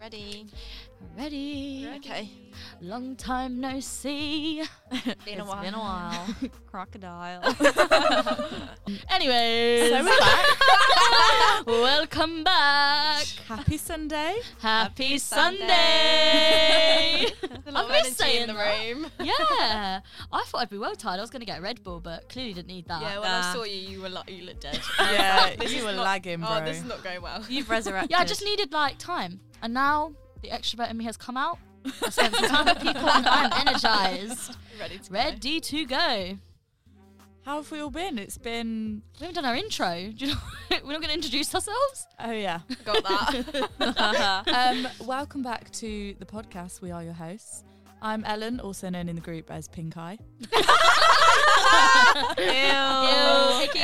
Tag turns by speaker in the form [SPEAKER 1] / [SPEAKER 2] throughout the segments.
[SPEAKER 1] Ready?
[SPEAKER 2] Ready?
[SPEAKER 1] Okay.
[SPEAKER 2] Long time no see.
[SPEAKER 1] Been a
[SPEAKER 2] It's
[SPEAKER 1] while.
[SPEAKER 2] been a while.
[SPEAKER 1] Crocodile.
[SPEAKER 2] Anyways,
[SPEAKER 3] So we're back.
[SPEAKER 2] welcome back.
[SPEAKER 3] Happy Sunday.
[SPEAKER 2] Happy,
[SPEAKER 1] Happy A
[SPEAKER 2] Sunday.
[SPEAKER 1] lot
[SPEAKER 2] I've
[SPEAKER 1] of
[SPEAKER 2] been
[SPEAKER 1] energy
[SPEAKER 2] saying
[SPEAKER 1] in the
[SPEAKER 2] that.
[SPEAKER 1] room.
[SPEAKER 2] yeah, I thought I'd be well tired. I was going to get a Red Bull, but clearly didn't need that.
[SPEAKER 1] Yeah, when I
[SPEAKER 3] nah.
[SPEAKER 1] saw you, you were like, you looked dead.
[SPEAKER 3] Yeah,
[SPEAKER 1] This
[SPEAKER 3] you
[SPEAKER 1] is
[SPEAKER 3] were
[SPEAKER 1] not-
[SPEAKER 3] lagging, bro.
[SPEAKER 1] Oh, this is not going well.
[SPEAKER 3] You've resurrected.
[SPEAKER 2] Yeah, I just needed like time, and now the extrovert in me has come out. I spent some time with people, and I'm energized,
[SPEAKER 1] Ready to go.
[SPEAKER 2] ready to go.
[SPEAKER 3] How have we all been? It's been.
[SPEAKER 2] We haven't done our intro. Do you know? We're not going to introduce ourselves.
[SPEAKER 3] Oh yeah.
[SPEAKER 1] Got that.
[SPEAKER 3] um, welcome back to the podcast. We are your hosts. I'm Ellen, also known in the group as Pink Eye.
[SPEAKER 2] Ew, icky.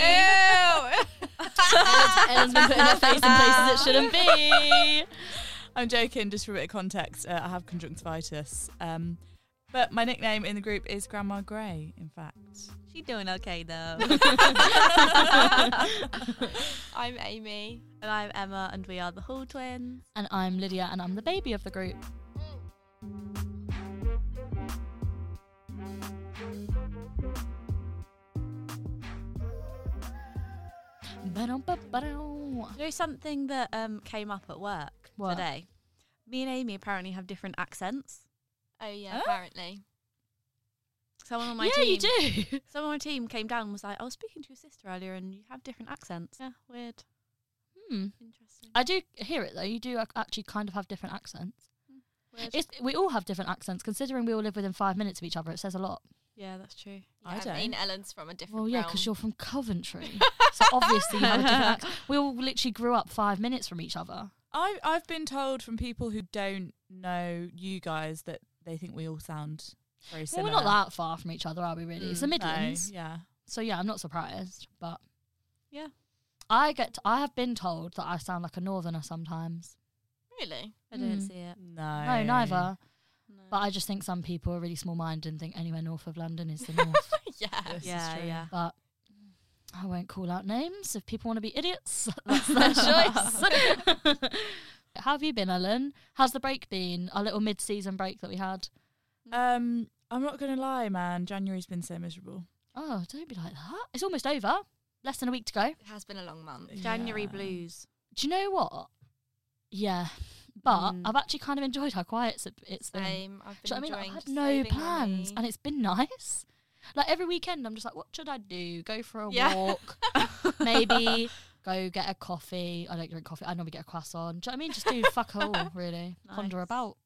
[SPEAKER 2] Ellen's- Ellen's been putting her face in places it shouldn't be.
[SPEAKER 3] I'm joking, just for a bit of context, uh, I have conjunctivitis. Um, but my nickname in the group is Grandma Grey, in fact.
[SPEAKER 4] She's doing okay though.
[SPEAKER 1] I'm Amy.
[SPEAKER 4] and I'm Emma, and we are the Hall twins.
[SPEAKER 2] And I'm Lydia, and I'm the baby of the group. Ba-dum-ba-ba-dum.
[SPEAKER 4] You know something that um, came up at work
[SPEAKER 2] What?
[SPEAKER 4] today. Me and Amy apparently have different accents.
[SPEAKER 1] Oh yeah,
[SPEAKER 3] Oh.
[SPEAKER 1] apparently.
[SPEAKER 4] Someone on my
[SPEAKER 2] Yeah,
[SPEAKER 4] team,
[SPEAKER 2] you do.
[SPEAKER 4] someone on my team came down and was like, "I was speaking to your sister earlier, and you have different accents." Yeah, weird,
[SPEAKER 2] Hmm.
[SPEAKER 4] interesting.
[SPEAKER 2] I do hear it though. You do ac- actually kind of have different accents.
[SPEAKER 4] Weird.
[SPEAKER 2] It's, we all have different accents, considering we all live within five minutes of each other. It says a lot.
[SPEAKER 4] yeah, that's true.
[SPEAKER 3] I
[SPEAKER 1] Yeah,
[SPEAKER 3] don't.
[SPEAKER 1] mean, Ellen's from a different.
[SPEAKER 2] Well, yeah,
[SPEAKER 1] realm.
[SPEAKER 2] because you're from Coventry, so obviously you have a different accent. We all literally grew up five minutes from each other.
[SPEAKER 3] I, I've been told from people who don't know you guys that they think we all sound very
[SPEAKER 2] Well,
[SPEAKER 3] similar.
[SPEAKER 2] we're not that far from each other, are we? Really, it's the
[SPEAKER 3] Mm, no,
[SPEAKER 2] Midlands,
[SPEAKER 3] yeah.
[SPEAKER 2] so yeah, I'm not surprised. But
[SPEAKER 4] Yeah.
[SPEAKER 2] I get. I have been told that I sound like a northerner sometimes.
[SPEAKER 1] really.
[SPEAKER 4] I didn't
[SPEAKER 2] Mm.
[SPEAKER 4] see it.
[SPEAKER 3] No.
[SPEAKER 2] No, neither.
[SPEAKER 4] No.
[SPEAKER 2] But I just think some people are really small-minded and think anywhere north of London is the north.
[SPEAKER 1] yeah.
[SPEAKER 3] This is
[SPEAKER 4] yeah,
[SPEAKER 3] true.
[SPEAKER 4] yeah.
[SPEAKER 2] but I won't call out names. If people want to be idiots, that's their choice. How have you been, Ellen? How's the break been? Our little mid-season break that we had.
[SPEAKER 1] Mm.
[SPEAKER 3] Um, I'm not going to lie, man. January's been so miserable.
[SPEAKER 2] Oh, don't be like that. It's almost over. Less than a week to go.
[SPEAKER 1] It has been a long
[SPEAKER 2] Mm.
[SPEAKER 1] month.
[SPEAKER 4] January
[SPEAKER 3] Yeah.
[SPEAKER 4] blues.
[SPEAKER 2] Do you know what? Yeah, but
[SPEAKER 4] Mm.
[SPEAKER 2] I've actually kind of enjoyed how quiet it's, it's been.
[SPEAKER 1] Same. I've
[SPEAKER 2] Do
[SPEAKER 1] been
[SPEAKER 2] you know what I mean?
[SPEAKER 1] enjoying
[SPEAKER 2] I've had
[SPEAKER 1] just
[SPEAKER 2] no
[SPEAKER 1] saving
[SPEAKER 2] plans,
[SPEAKER 1] money.
[SPEAKER 2] and it's been nice. Like every weekend, I'm just like, what should I do? Go for a
[SPEAKER 1] Yeah.
[SPEAKER 2] walk, maybe go get a coffee. I don't drink coffee. I normally get a croissant. Do you know what I mean? Just do fuck all, really. Ponder
[SPEAKER 4] Nice.
[SPEAKER 2] about.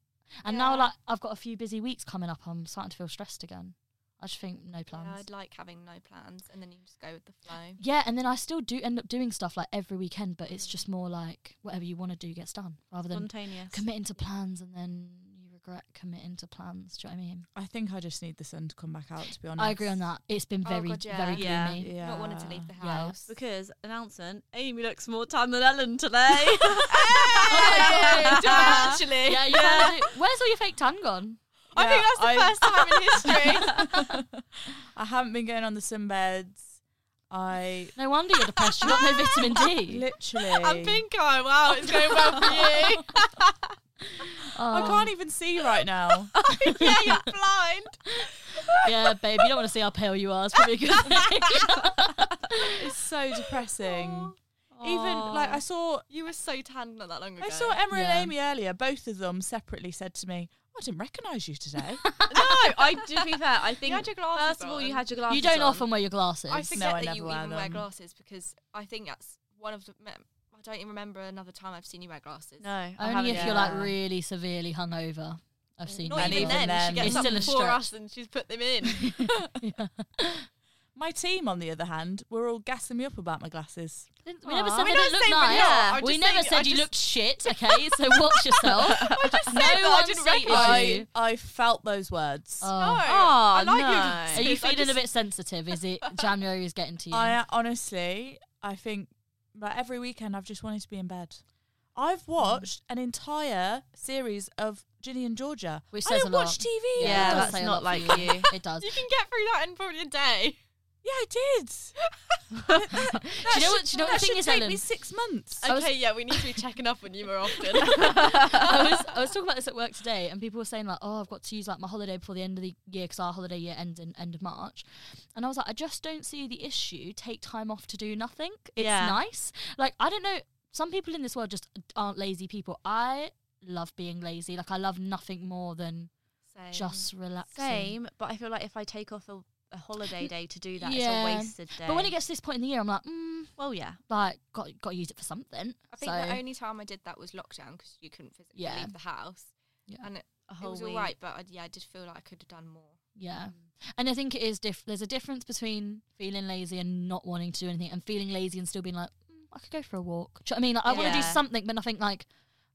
[SPEAKER 2] And now,
[SPEAKER 1] Yeah.
[SPEAKER 2] like, I've got a few busy weeks coming up. I'm starting to feel stressed again. I just think no
[SPEAKER 1] Yeah,
[SPEAKER 2] plans.
[SPEAKER 1] I'd like having no plans, and then you just go with the flow.
[SPEAKER 2] Yeah, and then I still do end up doing stuff like every weekend, but
[SPEAKER 1] Mm.
[SPEAKER 2] it's just more like whatever you want to do gets done rather than
[SPEAKER 4] Spontaneous.
[SPEAKER 2] committing to plans and then you regret committing to plans. Do you know what I mean?
[SPEAKER 3] I think I just need the sun to come back out, to be honest.
[SPEAKER 2] I agree on that. It's been
[SPEAKER 1] Oh,
[SPEAKER 2] very,
[SPEAKER 1] God, yeah.
[SPEAKER 2] very
[SPEAKER 4] Yeah.
[SPEAKER 2] gloomy.
[SPEAKER 3] Yeah.
[SPEAKER 1] Not wanting to leave the
[SPEAKER 2] Yeah.
[SPEAKER 1] house.
[SPEAKER 4] because announcement, Amy looks more time than Ellen today.
[SPEAKER 2] Oh my God.
[SPEAKER 1] Do I actually?
[SPEAKER 2] Yeah, you kinda do. Where's all your fake tan gone?
[SPEAKER 1] I
[SPEAKER 3] Yeah,
[SPEAKER 1] think that's the
[SPEAKER 3] I-
[SPEAKER 1] first time in history.
[SPEAKER 3] I haven't been going on the sunbeds. I
[SPEAKER 2] No wonder you're depressed. You got no vitamin D.
[SPEAKER 3] literally.
[SPEAKER 1] I'm pink eye. Wow, it's going well for you.
[SPEAKER 2] Oh.
[SPEAKER 3] I
[SPEAKER 1] Oh.
[SPEAKER 3] can't even see right now.
[SPEAKER 1] yeah, you're blind.
[SPEAKER 2] Yeah, babe, you don't want to see how pale you are. It's probably a good thing.
[SPEAKER 3] it's so depressing.
[SPEAKER 1] Oh.
[SPEAKER 3] Even like I saw,
[SPEAKER 1] You were so tanned not that long ago.
[SPEAKER 3] I saw Emma
[SPEAKER 2] Yeah.
[SPEAKER 3] and Amy earlier. Both of them separately said to me, "Oh, "I didn't recognise you today."
[SPEAKER 4] no, I to be fair, I think
[SPEAKER 1] had your glasses
[SPEAKER 4] first of all you
[SPEAKER 1] on.
[SPEAKER 4] had your glasses.
[SPEAKER 2] You don't
[SPEAKER 4] on.
[SPEAKER 2] often wear your glasses.
[SPEAKER 1] I forget
[SPEAKER 3] No, I
[SPEAKER 1] that
[SPEAKER 3] never
[SPEAKER 1] you
[SPEAKER 3] wear
[SPEAKER 1] even wear
[SPEAKER 3] them.
[SPEAKER 1] glasses because I think that's one of the. me- I don't even remember another time I've seen you wear glasses.
[SPEAKER 4] No, I
[SPEAKER 2] Only
[SPEAKER 4] haven't
[SPEAKER 2] if
[SPEAKER 4] yet.
[SPEAKER 2] you're like
[SPEAKER 3] Yeah.
[SPEAKER 2] really severely hungover. I've seen
[SPEAKER 1] Not
[SPEAKER 2] you
[SPEAKER 3] And
[SPEAKER 1] even
[SPEAKER 2] do
[SPEAKER 1] then.
[SPEAKER 2] that.
[SPEAKER 3] then,
[SPEAKER 1] She gets
[SPEAKER 2] it's
[SPEAKER 1] up
[SPEAKER 2] still a
[SPEAKER 1] before
[SPEAKER 2] stretch.
[SPEAKER 1] us and she's put them in.
[SPEAKER 3] My team, on the other hand, were all gassing me up about my glasses.
[SPEAKER 2] We never said
[SPEAKER 1] We're
[SPEAKER 2] they
[SPEAKER 1] not
[SPEAKER 2] didn't look
[SPEAKER 1] saying we're
[SPEAKER 2] nice.
[SPEAKER 1] not. I'm
[SPEAKER 2] We
[SPEAKER 1] just
[SPEAKER 2] never
[SPEAKER 1] saying-
[SPEAKER 2] said
[SPEAKER 1] I
[SPEAKER 2] you
[SPEAKER 1] just-
[SPEAKER 2] looked shit, okay? So watch yourself. I just no
[SPEAKER 1] that I
[SPEAKER 2] one
[SPEAKER 1] didn't
[SPEAKER 2] sated
[SPEAKER 1] recognise
[SPEAKER 2] you.
[SPEAKER 3] I felt those words.
[SPEAKER 2] Oh.
[SPEAKER 1] No, I like
[SPEAKER 4] no.
[SPEAKER 1] your
[SPEAKER 2] Are
[SPEAKER 1] glasses.
[SPEAKER 2] you
[SPEAKER 1] I
[SPEAKER 2] feeling
[SPEAKER 1] just-
[SPEAKER 2] a bit sensitive? Is it January is getting to you?
[SPEAKER 3] I honestly, I think, but every weekend I've just wanted to be in bed. I've
[SPEAKER 2] Mm.
[SPEAKER 3] watched an entire series of Ginny and Georgia.
[SPEAKER 2] Which
[SPEAKER 3] I
[SPEAKER 2] says
[SPEAKER 3] don't
[SPEAKER 2] a lot.
[SPEAKER 3] watch TV.
[SPEAKER 2] it
[SPEAKER 4] Yeah,
[SPEAKER 2] does
[SPEAKER 4] that's
[SPEAKER 2] say a
[SPEAKER 4] not
[SPEAKER 2] lot for
[SPEAKER 4] like you.
[SPEAKER 2] It does.
[SPEAKER 1] You can get through that in probably a day.
[SPEAKER 3] Yeah, I did.
[SPEAKER 2] do you know what? Do you know what
[SPEAKER 3] that
[SPEAKER 2] the
[SPEAKER 3] should
[SPEAKER 2] thing is,
[SPEAKER 3] take
[SPEAKER 2] Ellen?
[SPEAKER 3] me six months.
[SPEAKER 2] I was-
[SPEAKER 1] Okay, yeah, we need to be checking up on you more often.
[SPEAKER 2] I was I was talking about this at work today, and people were saying like, "Oh, I've got to use like my holiday before the end of the year because our holiday year ends in end of March," and I was like, "I just don't see the issue. Take time off to do nothing. It's
[SPEAKER 4] Yeah.
[SPEAKER 2] nice. Like I don't know. Some people in this world just aren't lazy people. I love being lazy. Like I love nothing more than
[SPEAKER 1] Same.
[SPEAKER 2] just relaxing.
[SPEAKER 4] Same, but I feel like if I take off a, a holiday day to do that,
[SPEAKER 2] Yeah.
[SPEAKER 4] it's a wasted day.
[SPEAKER 2] But when it gets to this point in the year, I'm like, mm,
[SPEAKER 4] well, yeah,
[SPEAKER 2] like got got to use it for something.
[SPEAKER 1] I think
[SPEAKER 2] so,
[SPEAKER 1] the only time I did that was lockdown because you couldn't physically
[SPEAKER 2] Yeah.
[SPEAKER 1] leave the house.
[SPEAKER 2] Yeah.
[SPEAKER 1] And it,
[SPEAKER 4] a
[SPEAKER 1] it
[SPEAKER 4] whole
[SPEAKER 1] was
[SPEAKER 4] week.
[SPEAKER 1] all right, but I, yeah, I did feel like I could have done more.
[SPEAKER 2] yeah. And I think it is diff. There's a difference between feeling lazy and not wanting to do anything, and feeling lazy and still being like, mm, I could go for a walk. Do you know what I mean? Like, I want to do
[SPEAKER 4] Yeah.
[SPEAKER 2] something, but nothing like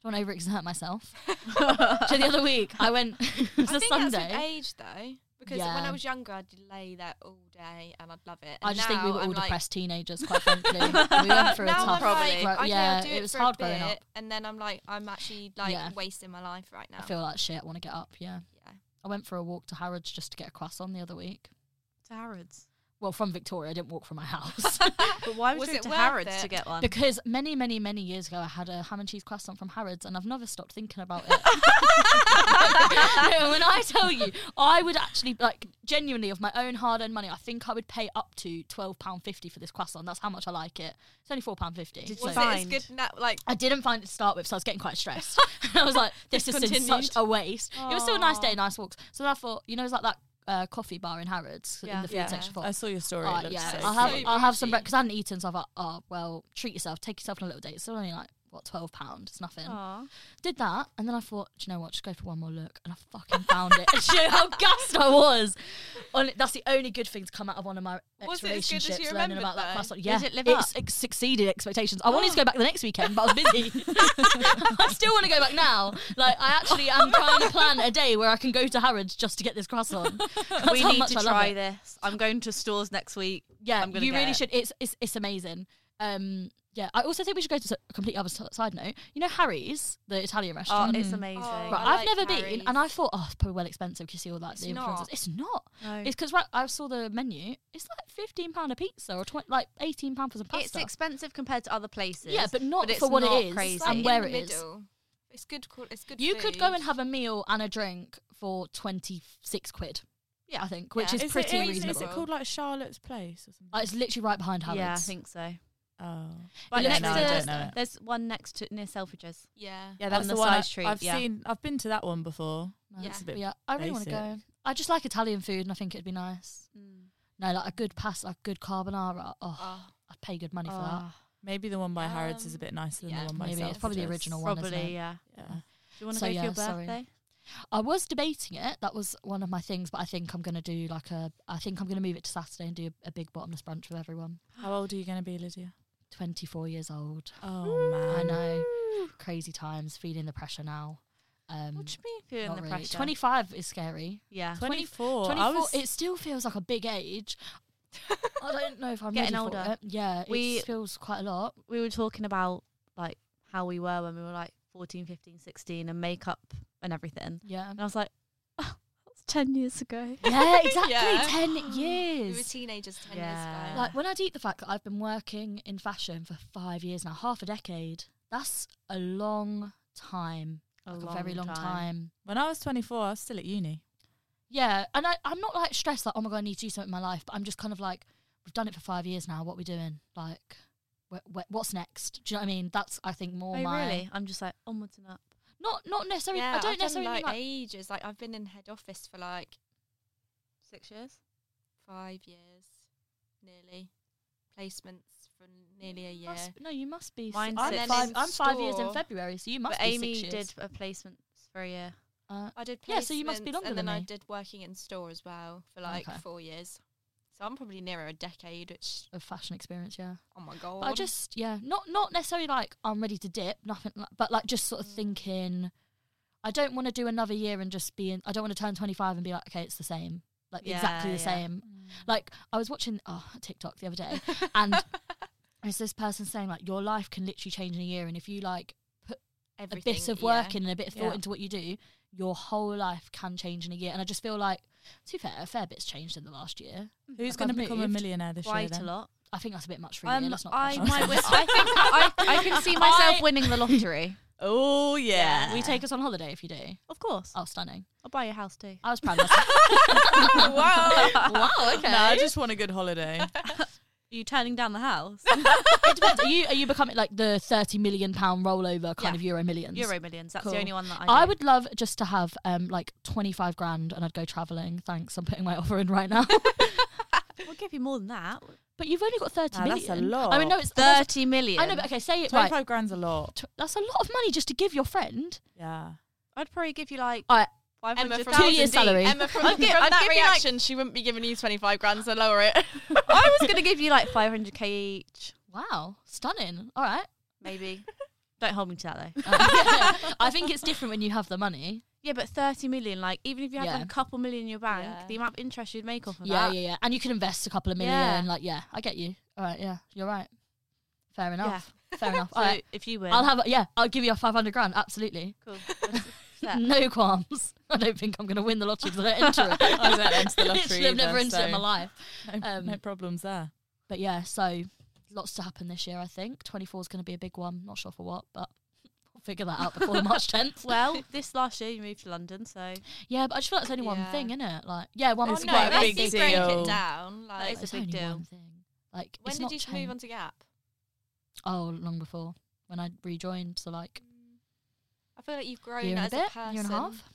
[SPEAKER 2] I don't want to overexert myself. so the other week, I went. it was
[SPEAKER 1] I
[SPEAKER 2] a
[SPEAKER 1] think that's with
[SPEAKER 2] Sunday.
[SPEAKER 1] age though, because when
[SPEAKER 2] Yeah.
[SPEAKER 1] I was younger, I'd lay there all day and I'd love it.
[SPEAKER 2] I
[SPEAKER 1] And
[SPEAKER 2] just think we
[SPEAKER 1] now
[SPEAKER 2] were all
[SPEAKER 1] I'm like-
[SPEAKER 2] depressed teenagers, quite frankly. we went through a
[SPEAKER 1] now
[SPEAKER 2] tough,
[SPEAKER 1] I'm like,
[SPEAKER 4] Probably.
[SPEAKER 2] grow-
[SPEAKER 1] okay,
[SPEAKER 2] yeah,
[SPEAKER 1] I'll do
[SPEAKER 2] it
[SPEAKER 1] it
[SPEAKER 2] was
[SPEAKER 1] for
[SPEAKER 2] hard
[SPEAKER 1] a
[SPEAKER 2] growing
[SPEAKER 1] bit,
[SPEAKER 2] up.
[SPEAKER 1] and then I'm like, I'm actually like
[SPEAKER 2] Yeah.
[SPEAKER 1] wasting my life right now.
[SPEAKER 2] I feel like shit. I want to get up. Yeah,
[SPEAKER 1] yeah.
[SPEAKER 2] I went for a walk to Harrods just to get a croissant the other week.
[SPEAKER 4] to Harrods.
[SPEAKER 2] Well, from Victoria, I didn't walk from my house.
[SPEAKER 4] But why would
[SPEAKER 1] Was
[SPEAKER 4] you go
[SPEAKER 1] it
[SPEAKER 4] to
[SPEAKER 1] worth
[SPEAKER 4] Harrods to
[SPEAKER 1] it?
[SPEAKER 4] get one?
[SPEAKER 2] Because many, many, many years ago, I had a ham and cheese croissant from Harrods, and I've never stopped thinking about it. No, when I tell you, I would actually like genuinely of my own hard-earned money. I think I would pay up to twelve pound fifty for this croissant. That's how much I like it. It's only four pound fifty.
[SPEAKER 4] Did you
[SPEAKER 2] so-
[SPEAKER 1] Was
[SPEAKER 4] Find.
[SPEAKER 1] it as good now? Like,
[SPEAKER 2] I didn't find it to start with, so I was getting quite stressed. I was like, this has been such
[SPEAKER 1] Discontinued.
[SPEAKER 2] a waste. It was still a nice day,
[SPEAKER 4] Aw.
[SPEAKER 2] nice walks. So I thought, you know, it's like that uh, coffee bar in Harrods in
[SPEAKER 4] Yeah.
[SPEAKER 2] the food
[SPEAKER 3] Yeah.
[SPEAKER 2] section. I thought,
[SPEAKER 3] I saw your story.
[SPEAKER 2] Oh,
[SPEAKER 3] it looked
[SPEAKER 2] yeah,
[SPEAKER 3] so
[SPEAKER 2] I'll have
[SPEAKER 1] cute.
[SPEAKER 2] I'll have some
[SPEAKER 1] Really?
[SPEAKER 2] breakfast. I hadn't eaten, so I thought, oh well, treat yourself, take yourself on a little date. It's only like what twelve pound. It's nothing.
[SPEAKER 4] Aw.
[SPEAKER 2] Did that, and then I thought, do you know what? Just go for one more look, and I fucking found it. And do you know how gassed I was. On that's the only good thing to come out of one of my ex
[SPEAKER 1] Was it as good as you
[SPEAKER 2] relationships.
[SPEAKER 1] remembered,
[SPEAKER 2] learning about that
[SPEAKER 1] though?
[SPEAKER 2] croissant.
[SPEAKER 4] Did
[SPEAKER 2] Yeah,
[SPEAKER 4] it live
[SPEAKER 2] it's
[SPEAKER 4] up? Oh.
[SPEAKER 2] ex- succeeded expectations. I wanted to go back the next weekend, but I was busy. I still want to go back now. Like I actually am trying to plan a day where I can go to Harrods just to get this croissant. That's
[SPEAKER 4] we
[SPEAKER 2] how
[SPEAKER 4] need
[SPEAKER 2] much
[SPEAKER 4] to
[SPEAKER 2] I love
[SPEAKER 4] try
[SPEAKER 2] it.
[SPEAKER 4] this. I'm going to stores next week.
[SPEAKER 2] Yeah,
[SPEAKER 4] I'm gonna
[SPEAKER 2] you
[SPEAKER 4] get
[SPEAKER 2] really
[SPEAKER 4] it.
[SPEAKER 2] should. It's, it's it's amazing. Um, yeah. I also think we should go to s- a completely other s- side note. You know Harry's, the Italian
[SPEAKER 4] Oh,
[SPEAKER 2] restaurant.
[SPEAKER 4] it's
[SPEAKER 3] Mm.
[SPEAKER 4] amazing.
[SPEAKER 1] Oh.
[SPEAKER 2] Right,
[SPEAKER 1] I
[SPEAKER 2] I've
[SPEAKER 1] like
[SPEAKER 2] never been,
[SPEAKER 1] Harry's.
[SPEAKER 2] and I thought, oh, it's probably well expensive because you see all that.
[SPEAKER 1] It's
[SPEAKER 2] the
[SPEAKER 1] not.
[SPEAKER 2] influencers. It's not.
[SPEAKER 4] No.
[SPEAKER 2] It's because right, I saw the menu. It's like fifteen pound a pizza or tw- like eighteen pound for some pasta.
[SPEAKER 4] It's expensive compared to other places.
[SPEAKER 2] yeah, but not
[SPEAKER 4] but it's
[SPEAKER 2] for what
[SPEAKER 4] not
[SPEAKER 2] it is
[SPEAKER 4] crazy.
[SPEAKER 2] and
[SPEAKER 1] in
[SPEAKER 2] where
[SPEAKER 1] the
[SPEAKER 2] it is.
[SPEAKER 1] middle. It's good. qual- It's good.
[SPEAKER 2] You could go
[SPEAKER 1] food.
[SPEAKER 2] and have a meal and a drink for twenty six quid. Yeah, I think, which
[SPEAKER 1] Yeah.
[SPEAKER 2] is
[SPEAKER 1] It's
[SPEAKER 3] Is it-
[SPEAKER 2] pretty
[SPEAKER 3] is-
[SPEAKER 2] reasonable.
[SPEAKER 3] Is it called like Charlotte's Place or something?
[SPEAKER 2] Uh, it's literally right behind Harrods.
[SPEAKER 4] yeah, I think so.
[SPEAKER 3] oh,
[SPEAKER 4] But
[SPEAKER 2] Yeah,
[SPEAKER 4] next
[SPEAKER 2] no, I
[SPEAKER 4] to,
[SPEAKER 2] don't
[SPEAKER 3] know it.
[SPEAKER 4] there's one next to near Selfridges.
[SPEAKER 1] Yeah.
[SPEAKER 3] yeah,
[SPEAKER 4] on
[SPEAKER 3] that's
[SPEAKER 4] the
[SPEAKER 3] one
[SPEAKER 4] side
[SPEAKER 3] I,
[SPEAKER 4] street,
[SPEAKER 3] I've
[SPEAKER 4] yeah.
[SPEAKER 3] seen. I've been to that one before.
[SPEAKER 2] yeah.
[SPEAKER 3] It's a bit
[SPEAKER 2] yeah, I really want to
[SPEAKER 3] basic.
[SPEAKER 2] go. I just like Italian food, and I think it'd be nice.
[SPEAKER 4] Mm.
[SPEAKER 2] No, like a good pasta, a good carbonara. Oh,
[SPEAKER 1] Oh,
[SPEAKER 2] I'd pay good money for that.
[SPEAKER 4] Ah,
[SPEAKER 3] Maybe the one by Harrods is a bit nicer than
[SPEAKER 1] yeah,
[SPEAKER 3] the one by
[SPEAKER 2] Um, Maybe it's
[SPEAKER 3] Selfridges.
[SPEAKER 2] probably the original one. isn't
[SPEAKER 4] probably,
[SPEAKER 2] it?
[SPEAKER 4] yeah.
[SPEAKER 3] Yeah.
[SPEAKER 4] Do you want to
[SPEAKER 2] So,
[SPEAKER 4] go for your
[SPEAKER 2] yeah, sorry.
[SPEAKER 4] birthday?
[SPEAKER 2] I was debating it. That was one of my things, but I think I'm gonna do like a. I think I'm gonna move it to Saturday and do a, a big bottomless brunch with everyone.
[SPEAKER 3] How old are you going to be, Lydia?
[SPEAKER 2] 24 years old,
[SPEAKER 3] Oh man,
[SPEAKER 2] I know. crazy times, feeling the pressure now. Um,
[SPEAKER 4] What do you mean feeling
[SPEAKER 2] not
[SPEAKER 4] the
[SPEAKER 2] really.
[SPEAKER 4] pressure?
[SPEAKER 2] 25 is scary.
[SPEAKER 4] Yeah.
[SPEAKER 3] 24.
[SPEAKER 2] 24,
[SPEAKER 3] I was
[SPEAKER 2] it still feels like a big age. I
[SPEAKER 4] Uh,
[SPEAKER 2] don't know if I'm
[SPEAKER 4] Getting
[SPEAKER 2] ready for
[SPEAKER 4] older.
[SPEAKER 2] it. Yeah,
[SPEAKER 4] We-
[SPEAKER 2] it feels quite a lot.
[SPEAKER 4] We were talking about like how we were when we were like 14, 15, 16 and makeup and everything.
[SPEAKER 2] Yeah.
[SPEAKER 4] And I was like, oh, that's 10 years ago.
[SPEAKER 2] Yeah, exactly.
[SPEAKER 1] Yeah.
[SPEAKER 2] Ten
[SPEAKER 1] we were
[SPEAKER 2] years.
[SPEAKER 1] teenagers ten years
[SPEAKER 4] Yeah.
[SPEAKER 1] ago.
[SPEAKER 2] Like when I deep the fact that I've been working in fashion for five years now, half a decade. That's a long time.
[SPEAKER 4] A,
[SPEAKER 2] like, a very long time.
[SPEAKER 3] when I was 24. I was still at uni.
[SPEAKER 2] Yeah, and I, I'm not like stressed like oh my god I need to do something in my life, but I'm just kind of like we've done it for five years now. What are we doing? Like, wh- wh- what's next? Do you know what I mean? That's I think more
[SPEAKER 4] Oh,
[SPEAKER 2] my
[SPEAKER 4] really? I'm just like onwards and up.
[SPEAKER 2] not not necessarily.
[SPEAKER 1] yeah,
[SPEAKER 2] I don't
[SPEAKER 1] have
[SPEAKER 2] necessarily
[SPEAKER 1] done,
[SPEAKER 2] mean,
[SPEAKER 1] like,
[SPEAKER 2] like
[SPEAKER 1] ages. Like I've been in head office for like
[SPEAKER 4] Six years?
[SPEAKER 1] five years, nearly. Placements for nearly a year.
[SPEAKER 2] Mm, must- no, you must be.
[SPEAKER 4] Mine's
[SPEAKER 2] I'm,
[SPEAKER 1] six.
[SPEAKER 2] five,
[SPEAKER 1] And then
[SPEAKER 2] I'm
[SPEAKER 1] in
[SPEAKER 2] five years in
[SPEAKER 1] store-
[SPEAKER 2] February, so you must
[SPEAKER 4] but
[SPEAKER 2] be
[SPEAKER 4] Amy
[SPEAKER 2] six years.
[SPEAKER 4] did a placement for a year.
[SPEAKER 2] Uh,
[SPEAKER 1] I did placements,
[SPEAKER 2] Yeah, so you must be longer
[SPEAKER 1] and
[SPEAKER 2] than
[SPEAKER 1] then I
[SPEAKER 2] me.
[SPEAKER 1] did working in store as well for like
[SPEAKER 2] Okay.
[SPEAKER 1] four years. So I'm probably nearer a decade, which
[SPEAKER 2] a fashion experience, yeah.
[SPEAKER 1] oh my god.
[SPEAKER 2] But I just yeah, not not necessarily like I'm ready to dip, nothing, like, but like just sort of
[SPEAKER 4] Mm.
[SPEAKER 2] thinking, I don't want to do another year and just be in. I don't want to turn 25 and be like, okay, it's the same, like exactly
[SPEAKER 4] Yeah,
[SPEAKER 2] the
[SPEAKER 4] yeah.
[SPEAKER 2] same. Like I was watching oh, TikTok the other day, and it's this person saying like your life can literally change in a year, and if you like a
[SPEAKER 1] Everything,
[SPEAKER 2] bit of
[SPEAKER 1] yeah.
[SPEAKER 2] work in and a bit of thought
[SPEAKER 3] Yeah.
[SPEAKER 2] into what you do, your whole life can change in a year. And I just feel like To be fair, a fair bit's changed in the last year.
[SPEAKER 3] Who's
[SPEAKER 2] Have
[SPEAKER 3] going
[SPEAKER 2] I
[SPEAKER 3] to become a
[SPEAKER 2] moved?
[SPEAKER 3] millionaire this year?
[SPEAKER 4] Quite a
[SPEAKER 3] Then?
[SPEAKER 4] lot.
[SPEAKER 2] I think that's a bit much for a year.
[SPEAKER 4] Um,
[SPEAKER 2] Let's not.
[SPEAKER 4] I
[SPEAKER 2] pressure
[SPEAKER 4] might.
[SPEAKER 2] ourselves.
[SPEAKER 4] Win, I think I, I can see myself
[SPEAKER 2] I-
[SPEAKER 4] winning the lottery.
[SPEAKER 3] Oh yeah.
[SPEAKER 2] Will you take us on holiday if you do?
[SPEAKER 4] Of course,
[SPEAKER 2] Oh, stunning!
[SPEAKER 4] I'll buy your house too.
[SPEAKER 2] I was proud of myself.
[SPEAKER 3] wow.
[SPEAKER 2] wow. Okay.
[SPEAKER 3] No, I just want a good holiday.
[SPEAKER 4] Are you turning down the house?
[SPEAKER 2] it depends. Are you are you becoming like the thirty million pound rollover kind
[SPEAKER 4] Yeah.
[SPEAKER 2] of Euro millions?
[SPEAKER 4] Euro millions. That's
[SPEAKER 2] Cool.
[SPEAKER 4] the only one that I.
[SPEAKER 2] I
[SPEAKER 4] do.
[SPEAKER 2] would love just to have um like twenty five grand and I'd go traveling. Thanks, I'm putting my offer in right now.
[SPEAKER 4] We'll give you more than that.
[SPEAKER 2] but you've only got thirty
[SPEAKER 3] Ah,
[SPEAKER 2] million.
[SPEAKER 3] that's a lot.
[SPEAKER 2] I mean, no, it's that's-
[SPEAKER 4] Thirty million.
[SPEAKER 2] I know, but okay, say it right.
[SPEAKER 3] Twenty-five grand's a lot.
[SPEAKER 2] Tw- That's a lot of money just to give your friend.
[SPEAKER 3] Yeah.
[SPEAKER 4] I'd probably give you like
[SPEAKER 2] All right.
[SPEAKER 4] five
[SPEAKER 5] Emma
[SPEAKER 4] hundred
[SPEAKER 5] from
[SPEAKER 2] Two years' salary.
[SPEAKER 5] Emma from,
[SPEAKER 4] I'd gi-
[SPEAKER 5] from
[SPEAKER 4] I'd
[SPEAKER 5] that
[SPEAKER 4] give you, like-
[SPEAKER 5] reaction, she wouldn't be giving you twenty five grand, so lower it.
[SPEAKER 4] I was gonna give you like five hundred k each,
[SPEAKER 2] Wow, stunning. All right.
[SPEAKER 4] maybe. Don't hold me to that though.
[SPEAKER 2] I think it's different when you have the money.
[SPEAKER 4] Yeah, but thirty million, like even if you had
[SPEAKER 2] Yeah.
[SPEAKER 4] like a couple million in your bank,
[SPEAKER 5] Yeah.
[SPEAKER 4] the amount of interest you'd make off of
[SPEAKER 2] Yeah,
[SPEAKER 4] that.
[SPEAKER 2] yeah, yeah. And you can invest a couple of million.
[SPEAKER 4] Yeah.
[SPEAKER 2] Like, yeah, I get you. All right, yeah, you're right. Fair
[SPEAKER 4] Yeah.
[SPEAKER 2] enough. Fair enough.
[SPEAKER 4] So
[SPEAKER 2] All right.
[SPEAKER 4] if you win,
[SPEAKER 2] I'll have, a, yeah, I'll give you a 500 grand. Absolutely.
[SPEAKER 4] cool. That's set.
[SPEAKER 2] No qualms. I don't think I'm going to win the lottery because I don't enter it.
[SPEAKER 3] I don't enter the
[SPEAKER 2] Literally,
[SPEAKER 3] lottery
[SPEAKER 2] I've never
[SPEAKER 3] either,
[SPEAKER 2] entered it in my
[SPEAKER 3] so-
[SPEAKER 2] life.
[SPEAKER 3] No,
[SPEAKER 2] Um,
[SPEAKER 3] no problems there.
[SPEAKER 2] But yeah, so lots to happen this year, I think. 24 is going to be a big one. Not sure for what, but we'll figure that out before March 10th.
[SPEAKER 4] Well, this last year you moved to London, so
[SPEAKER 2] Yeah, but I just feel like it's only one
[SPEAKER 5] Yeah.
[SPEAKER 2] thing, isn't it? Like, yeah, one
[SPEAKER 5] Oh,
[SPEAKER 2] thing.
[SPEAKER 5] no,
[SPEAKER 3] quite a
[SPEAKER 5] unless
[SPEAKER 3] big
[SPEAKER 5] you break
[SPEAKER 3] deal.
[SPEAKER 5] it down. Like,
[SPEAKER 4] It's a big
[SPEAKER 2] only
[SPEAKER 4] deal.
[SPEAKER 2] one thing. Like,
[SPEAKER 5] when
[SPEAKER 2] it's
[SPEAKER 5] did
[SPEAKER 2] not
[SPEAKER 5] you
[SPEAKER 2] changed.
[SPEAKER 5] move on to Gap?
[SPEAKER 2] Oh, long before when I rejoined. So like
[SPEAKER 5] I feel like you've grown
[SPEAKER 2] Mm. year and a
[SPEAKER 5] as
[SPEAKER 2] bit,
[SPEAKER 5] a person.
[SPEAKER 2] year and a half.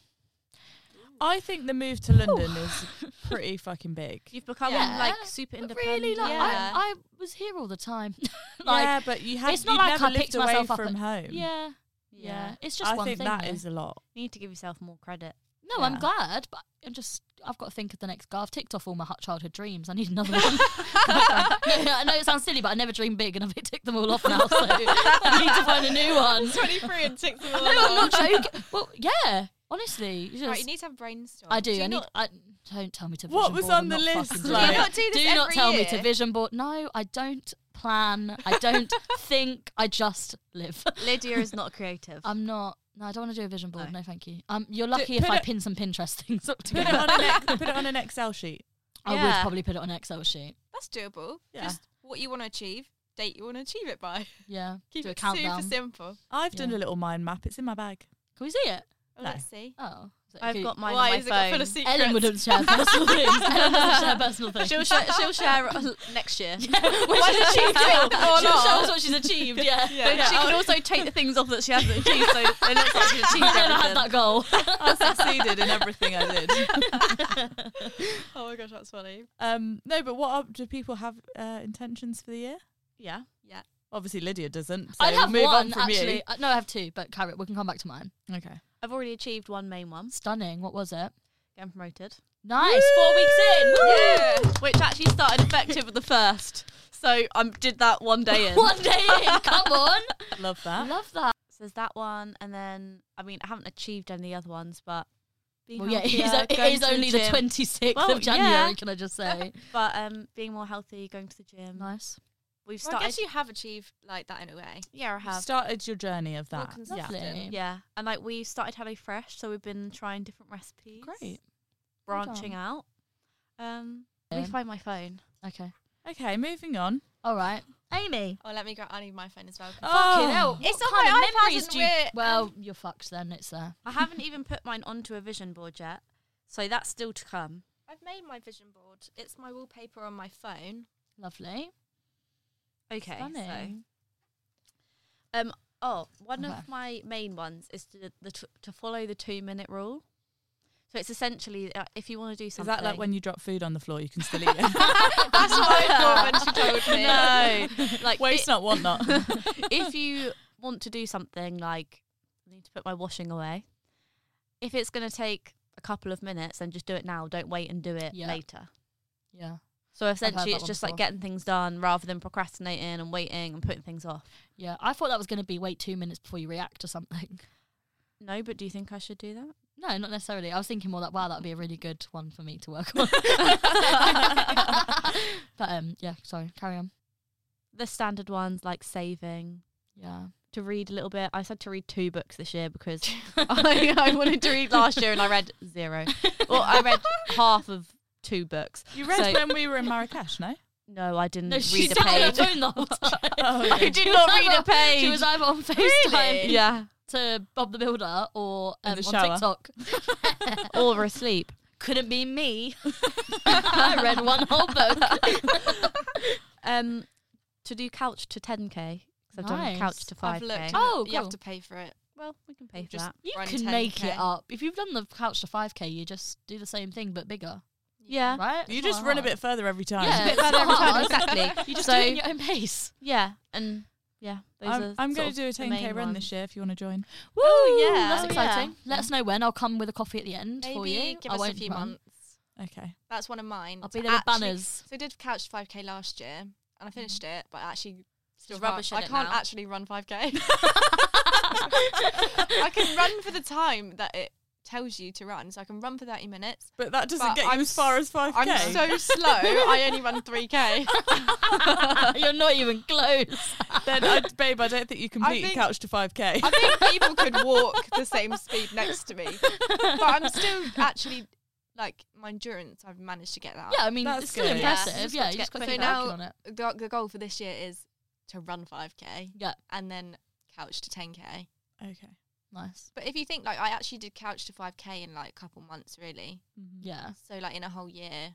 [SPEAKER 3] I think the move to London is pretty fucking big.
[SPEAKER 4] you've become
[SPEAKER 2] Yeah.
[SPEAKER 4] like super
[SPEAKER 2] But
[SPEAKER 4] independent.
[SPEAKER 2] Really, like
[SPEAKER 5] Yeah.
[SPEAKER 2] I, I was here all the time. like yeah.
[SPEAKER 3] yeah, but you have
[SPEAKER 2] it's not
[SPEAKER 3] you've
[SPEAKER 2] like I
[SPEAKER 3] never
[SPEAKER 2] picked
[SPEAKER 3] lived away
[SPEAKER 2] myself up
[SPEAKER 3] from
[SPEAKER 2] at-
[SPEAKER 3] home.
[SPEAKER 2] yeah,
[SPEAKER 4] yeah.
[SPEAKER 2] It's just
[SPEAKER 3] I
[SPEAKER 2] one
[SPEAKER 3] think
[SPEAKER 2] thing.
[SPEAKER 3] that is
[SPEAKER 2] though.
[SPEAKER 3] a lot.
[SPEAKER 4] You need to give yourself more credit.
[SPEAKER 2] no, I'm
[SPEAKER 3] yeah.
[SPEAKER 2] glad, but I'm just I've got to think of the next guy. I've ticked off all my hot childhood dreams. I need another one. no, I know it sounds silly, but I never dream big, and I've ticked them all off now. So I need to find a new one.
[SPEAKER 5] Twenty three and six. No,
[SPEAKER 2] No, I'm not joking. Well, yeah, honestly, you
[SPEAKER 5] Right,
[SPEAKER 2] just-
[SPEAKER 5] you need to have brainstorm.
[SPEAKER 2] I do. I
[SPEAKER 5] you
[SPEAKER 2] need.
[SPEAKER 5] not-
[SPEAKER 2] I don't tell me to.
[SPEAKER 3] What
[SPEAKER 2] vision
[SPEAKER 3] was
[SPEAKER 2] board, I'm
[SPEAKER 3] on the
[SPEAKER 2] not
[SPEAKER 3] list,
[SPEAKER 2] fucking doing
[SPEAKER 3] like-
[SPEAKER 2] it.
[SPEAKER 5] Do you not do this
[SPEAKER 2] do not
[SPEAKER 5] every
[SPEAKER 2] tell me
[SPEAKER 5] year?
[SPEAKER 2] to vision board. No, I don't plan. I don't think. I just live.
[SPEAKER 4] Lydia is not creative.
[SPEAKER 2] I'm not. No, I don't want to do a vision board. No,
[SPEAKER 4] No.
[SPEAKER 2] thank you. Um, you're lucky if
[SPEAKER 3] put
[SPEAKER 2] I
[SPEAKER 3] it-
[SPEAKER 2] pin some Pinterest things up
[SPEAKER 3] Put it,
[SPEAKER 2] together.
[SPEAKER 3] on an ex- put it on an Excel sheet.
[SPEAKER 2] I would
[SPEAKER 4] Yeah.
[SPEAKER 2] probably put it on an Excel sheet.
[SPEAKER 5] That's doable.
[SPEAKER 3] Yeah.
[SPEAKER 5] Just what you want to achieve, date you want to achieve it by.
[SPEAKER 2] Yeah.
[SPEAKER 5] Keep
[SPEAKER 2] do a
[SPEAKER 5] it
[SPEAKER 2] countdown.
[SPEAKER 5] super simple.
[SPEAKER 3] I've done
[SPEAKER 2] Yeah.
[SPEAKER 3] a little mind map. It's in my bag.
[SPEAKER 2] Can we see it?
[SPEAKER 5] Oh,
[SPEAKER 3] No.
[SPEAKER 5] Let's see.
[SPEAKER 2] Oh, is it-
[SPEAKER 4] I've
[SPEAKER 2] okay.
[SPEAKER 4] got mine
[SPEAKER 5] Why
[SPEAKER 4] on
[SPEAKER 5] is it
[SPEAKER 4] my
[SPEAKER 5] got
[SPEAKER 4] phone.
[SPEAKER 5] full of secrets?
[SPEAKER 2] Ellen wouldn't share personal things. Ellen doesn't share personal things.
[SPEAKER 4] she'll, share, she'll share uh, next year.
[SPEAKER 2] When
[SPEAKER 5] Why
[SPEAKER 2] she's
[SPEAKER 5] did she
[SPEAKER 2] achieved
[SPEAKER 5] do it
[SPEAKER 2] it,
[SPEAKER 5] or
[SPEAKER 2] she'll show
[SPEAKER 5] not?
[SPEAKER 2] us what she's achieved. Yeah.
[SPEAKER 5] Yeah.
[SPEAKER 4] She can also take the things off that she hasn't achieved, so it looks like she's
[SPEAKER 2] She
[SPEAKER 4] achieved
[SPEAKER 2] never had
[SPEAKER 4] everything.
[SPEAKER 2] that goal.
[SPEAKER 3] I succeeded in everything I did.
[SPEAKER 5] Oh my gosh, that's funny.
[SPEAKER 3] Um, no, but what are, do people have uh, intentions for the year?
[SPEAKER 4] Yeah.
[SPEAKER 3] Obviously, Lydia doesn't. So
[SPEAKER 2] I'd have
[SPEAKER 3] move
[SPEAKER 2] one
[SPEAKER 3] on from
[SPEAKER 2] actually. Uh, no, I have two, but carrot. We can come back to mine.
[SPEAKER 3] you. Okay.
[SPEAKER 4] I've already achieved one main one.
[SPEAKER 2] Stunning. What was it?
[SPEAKER 4] Getting promoted.
[SPEAKER 2] Nice. Four weeks in. Woo!
[SPEAKER 4] Which actually started effective with the first. So I did that one day in.
[SPEAKER 2] One day in. Come on.
[SPEAKER 3] Love
[SPEAKER 2] I
[SPEAKER 3] that.
[SPEAKER 2] love that.
[SPEAKER 4] So there's that one, and then I mean I haven't achieved any other ones, but being
[SPEAKER 2] Well, yeah, it is,
[SPEAKER 4] healthier,
[SPEAKER 2] it
[SPEAKER 4] going
[SPEAKER 2] is
[SPEAKER 4] to
[SPEAKER 2] only the
[SPEAKER 4] gym.
[SPEAKER 2] twenty sixth
[SPEAKER 4] Well,
[SPEAKER 2] of January.
[SPEAKER 4] yeah.
[SPEAKER 2] Can I just say?
[SPEAKER 4] But um, being more healthy, going to the gym.
[SPEAKER 2] nice.
[SPEAKER 4] We've
[SPEAKER 5] Well, I
[SPEAKER 4] started.
[SPEAKER 5] guess you have achieved like that in a way.
[SPEAKER 4] yeah, I
[SPEAKER 3] You've
[SPEAKER 4] have.
[SPEAKER 3] started your journey of
[SPEAKER 5] More
[SPEAKER 3] that. yeah.
[SPEAKER 5] consistent.
[SPEAKER 2] Lovely.
[SPEAKER 4] yeah, and like we started HelloFresh, so we've been trying different recipes.
[SPEAKER 2] Great. Well
[SPEAKER 4] branching
[SPEAKER 2] done.
[SPEAKER 4] out. Um, let
[SPEAKER 2] Yeah.
[SPEAKER 4] me find my phone.
[SPEAKER 2] Okay.
[SPEAKER 3] Okay, moving on.
[SPEAKER 2] All right. Amy.
[SPEAKER 5] Oh, let me go. I need my phone as well.
[SPEAKER 2] Fucking
[SPEAKER 3] Oh,
[SPEAKER 2] hell, what
[SPEAKER 5] It's on my
[SPEAKER 2] kind of
[SPEAKER 5] iPad
[SPEAKER 2] memories
[SPEAKER 5] and
[SPEAKER 2] do you-
[SPEAKER 5] we're-
[SPEAKER 2] Well, you're fucked then. It's uh, there.
[SPEAKER 4] I haven't even put mine onto a vision board yet, so that's still to come.
[SPEAKER 5] I've made my vision board. It's my wallpaper on my phone.
[SPEAKER 2] Lovely.
[SPEAKER 4] Okay. So.
[SPEAKER 2] Stunning.
[SPEAKER 4] Um. Oh, one
[SPEAKER 2] Okay.
[SPEAKER 4] of my main ones is to the t- to follow the two minute rule. So it's essentially uh, if you want to do
[SPEAKER 3] Is
[SPEAKER 4] something.
[SPEAKER 3] that like when you drop food on the floor, you can still eat it?
[SPEAKER 5] That's what I thought when she told me.
[SPEAKER 4] no, like
[SPEAKER 3] Waste
[SPEAKER 4] i-
[SPEAKER 3] not, want not.
[SPEAKER 4] if you want to do something like I need to put my washing away. If it's going to take a couple of minutes, then just do it now. Don't wait and do it
[SPEAKER 2] Yeah.
[SPEAKER 4] later.
[SPEAKER 2] Yeah.
[SPEAKER 4] So essentially,
[SPEAKER 2] that
[SPEAKER 4] it's
[SPEAKER 2] one
[SPEAKER 4] just
[SPEAKER 2] before.
[SPEAKER 4] like getting things done rather than procrastinating and waiting and putting things off.
[SPEAKER 2] Yeah. I thought that was going to be wait two minutes before you react or something.
[SPEAKER 4] No, but do you think I should do that?
[SPEAKER 2] No, not necessarily. I was thinking more that wow, that would be a really good one for me to work on. but um, yeah. Sorry. Carry on.
[SPEAKER 4] The standard ones like saving,
[SPEAKER 2] Yeah.
[SPEAKER 4] to read a little bit. I said to read two books this year because I, I wanted to read last year and I read zero. Well, I read half of two books.
[SPEAKER 3] You read
[SPEAKER 4] So-
[SPEAKER 3] when we were in Marrakesh, no?
[SPEAKER 4] No, I didn't
[SPEAKER 2] No, she
[SPEAKER 4] read a
[SPEAKER 2] sat on her
[SPEAKER 4] page.
[SPEAKER 2] phone the whole time.
[SPEAKER 3] Oh,
[SPEAKER 4] I
[SPEAKER 2] She
[SPEAKER 4] did not
[SPEAKER 2] was
[SPEAKER 4] read a
[SPEAKER 2] either-
[SPEAKER 4] page.
[SPEAKER 2] She was either on FaceTime
[SPEAKER 5] Really?
[SPEAKER 4] yeah,
[SPEAKER 2] to Bob the Builder or
[SPEAKER 3] In
[SPEAKER 2] um, on
[SPEAKER 3] the shower.
[SPEAKER 2] TikTok.
[SPEAKER 4] or asleep.
[SPEAKER 2] Couldn't be me. I read one whole book.
[SPEAKER 4] Um, to do couch to 10k. Because I've done
[SPEAKER 2] Nice.
[SPEAKER 4] couch to
[SPEAKER 1] I've
[SPEAKER 4] 5k.
[SPEAKER 1] looked. and
[SPEAKER 2] Oh,
[SPEAKER 1] you have
[SPEAKER 2] cool.
[SPEAKER 1] to pay for it.
[SPEAKER 4] Well, we can pay for
[SPEAKER 1] Just-
[SPEAKER 4] that.
[SPEAKER 2] You
[SPEAKER 1] Run
[SPEAKER 2] can make it
[SPEAKER 1] 10K.
[SPEAKER 2] up. If you've done the couch to 5k, you just do the same thing but bigger,
[SPEAKER 4] Yeah.
[SPEAKER 2] right?
[SPEAKER 3] You
[SPEAKER 2] It's
[SPEAKER 3] just
[SPEAKER 2] not
[SPEAKER 3] run a
[SPEAKER 2] hard.
[SPEAKER 3] bit further every time.
[SPEAKER 2] Yeah,
[SPEAKER 4] Bit
[SPEAKER 2] it's
[SPEAKER 4] further every time,
[SPEAKER 2] hard.
[SPEAKER 4] exactly.
[SPEAKER 2] You just
[SPEAKER 4] so
[SPEAKER 2] do it at your own pace.
[SPEAKER 4] yeah, and yeah, those
[SPEAKER 3] I'm,
[SPEAKER 4] are.
[SPEAKER 3] I'm
[SPEAKER 4] sort
[SPEAKER 3] going
[SPEAKER 4] of
[SPEAKER 3] to do a
[SPEAKER 4] the
[SPEAKER 3] 10k
[SPEAKER 4] main
[SPEAKER 3] run
[SPEAKER 4] ones.
[SPEAKER 3] this year if you want to join.
[SPEAKER 4] Woo!
[SPEAKER 2] Ooh,
[SPEAKER 4] yeah,
[SPEAKER 2] that's
[SPEAKER 4] oh,
[SPEAKER 2] exciting.
[SPEAKER 4] yeah.
[SPEAKER 2] Let us know when. I'll come with a coffee at the end for
[SPEAKER 1] Maybe
[SPEAKER 2] you.
[SPEAKER 1] give
[SPEAKER 2] I
[SPEAKER 1] us a
[SPEAKER 2] won't
[SPEAKER 1] few
[SPEAKER 2] run.
[SPEAKER 1] months.
[SPEAKER 3] Okay.
[SPEAKER 1] That's one of mine.
[SPEAKER 2] I'll
[SPEAKER 1] to
[SPEAKER 2] be there with
[SPEAKER 1] actually-
[SPEAKER 2] banners. Mm-hmm.
[SPEAKER 1] So I did couch 5k last year and I finished it, but I actually still
[SPEAKER 5] Just rubbish at
[SPEAKER 1] can't, I
[SPEAKER 5] it
[SPEAKER 1] can't
[SPEAKER 5] now.
[SPEAKER 1] actually run 5k. I can run for the time that it tells you to run. So I can run for 30 minutes.
[SPEAKER 3] But that doesn't
[SPEAKER 1] But
[SPEAKER 3] get you
[SPEAKER 1] I'm
[SPEAKER 3] as far as 5k.
[SPEAKER 1] I'm so slow. I only run 3k.
[SPEAKER 2] You're not even close.
[SPEAKER 3] then, I, babe, I don't think you complete
[SPEAKER 1] think-
[SPEAKER 3] couch to 5k.
[SPEAKER 1] I think people could walk the same speed next to me, but I'm still actually like my endurance. I've managed to get that.
[SPEAKER 2] Yeah, I mean,
[SPEAKER 3] That's
[SPEAKER 2] it's still
[SPEAKER 3] good.
[SPEAKER 1] Yeah,
[SPEAKER 2] impressive.
[SPEAKER 1] just
[SPEAKER 2] Yeah,
[SPEAKER 1] got to get
[SPEAKER 2] you just got to
[SPEAKER 1] quicker.
[SPEAKER 2] keep
[SPEAKER 1] So now-
[SPEAKER 2] working on it.
[SPEAKER 1] The, the goal for this year is to run 5k.
[SPEAKER 2] Yeah.
[SPEAKER 1] and then couch to 10k.
[SPEAKER 3] okay.
[SPEAKER 2] Nice.
[SPEAKER 1] But if you think like I actually did couch to 5k in like a couple months really.
[SPEAKER 3] Mm-hmm.
[SPEAKER 2] Yeah.
[SPEAKER 1] So like in a whole year,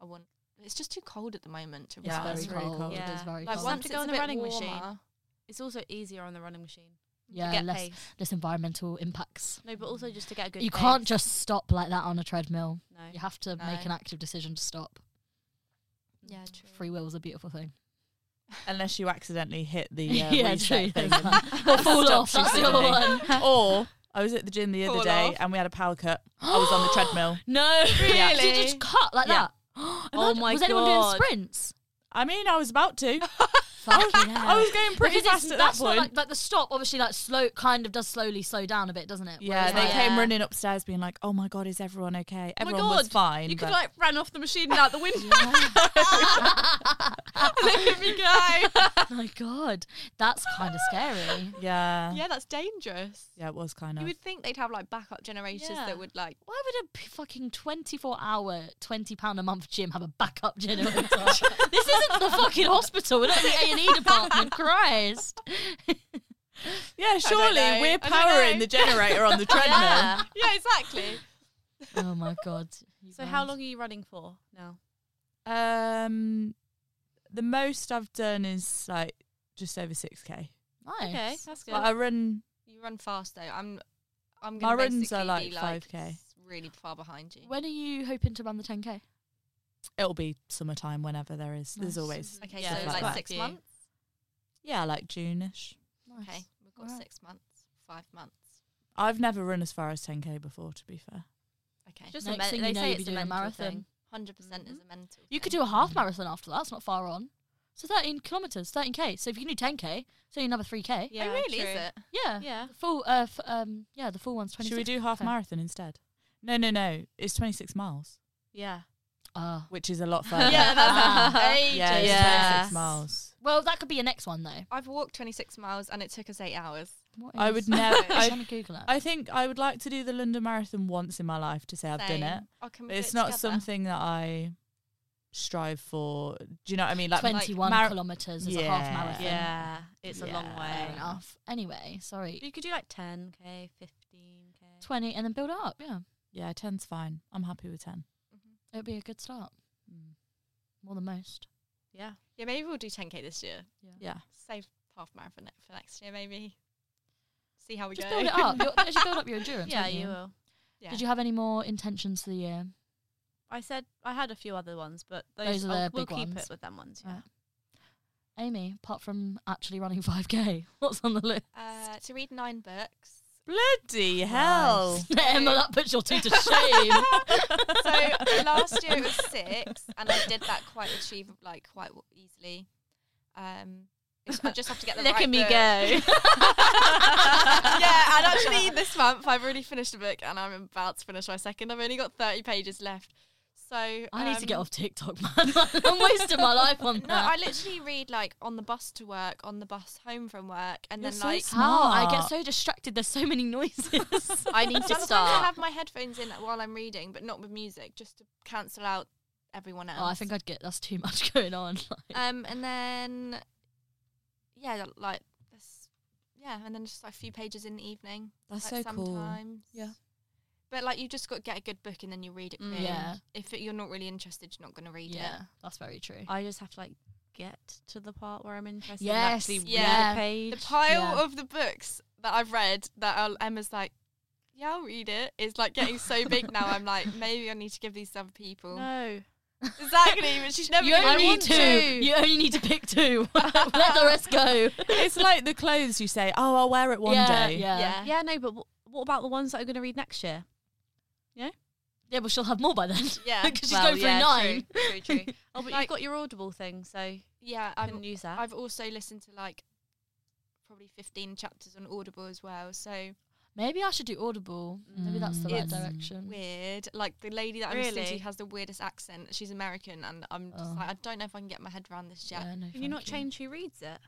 [SPEAKER 1] I want. It's just too cold at the moment to
[SPEAKER 3] Yeah,
[SPEAKER 1] run.
[SPEAKER 3] it's very cold.
[SPEAKER 2] It
[SPEAKER 4] Yeah.
[SPEAKER 2] is very
[SPEAKER 1] Like
[SPEAKER 2] cold.
[SPEAKER 1] once
[SPEAKER 4] to
[SPEAKER 1] it's
[SPEAKER 4] go on
[SPEAKER 1] a
[SPEAKER 4] the
[SPEAKER 1] bit
[SPEAKER 4] running
[SPEAKER 1] warmer,
[SPEAKER 4] machine. It's also easier on the running machine.
[SPEAKER 2] yeah,
[SPEAKER 4] to get
[SPEAKER 2] less,
[SPEAKER 4] pace.
[SPEAKER 2] less environmental impacts.
[SPEAKER 4] No, but also just to get a good.
[SPEAKER 2] you can't
[SPEAKER 4] pace.
[SPEAKER 2] just stop like that on a treadmill.
[SPEAKER 4] No.
[SPEAKER 2] You have to make
[SPEAKER 1] No.
[SPEAKER 2] an active decision to stop.
[SPEAKER 1] yeah,
[SPEAKER 2] Free will is a beautiful thing.
[SPEAKER 3] Unless you accidentally hit the uh,
[SPEAKER 2] true,
[SPEAKER 3] reset thing.
[SPEAKER 2] there's
[SPEAKER 3] and-
[SPEAKER 2] that. or fall off.
[SPEAKER 3] Stops
[SPEAKER 2] That's
[SPEAKER 3] you
[SPEAKER 2] the other
[SPEAKER 3] suddenly.
[SPEAKER 2] one.
[SPEAKER 3] or I was at the gym the other
[SPEAKER 1] Fall
[SPEAKER 3] day
[SPEAKER 1] off.
[SPEAKER 3] and we had a power cut. I was on the treadmill.
[SPEAKER 2] No,
[SPEAKER 1] Really?
[SPEAKER 2] Did you just cut like
[SPEAKER 3] Yeah. Oh
[SPEAKER 2] that? Imagine-
[SPEAKER 4] Oh my
[SPEAKER 2] was anyone doing
[SPEAKER 4] God. Oh,
[SPEAKER 2] sprints?
[SPEAKER 3] I mean, I was about to.
[SPEAKER 2] Fucking hell.
[SPEAKER 3] I was going pretty
[SPEAKER 2] Because it's-
[SPEAKER 3] fast at that
[SPEAKER 2] that's not
[SPEAKER 3] point.
[SPEAKER 2] like, like the stop obviously like slow kind of does slowly slow down a bit, doesn't it?
[SPEAKER 3] yeah,
[SPEAKER 2] Whereas,
[SPEAKER 3] they
[SPEAKER 2] like,
[SPEAKER 3] came
[SPEAKER 5] Yeah.
[SPEAKER 3] running upstairs, being like, "Oh my god, is everyone okay?
[SPEAKER 4] my
[SPEAKER 3] Everyone was
[SPEAKER 4] God,
[SPEAKER 3] fine."
[SPEAKER 4] You could
[SPEAKER 3] but-
[SPEAKER 4] like ran off the machine and out the window.
[SPEAKER 1] Look at me go.
[SPEAKER 2] oh my god, that's kind of scary.
[SPEAKER 3] yeah, yeah,
[SPEAKER 1] yeah, that's dangerous.
[SPEAKER 3] it was kind
[SPEAKER 1] You
[SPEAKER 3] of.
[SPEAKER 1] would think they'd have like backup generators
[SPEAKER 4] Yeah.
[SPEAKER 1] that would like.
[SPEAKER 2] Why would a p- fucking 24 hour, 20 pound a month gym have a backup generator? this isn't the fucking hospital. We're not in the A&E department. Christ.
[SPEAKER 3] Yeah, surely
[SPEAKER 1] know.
[SPEAKER 3] we're
[SPEAKER 1] I don't
[SPEAKER 3] powering
[SPEAKER 1] know.
[SPEAKER 3] the generator on the treadmill.
[SPEAKER 4] yeah.
[SPEAKER 1] Yeah, exactly.
[SPEAKER 2] Oh my god. you
[SPEAKER 4] So how
[SPEAKER 2] guys.
[SPEAKER 4] long are you running for now?
[SPEAKER 3] Um, the most I've done is like just over six k.
[SPEAKER 2] Nice.
[SPEAKER 4] Okay, that's good.
[SPEAKER 3] But I run.
[SPEAKER 1] You run fast though. I'm. I'm gonna
[SPEAKER 3] My runs
[SPEAKER 1] basically
[SPEAKER 3] are, like,
[SPEAKER 1] be like
[SPEAKER 3] 5K.
[SPEAKER 1] s- really far behind you.
[SPEAKER 2] When are you hoping to run the 10k?
[SPEAKER 3] It'll be summertime whenever there is. There's
[SPEAKER 2] Nice.
[SPEAKER 3] always
[SPEAKER 1] okay,
[SPEAKER 4] Yeah,
[SPEAKER 1] so
[SPEAKER 3] that's
[SPEAKER 1] like
[SPEAKER 3] quite a
[SPEAKER 1] six
[SPEAKER 4] few.
[SPEAKER 1] months.
[SPEAKER 3] yeah, like June-ish.
[SPEAKER 2] Nice.
[SPEAKER 1] Okay, we've got
[SPEAKER 2] Alright.
[SPEAKER 1] six months, five months.
[SPEAKER 3] I've never run as far as ten k before. To be fair,
[SPEAKER 1] Okay,
[SPEAKER 4] It's just
[SPEAKER 2] Next
[SPEAKER 4] a men-
[SPEAKER 2] thing
[SPEAKER 4] they
[SPEAKER 2] you know,
[SPEAKER 4] say
[SPEAKER 2] you'll
[SPEAKER 4] it's
[SPEAKER 2] be
[SPEAKER 4] a
[SPEAKER 2] doing a
[SPEAKER 4] mental
[SPEAKER 2] marathon.
[SPEAKER 4] thing.
[SPEAKER 1] hundred percent is a mental.
[SPEAKER 2] You could
[SPEAKER 1] thing.
[SPEAKER 2] do a half marathon after that. It's not far on. So 13 kilometers, 13k. So if you can do 10k, so you another 3k.
[SPEAKER 1] Yeah,
[SPEAKER 4] Yeah,
[SPEAKER 1] Oh, really
[SPEAKER 4] true.
[SPEAKER 1] is it?
[SPEAKER 2] Yeah.
[SPEAKER 4] Yeah.
[SPEAKER 2] The Full. Uh, f- um. Yeah. The full one's 26.
[SPEAKER 3] should we do half
[SPEAKER 2] Okay.
[SPEAKER 3] marathon instead? No, no, no. It's twenty six miles,
[SPEAKER 4] Yeah.
[SPEAKER 2] Ah.
[SPEAKER 3] which is a lot further.
[SPEAKER 1] Yeah, that's
[SPEAKER 2] Ah.
[SPEAKER 1] ages.
[SPEAKER 3] yeah, it's
[SPEAKER 4] Yeah.
[SPEAKER 3] 26 miles.
[SPEAKER 2] well, that could be your next one though.
[SPEAKER 1] I've walked 26 miles and it took us eight hours.
[SPEAKER 2] What
[SPEAKER 3] I
[SPEAKER 2] is-
[SPEAKER 3] would never.
[SPEAKER 2] I'm
[SPEAKER 3] I,
[SPEAKER 2] trying to Google it.
[SPEAKER 3] I think I would like to do the London Marathon once in my life to say I've done
[SPEAKER 1] Same.
[SPEAKER 3] it.
[SPEAKER 1] Oh, can we
[SPEAKER 3] But
[SPEAKER 1] do
[SPEAKER 3] it's
[SPEAKER 1] it
[SPEAKER 3] not
[SPEAKER 1] together?
[SPEAKER 3] something that I strive for. Do you know what I mean? Like,
[SPEAKER 2] 21
[SPEAKER 3] mar-
[SPEAKER 2] kilometers is a half
[SPEAKER 3] Yeah.
[SPEAKER 2] marathon.
[SPEAKER 4] Yeah. It's a long
[SPEAKER 3] Yeah.
[SPEAKER 2] Fair
[SPEAKER 4] way.
[SPEAKER 2] enough. Anyway, sorry.
[SPEAKER 4] You could do like 10k, 15k.
[SPEAKER 2] 20 and then build up. Yeah.
[SPEAKER 3] yeah, 10's fine. I'm happy with 10.
[SPEAKER 1] Mm-hmm.
[SPEAKER 2] It'd be a good start.
[SPEAKER 3] Mm.
[SPEAKER 2] More than most.
[SPEAKER 4] Yeah.
[SPEAKER 1] Yeah, maybe we'll do 10k this year.
[SPEAKER 3] Yeah.
[SPEAKER 1] Save half marathon it for next year, maybe. See how we
[SPEAKER 2] Just
[SPEAKER 1] go.
[SPEAKER 2] build it up. You'll, as you build up your endurance.
[SPEAKER 4] Yeah,
[SPEAKER 2] won't
[SPEAKER 4] you will.
[SPEAKER 1] Yeah.
[SPEAKER 2] Did you have any more intentions for the year?
[SPEAKER 4] I said I had a few other ones, but those,
[SPEAKER 2] Those are
[SPEAKER 4] I'll-
[SPEAKER 2] the
[SPEAKER 4] we'll
[SPEAKER 2] big
[SPEAKER 4] keep
[SPEAKER 2] ones.
[SPEAKER 4] it with them ones. Yeah.
[SPEAKER 2] Right. Amy, apart from actually running 5k, what's on the list?
[SPEAKER 1] uh, to read nine books.
[SPEAKER 3] Bloody hell.
[SPEAKER 4] Oh,
[SPEAKER 2] Nice. Emma, that puts your two to shame.
[SPEAKER 1] So last year it was six, and I did that quite achieve like quite w- easily. Um, it's- I just have to get the
[SPEAKER 4] Look
[SPEAKER 1] right
[SPEAKER 4] at me
[SPEAKER 1] book.
[SPEAKER 4] go.
[SPEAKER 1] yeah, and actually this month I've already finished a book and I'm about to finish my second. I've only got 30 pages left. So um, So I
[SPEAKER 2] I need to get off TikTok, man. I'm wasting my life on
[SPEAKER 1] No, I
[SPEAKER 2] that.
[SPEAKER 1] literally read like on the bus to work, on the bus home from work, and
[SPEAKER 3] You're
[SPEAKER 1] then
[SPEAKER 3] so
[SPEAKER 1] like
[SPEAKER 3] smart.
[SPEAKER 2] How? I get
[SPEAKER 3] Smart.
[SPEAKER 2] so distracted. There's so many noises.
[SPEAKER 4] I need to
[SPEAKER 1] sometimes I
[SPEAKER 4] start.
[SPEAKER 1] have my headphones in while I'm reading, but not with music, just to cancel out everyone else.
[SPEAKER 2] Oh, I think I'd get that's too much going on. Like,
[SPEAKER 1] Um, and then yeah, like this, yeah, and then just like a few pages in the evening.
[SPEAKER 3] That's
[SPEAKER 1] like,
[SPEAKER 3] so cool.
[SPEAKER 1] sometimes.
[SPEAKER 3] Yeah.
[SPEAKER 1] But like you just got to get a good book and then you read it.
[SPEAKER 4] Mm.
[SPEAKER 1] through.
[SPEAKER 2] yeah,
[SPEAKER 1] If it, you're not really interested, you're not going to read
[SPEAKER 2] yeah,
[SPEAKER 1] it.
[SPEAKER 2] that's very true.
[SPEAKER 4] I just have to like get to the part where I'm interested.
[SPEAKER 2] Yes,
[SPEAKER 4] and actually
[SPEAKER 1] yeah.
[SPEAKER 4] Read the page.
[SPEAKER 1] The pile
[SPEAKER 2] Yeah.
[SPEAKER 1] of the books that I've read that I'll, Emma's like, yeah, I'll read it. Is like getting so big now. I'm like, maybe I need to give these to other people.
[SPEAKER 4] no.
[SPEAKER 1] Exactly, but she's never.
[SPEAKER 2] You
[SPEAKER 1] gonna
[SPEAKER 2] only
[SPEAKER 1] want
[SPEAKER 2] need two. You only need to pick two. Let the rest go.
[SPEAKER 3] it's like the clothes you say, oh, I'll wear it one
[SPEAKER 2] yeah,
[SPEAKER 3] day.
[SPEAKER 2] Yeah.
[SPEAKER 1] Yeah.
[SPEAKER 2] yeah,
[SPEAKER 4] Yeah, no, but wh- what about the ones that I'm going to read next year?
[SPEAKER 2] Well, she'll have more by then.
[SPEAKER 1] Yeah.
[SPEAKER 2] because she's
[SPEAKER 4] Well,
[SPEAKER 2] going through
[SPEAKER 4] yeah,
[SPEAKER 2] nine.
[SPEAKER 1] True, true.
[SPEAKER 4] Oh, but
[SPEAKER 1] Like-
[SPEAKER 4] you've got your Audible thing, so you
[SPEAKER 1] Yeah,
[SPEAKER 4] can
[SPEAKER 1] I'm
[SPEAKER 4] use that.
[SPEAKER 1] I've also listened to like probably 15 chapters on Audible as well. So
[SPEAKER 2] Mm. Maybe I should do Audible. Maybe that's the right
[SPEAKER 1] It's
[SPEAKER 2] direction.
[SPEAKER 1] weird. Like the lady that I'm listening
[SPEAKER 4] Really?
[SPEAKER 1] to has the weirdest accent. She's American, and I'm just
[SPEAKER 2] Oh.
[SPEAKER 1] like, I don't know if I can get my head around this yet.
[SPEAKER 2] Yeah, no,
[SPEAKER 4] Can you not
[SPEAKER 2] thank
[SPEAKER 4] change who reads it?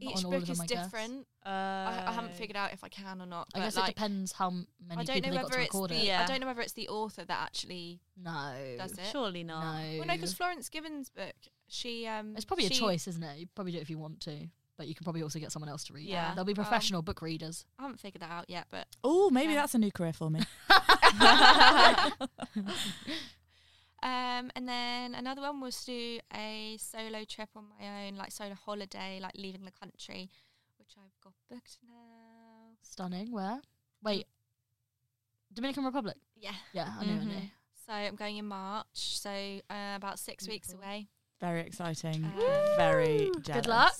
[SPEAKER 2] Not
[SPEAKER 1] Each
[SPEAKER 2] on all
[SPEAKER 1] book
[SPEAKER 2] of them,
[SPEAKER 1] is
[SPEAKER 2] I guess.
[SPEAKER 1] different.
[SPEAKER 4] Uh,
[SPEAKER 1] I, I haven't figured out if I can or not.
[SPEAKER 2] I
[SPEAKER 1] but,
[SPEAKER 2] guess it
[SPEAKER 1] like,
[SPEAKER 2] depends how m- many
[SPEAKER 1] I don't know
[SPEAKER 2] people they got
[SPEAKER 1] whether
[SPEAKER 2] to
[SPEAKER 1] it's
[SPEAKER 2] record
[SPEAKER 1] the
[SPEAKER 2] it.
[SPEAKER 4] Yeah.
[SPEAKER 1] I don't know whether it's the author that actually
[SPEAKER 2] No,
[SPEAKER 1] does it.
[SPEAKER 4] Surely not.
[SPEAKER 2] no.
[SPEAKER 1] Well, no, because Florence Gibbons' book, she um,
[SPEAKER 2] it's probably a
[SPEAKER 1] she-
[SPEAKER 2] choice, isn't it? You probably do it if you want to, but you can probably also get someone else to read. it.
[SPEAKER 4] Yeah.
[SPEAKER 2] they'll be
[SPEAKER 1] Well.
[SPEAKER 2] professional book readers.
[SPEAKER 1] I haven't figured that out yet, but
[SPEAKER 3] Oh, maybe
[SPEAKER 1] Yeah.
[SPEAKER 3] that's a new career for me.
[SPEAKER 1] Um, and then another one was to do a solo trip on my own, like solo holiday, like leaving the country, which I've got booked now.
[SPEAKER 2] Stunning. Where? Wait, Dominican Republic.
[SPEAKER 1] Yeah.
[SPEAKER 2] Yeah, I know. I know.
[SPEAKER 4] Mhm.
[SPEAKER 1] So I'm going in March, so uh, about six weeks
[SPEAKER 2] Beautiful.
[SPEAKER 1] away.
[SPEAKER 3] Very exciting.
[SPEAKER 4] Hmm.
[SPEAKER 1] Um,
[SPEAKER 3] Very
[SPEAKER 2] Woo.
[SPEAKER 3] jealous.
[SPEAKER 2] Good luck.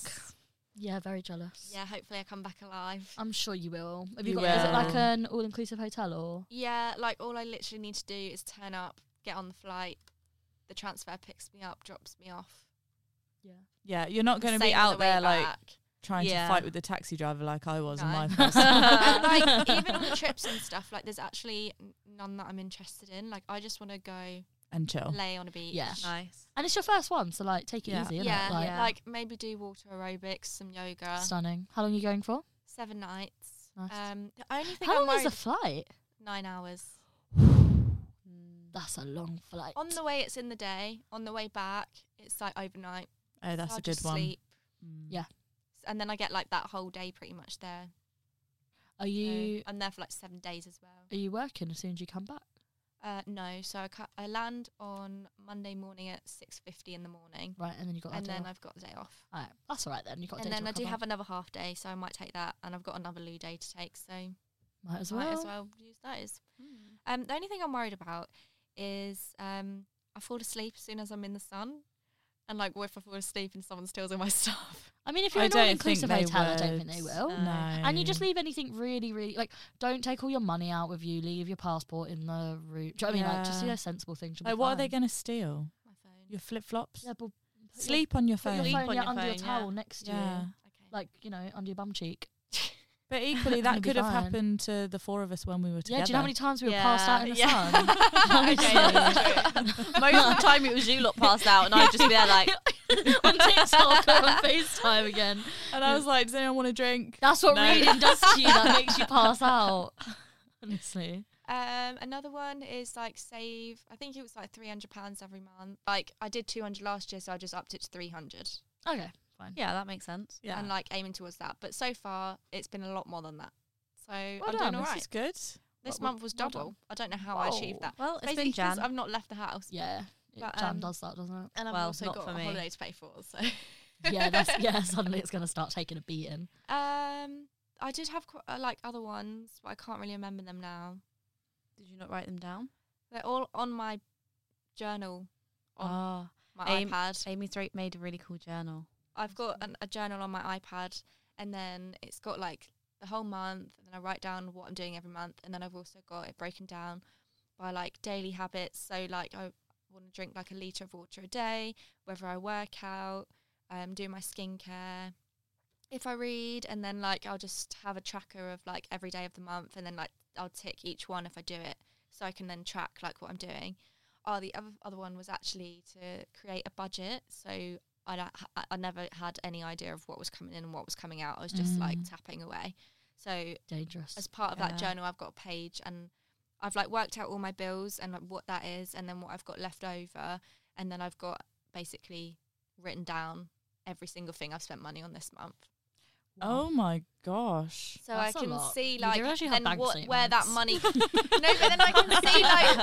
[SPEAKER 2] Yeah, very jealous.
[SPEAKER 1] yeah, hopefully I come back alive.
[SPEAKER 2] I'm sure you will. Have you,
[SPEAKER 3] You
[SPEAKER 2] got? Is it like
[SPEAKER 3] will.
[SPEAKER 2] an all-inclusive hotel or?
[SPEAKER 1] Yeah, like all I literally need to do is turn up, get on the flight. The transfer picks me up, drops me off.
[SPEAKER 2] Yeah.
[SPEAKER 3] Yeah, you're not going to be
[SPEAKER 1] Same on the
[SPEAKER 3] out there
[SPEAKER 1] way
[SPEAKER 3] like
[SPEAKER 1] back.
[SPEAKER 3] trying
[SPEAKER 4] Yeah.
[SPEAKER 3] to fight with the taxi driver like I was on
[SPEAKER 1] No.
[SPEAKER 3] my first.
[SPEAKER 1] And, like even on the trips and stuff, like there's actually n- none that I'm interested in. Like I just want to go
[SPEAKER 3] and chill.
[SPEAKER 1] lay on a beach.
[SPEAKER 2] Yeah.
[SPEAKER 4] Nice.
[SPEAKER 2] And it's your first one, so like take it
[SPEAKER 3] Yeah.
[SPEAKER 2] easy. Innit?
[SPEAKER 1] yeah,
[SPEAKER 2] Like,
[SPEAKER 1] like,
[SPEAKER 4] yeah.
[SPEAKER 1] maybe do water aerobics, some yoga,
[SPEAKER 2] Stunning. How long are you going for?
[SPEAKER 1] seven nights.
[SPEAKER 2] Nice.
[SPEAKER 1] Um, the only thing
[SPEAKER 2] How
[SPEAKER 1] I'm
[SPEAKER 2] long is
[SPEAKER 1] worried
[SPEAKER 2] the flight?
[SPEAKER 1] nine hours.
[SPEAKER 4] Hmm.
[SPEAKER 2] That's a long flight.
[SPEAKER 1] On the way, it's in the day. On the way back, it's like overnight.
[SPEAKER 3] Oh, that's
[SPEAKER 1] I'll
[SPEAKER 3] a good
[SPEAKER 1] just
[SPEAKER 3] one.
[SPEAKER 1] Sleep.
[SPEAKER 3] Mm.
[SPEAKER 2] Yeah.
[SPEAKER 1] And then I get like that whole day pretty much there.
[SPEAKER 2] are
[SPEAKER 1] So
[SPEAKER 2] you
[SPEAKER 1] I'm there for like seven days as well.
[SPEAKER 2] are you working as soon as you come back?
[SPEAKER 1] Uh, no, so I, ca- I land on Monday morning at six fifty in the morning,
[SPEAKER 2] Right, and then you got that
[SPEAKER 1] and
[SPEAKER 2] day
[SPEAKER 1] then
[SPEAKER 2] off.
[SPEAKER 1] I've got the day off.
[SPEAKER 2] All right, that's all right then. You got. a
[SPEAKER 1] And
[SPEAKER 2] day to
[SPEAKER 1] then I do
[SPEAKER 2] recover.
[SPEAKER 1] have another half day, so I might take that, and I've got another loo day to take, so
[SPEAKER 2] Might as well. Hmm.
[SPEAKER 1] might as well use those. Um, the only thing I'm worried about is um, I fall asleep as soon as I'm in the sun. And like, what if I fall asleep and someone steals all my stuff?
[SPEAKER 2] I mean, if you're
[SPEAKER 3] I
[SPEAKER 2] in an
[SPEAKER 3] don't
[SPEAKER 2] all-inclusive
[SPEAKER 3] think they
[SPEAKER 2] hotel, I don't think
[SPEAKER 3] would.
[SPEAKER 2] they will.
[SPEAKER 3] No.
[SPEAKER 2] And you just leave anything really, really like don't take all your money out with you. Leave your passport in the room. Do you know what I mean? Like just do
[SPEAKER 3] Yeah.
[SPEAKER 2] a sensible thing.
[SPEAKER 3] Like, what are they going to steal?
[SPEAKER 1] My phone.
[SPEAKER 3] Your flip flops?
[SPEAKER 2] Yeah, but
[SPEAKER 3] Sleep on your
[SPEAKER 2] Put your phone,
[SPEAKER 3] phone.
[SPEAKER 4] Sleep on
[SPEAKER 2] yeah,
[SPEAKER 4] your
[SPEAKER 2] under your
[SPEAKER 4] phone, yeah.
[SPEAKER 2] towel next to
[SPEAKER 3] Yeah.
[SPEAKER 2] you,
[SPEAKER 1] Okay.
[SPEAKER 2] like you know, under your bum cheek.
[SPEAKER 3] But equally,
[SPEAKER 2] You'll
[SPEAKER 3] that
[SPEAKER 2] be
[SPEAKER 3] could have
[SPEAKER 2] fine.
[SPEAKER 3] happened to the four of us when we were together.
[SPEAKER 2] Yeah, do you know how many times we were passed out in the
[SPEAKER 4] Yeah.
[SPEAKER 2] sun?
[SPEAKER 4] Okay, that's Most of the time it was you lot passed out, and I'd just be there like,
[SPEAKER 2] on TikTok or on FaceTime again.
[SPEAKER 3] And I was like, does anyone want a drink?
[SPEAKER 2] That's what
[SPEAKER 3] No.
[SPEAKER 2] reading does to you. That makes you pass out. Honestly,
[SPEAKER 1] Um, another one is like save. I think it was like three hundred pounds every month. Like I did two hundred last year, so I just upped it to three hundred.
[SPEAKER 2] okay, fine.
[SPEAKER 4] yeah, that makes sense.
[SPEAKER 3] Yeah.
[SPEAKER 1] And like aiming towards that. But so far, it's been a lot more than that. So I'm
[SPEAKER 2] done,
[SPEAKER 1] doing all
[SPEAKER 3] this
[SPEAKER 1] right.
[SPEAKER 3] is good.
[SPEAKER 1] This
[SPEAKER 2] well-
[SPEAKER 1] month was
[SPEAKER 2] well
[SPEAKER 1] double.
[SPEAKER 2] done.
[SPEAKER 1] I don't know how I achieved that.
[SPEAKER 4] Well, it's
[SPEAKER 1] Basically
[SPEAKER 4] been
[SPEAKER 1] 'cause
[SPEAKER 4] Jan.
[SPEAKER 1] I've not left the house.
[SPEAKER 2] Yeah, it-
[SPEAKER 1] But,
[SPEAKER 2] jam
[SPEAKER 1] um,
[SPEAKER 2] does that, doesn't
[SPEAKER 1] And I've
[SPEAKER 4] Well,
[SPEAKER 1] also
[SPEAKER 4] not
[SPEAKER 1] got
[SPEAKER 4] for
[SPEAKER 1] a
[SPEAKER 4] me.
[SPEAKER 1] holiday to pay for. So
[SPEAKER 2] it? Yeah, that's yeah. Suddenly it's gonna start taking a beating.
[SPEAKER 1] Um, I did have qu- uh, like other ones, but I can't really remember them now.
[SPEAKER 4] Did you not write them down?
[SPEAKER 1] They're all on my journal, on
[SPEAKER 4] Oh,
[SPEAKER 1] my
[SPEAKER 4] aim-
[SPEAKER 1] iPad.
[SPEAKER 4] Amy Throat made a really cool journal.
[SPEAKER 1] I've got an, a journal on my iPad, and then it's got like the whole month, and then I write down what I'm doing every month, and then I've also got it broken down by like daily habits. So like I want to drink like a liter of water a day, whether I work out, um, do my skincare. If I read, and then like I'll just have a tracker of like every day of the month, and then like I'll tick each one if I do it, so I can then track like what I'm doing. oh, the other other one was actually to create a budget. So I don't, I- I never had any idea of what was coming in and what was coming out. I was just like
[SPEAKER 2] Mm.
[SPEAKER 1] tapping away. So
[SPEAKER 2] Dangerous.
[SPEAKER 1] as part of
[SPEAKER 3] Yeah.
[SPEAKER 1] that journal, I've got a page and I've like worked out all my bills and like, what that is, and then what I've got left over, and then I've got basically written down every single thing I've spent money on this month.
[SPEAKER 3] Oh my gosh.
[SPEAKER 1] So
[SPEAKER 2] That's a
[SPEAKER 1] I can
[SPEAKER 2] lot.
[SPEAKER 1] see
[SPEAKER 2] You do
[SPEAKER 1] like
[SPEAKER 2] actually have
[SPEAKER 1] then
[SPEAKER 2] bank
[SPEAKER 1] what, where that
[SPEAKER 2] statements.
[SPEAKER 1] money. no, but then I can see like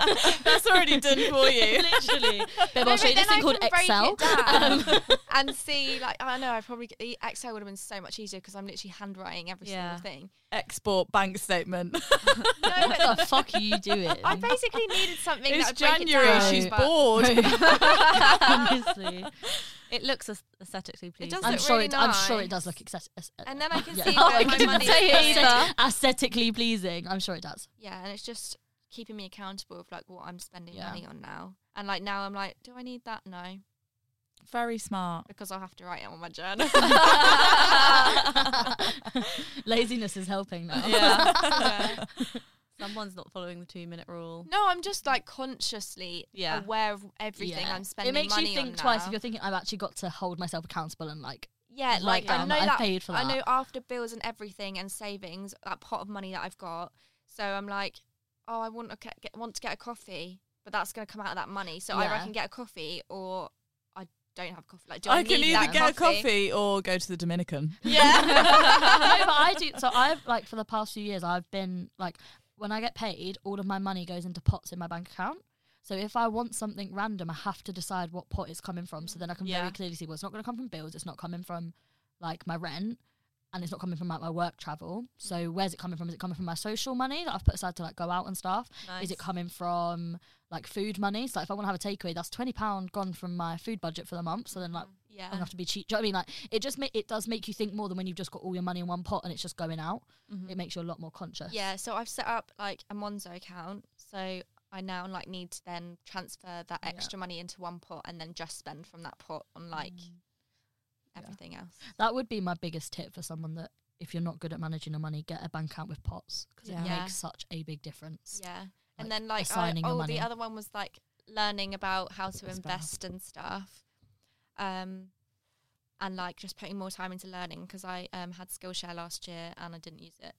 [SPEAKER 3] That's already done for you.
[SPEAKER 2] Literally. Babe,
[SPEAKER 1] No,
[SPEAKER 2] I'll show you
[SPEAKER 1] but then
[SPEAKER 2] this thing
[SPEAKER 1] I
[SPEAKER 2] called
[SPEAKER 1] can break
[SPEAKER 2] Excel.
[SPEAKER 1] it down.
[SPEAKER 2] Um,
[SPEAKER 1] and see like I know I probably get- the Excel would have been so much easier because I'm literally handwriting every
[SPEAKER 4] Yeah.
[SPEAKER 1] single thing.
[SPEAKER 3] Export bank statement.
[SPEAKER 1] No, but
[SPEAKER 2] what the fuck are you doing?
[SPEAKER 1] I basically needed something.
[SPEAKER 3] it's
[SPEAKER 1] that would break It,
[SPEAKER 3] January.
[SPEAKER 1] down,
[SPEAKER 3] She's
[SPEAKER 1] but
[SPEAKER 3] bored.
[SPEAKER 2] Honestly.
[SPEAKER 4] It looks as- aesthetically pleasing.
[SPEAKER 1] does
[SPEAKER 2] I'm
[SPEAKER 1] look
[SPEAKER 2] sure
[SPEAKER 1] really
[SPEAKER 2] it, I'm sure it does look access- as-
[SPEAKER 1] And then I can see
[SPEAKER 2] Oh,
[SPEAKER 1] where
[SPEAKER 2] I
[SPEAKER 1] my
[SPEAKER 2] couldn't
[SPEAKER 1] money is
[SPEAKER 2] say
[SPEAKER 1] going.
[SPEAKER 2] aesthetic- aesthetically pleasing. I'm sure it does.
[SPEAKER 1] Yeah, and it's just keeping me accountable of like what I'm spending
[SPEAKER 2] Yeah.
[SPEAKER 1] money on now. And like now I'm like, do I need that? No,
[SPEAKER 3] Very smart.
[SPEAKER 1] because I'll have to write it on my journal.
[SPEAKER 2] Laziness is helping now.
[SPEAKER 4] Yeah. Someone's not following the two minute rule.
[SPEAKER 1] no, I'm just like consciously
[SPEAKER 4] Yeah.
[SPEAKER 1] aware of everything
[SPEAKER 2] Yeah.
[SPEAKER 1] I'm spending
[SPEAKER 2] It makes
[SPEAKER 1] money
[SPEAKER 2] you think
[SPEAKER 1] on
[SPEAKER 2] twice
[SPEAKER 1] now.
[SPEAKER 2] if you're thinking I've actually got to hold myself accountable and like
[SPEAKER 1] Yeah, like,
[SPEAKER 2] Like,
[SPEAKER 1] I
[SPEAKER 2] um,
[SPEAKER 1] know
[SPEAKER 2] I've
[SPEAKER 1] that
[SPEAKER 2] paid for
[SPEAKER 1] I
[SPEAKER 2] that.
[SPEAKER 1] know after bills and everything and savings, that pot of money that I've got. So I'm like, oh, I want to get, get- want to get a coffee, but that's going to come out of that money. So either I
[SPEAKER 2] Yeah.
[SPEAKER 1] can get a coffee or I don't have coffee. Like, do I,
[SPEAKER 3] I can
[SPEAKER 1] need
[SPEAKER 3] either
[SPEAKER 1] that
[SPEAKER 3] get a coffee or go to the Dominican.
[SPEAKER 2] no, but I do. So I've like for the past few years, I've been like, when I get paid, all of my money goes into pots in my bank account. So if I want something random, I have to decide what pot it's coming from. So then I can
[SPEAKER 4] Yeah.
[SPEAKER 2] very clearly see well, it's not going to come from bills. It's not coming from like my rent, and it's not coming from like my work travel. So where's it coming from? Is it coming from my social money that I've put aside to like go out and stuff? Is it coming from like food money? So like, if I want to have a takeaway, that's twenty pound gone from my food budget for the month. So then like
[SPEAKER 1] Yeah.
[SPEAKER 2] and have to be cheap. Do you know what I mean? Like it just ma- it does make you think more than when you've just got all your money in one pot and it's just going out.
[SPEAKER 4] Mm-hmm.
[SPEAKER 2] It makes you a lot more conscious.
[SPEAKER 1] Mm. Yeah, so I've set up like a Monzo account. So I now like need to then transfer that
[SPEAKER 2] Yeah. Mm.
[SPEAKER 1] extra money into one pot and then just spend from that pot on like everything else.
[SPEAKER 2] that would be my biggest tip for someone that if you're not good at managing your money, get a bank account with pots because
[SPEAKER 3] Yeah.
[SPEAKER 2] it
[SPEAKER 1] Yeah.
[SPEAKER 2] makes such a big difference.
[SPEAKER 1] Yeah.
[SPEAKER 2] like,
[SPEAKER 1] and then like I,
[SPEAKER 2] assigning your
[SPEAKER 1] oh
[SPEAKER 2] money.
[SPEAKER 1] the other one was like learning about how to
[SPEAKER 2] That's bad.
[SPEAKER 1] invest and stuff. Um and like just putting more time into learning because I um had Skillshare last year and I didn't use it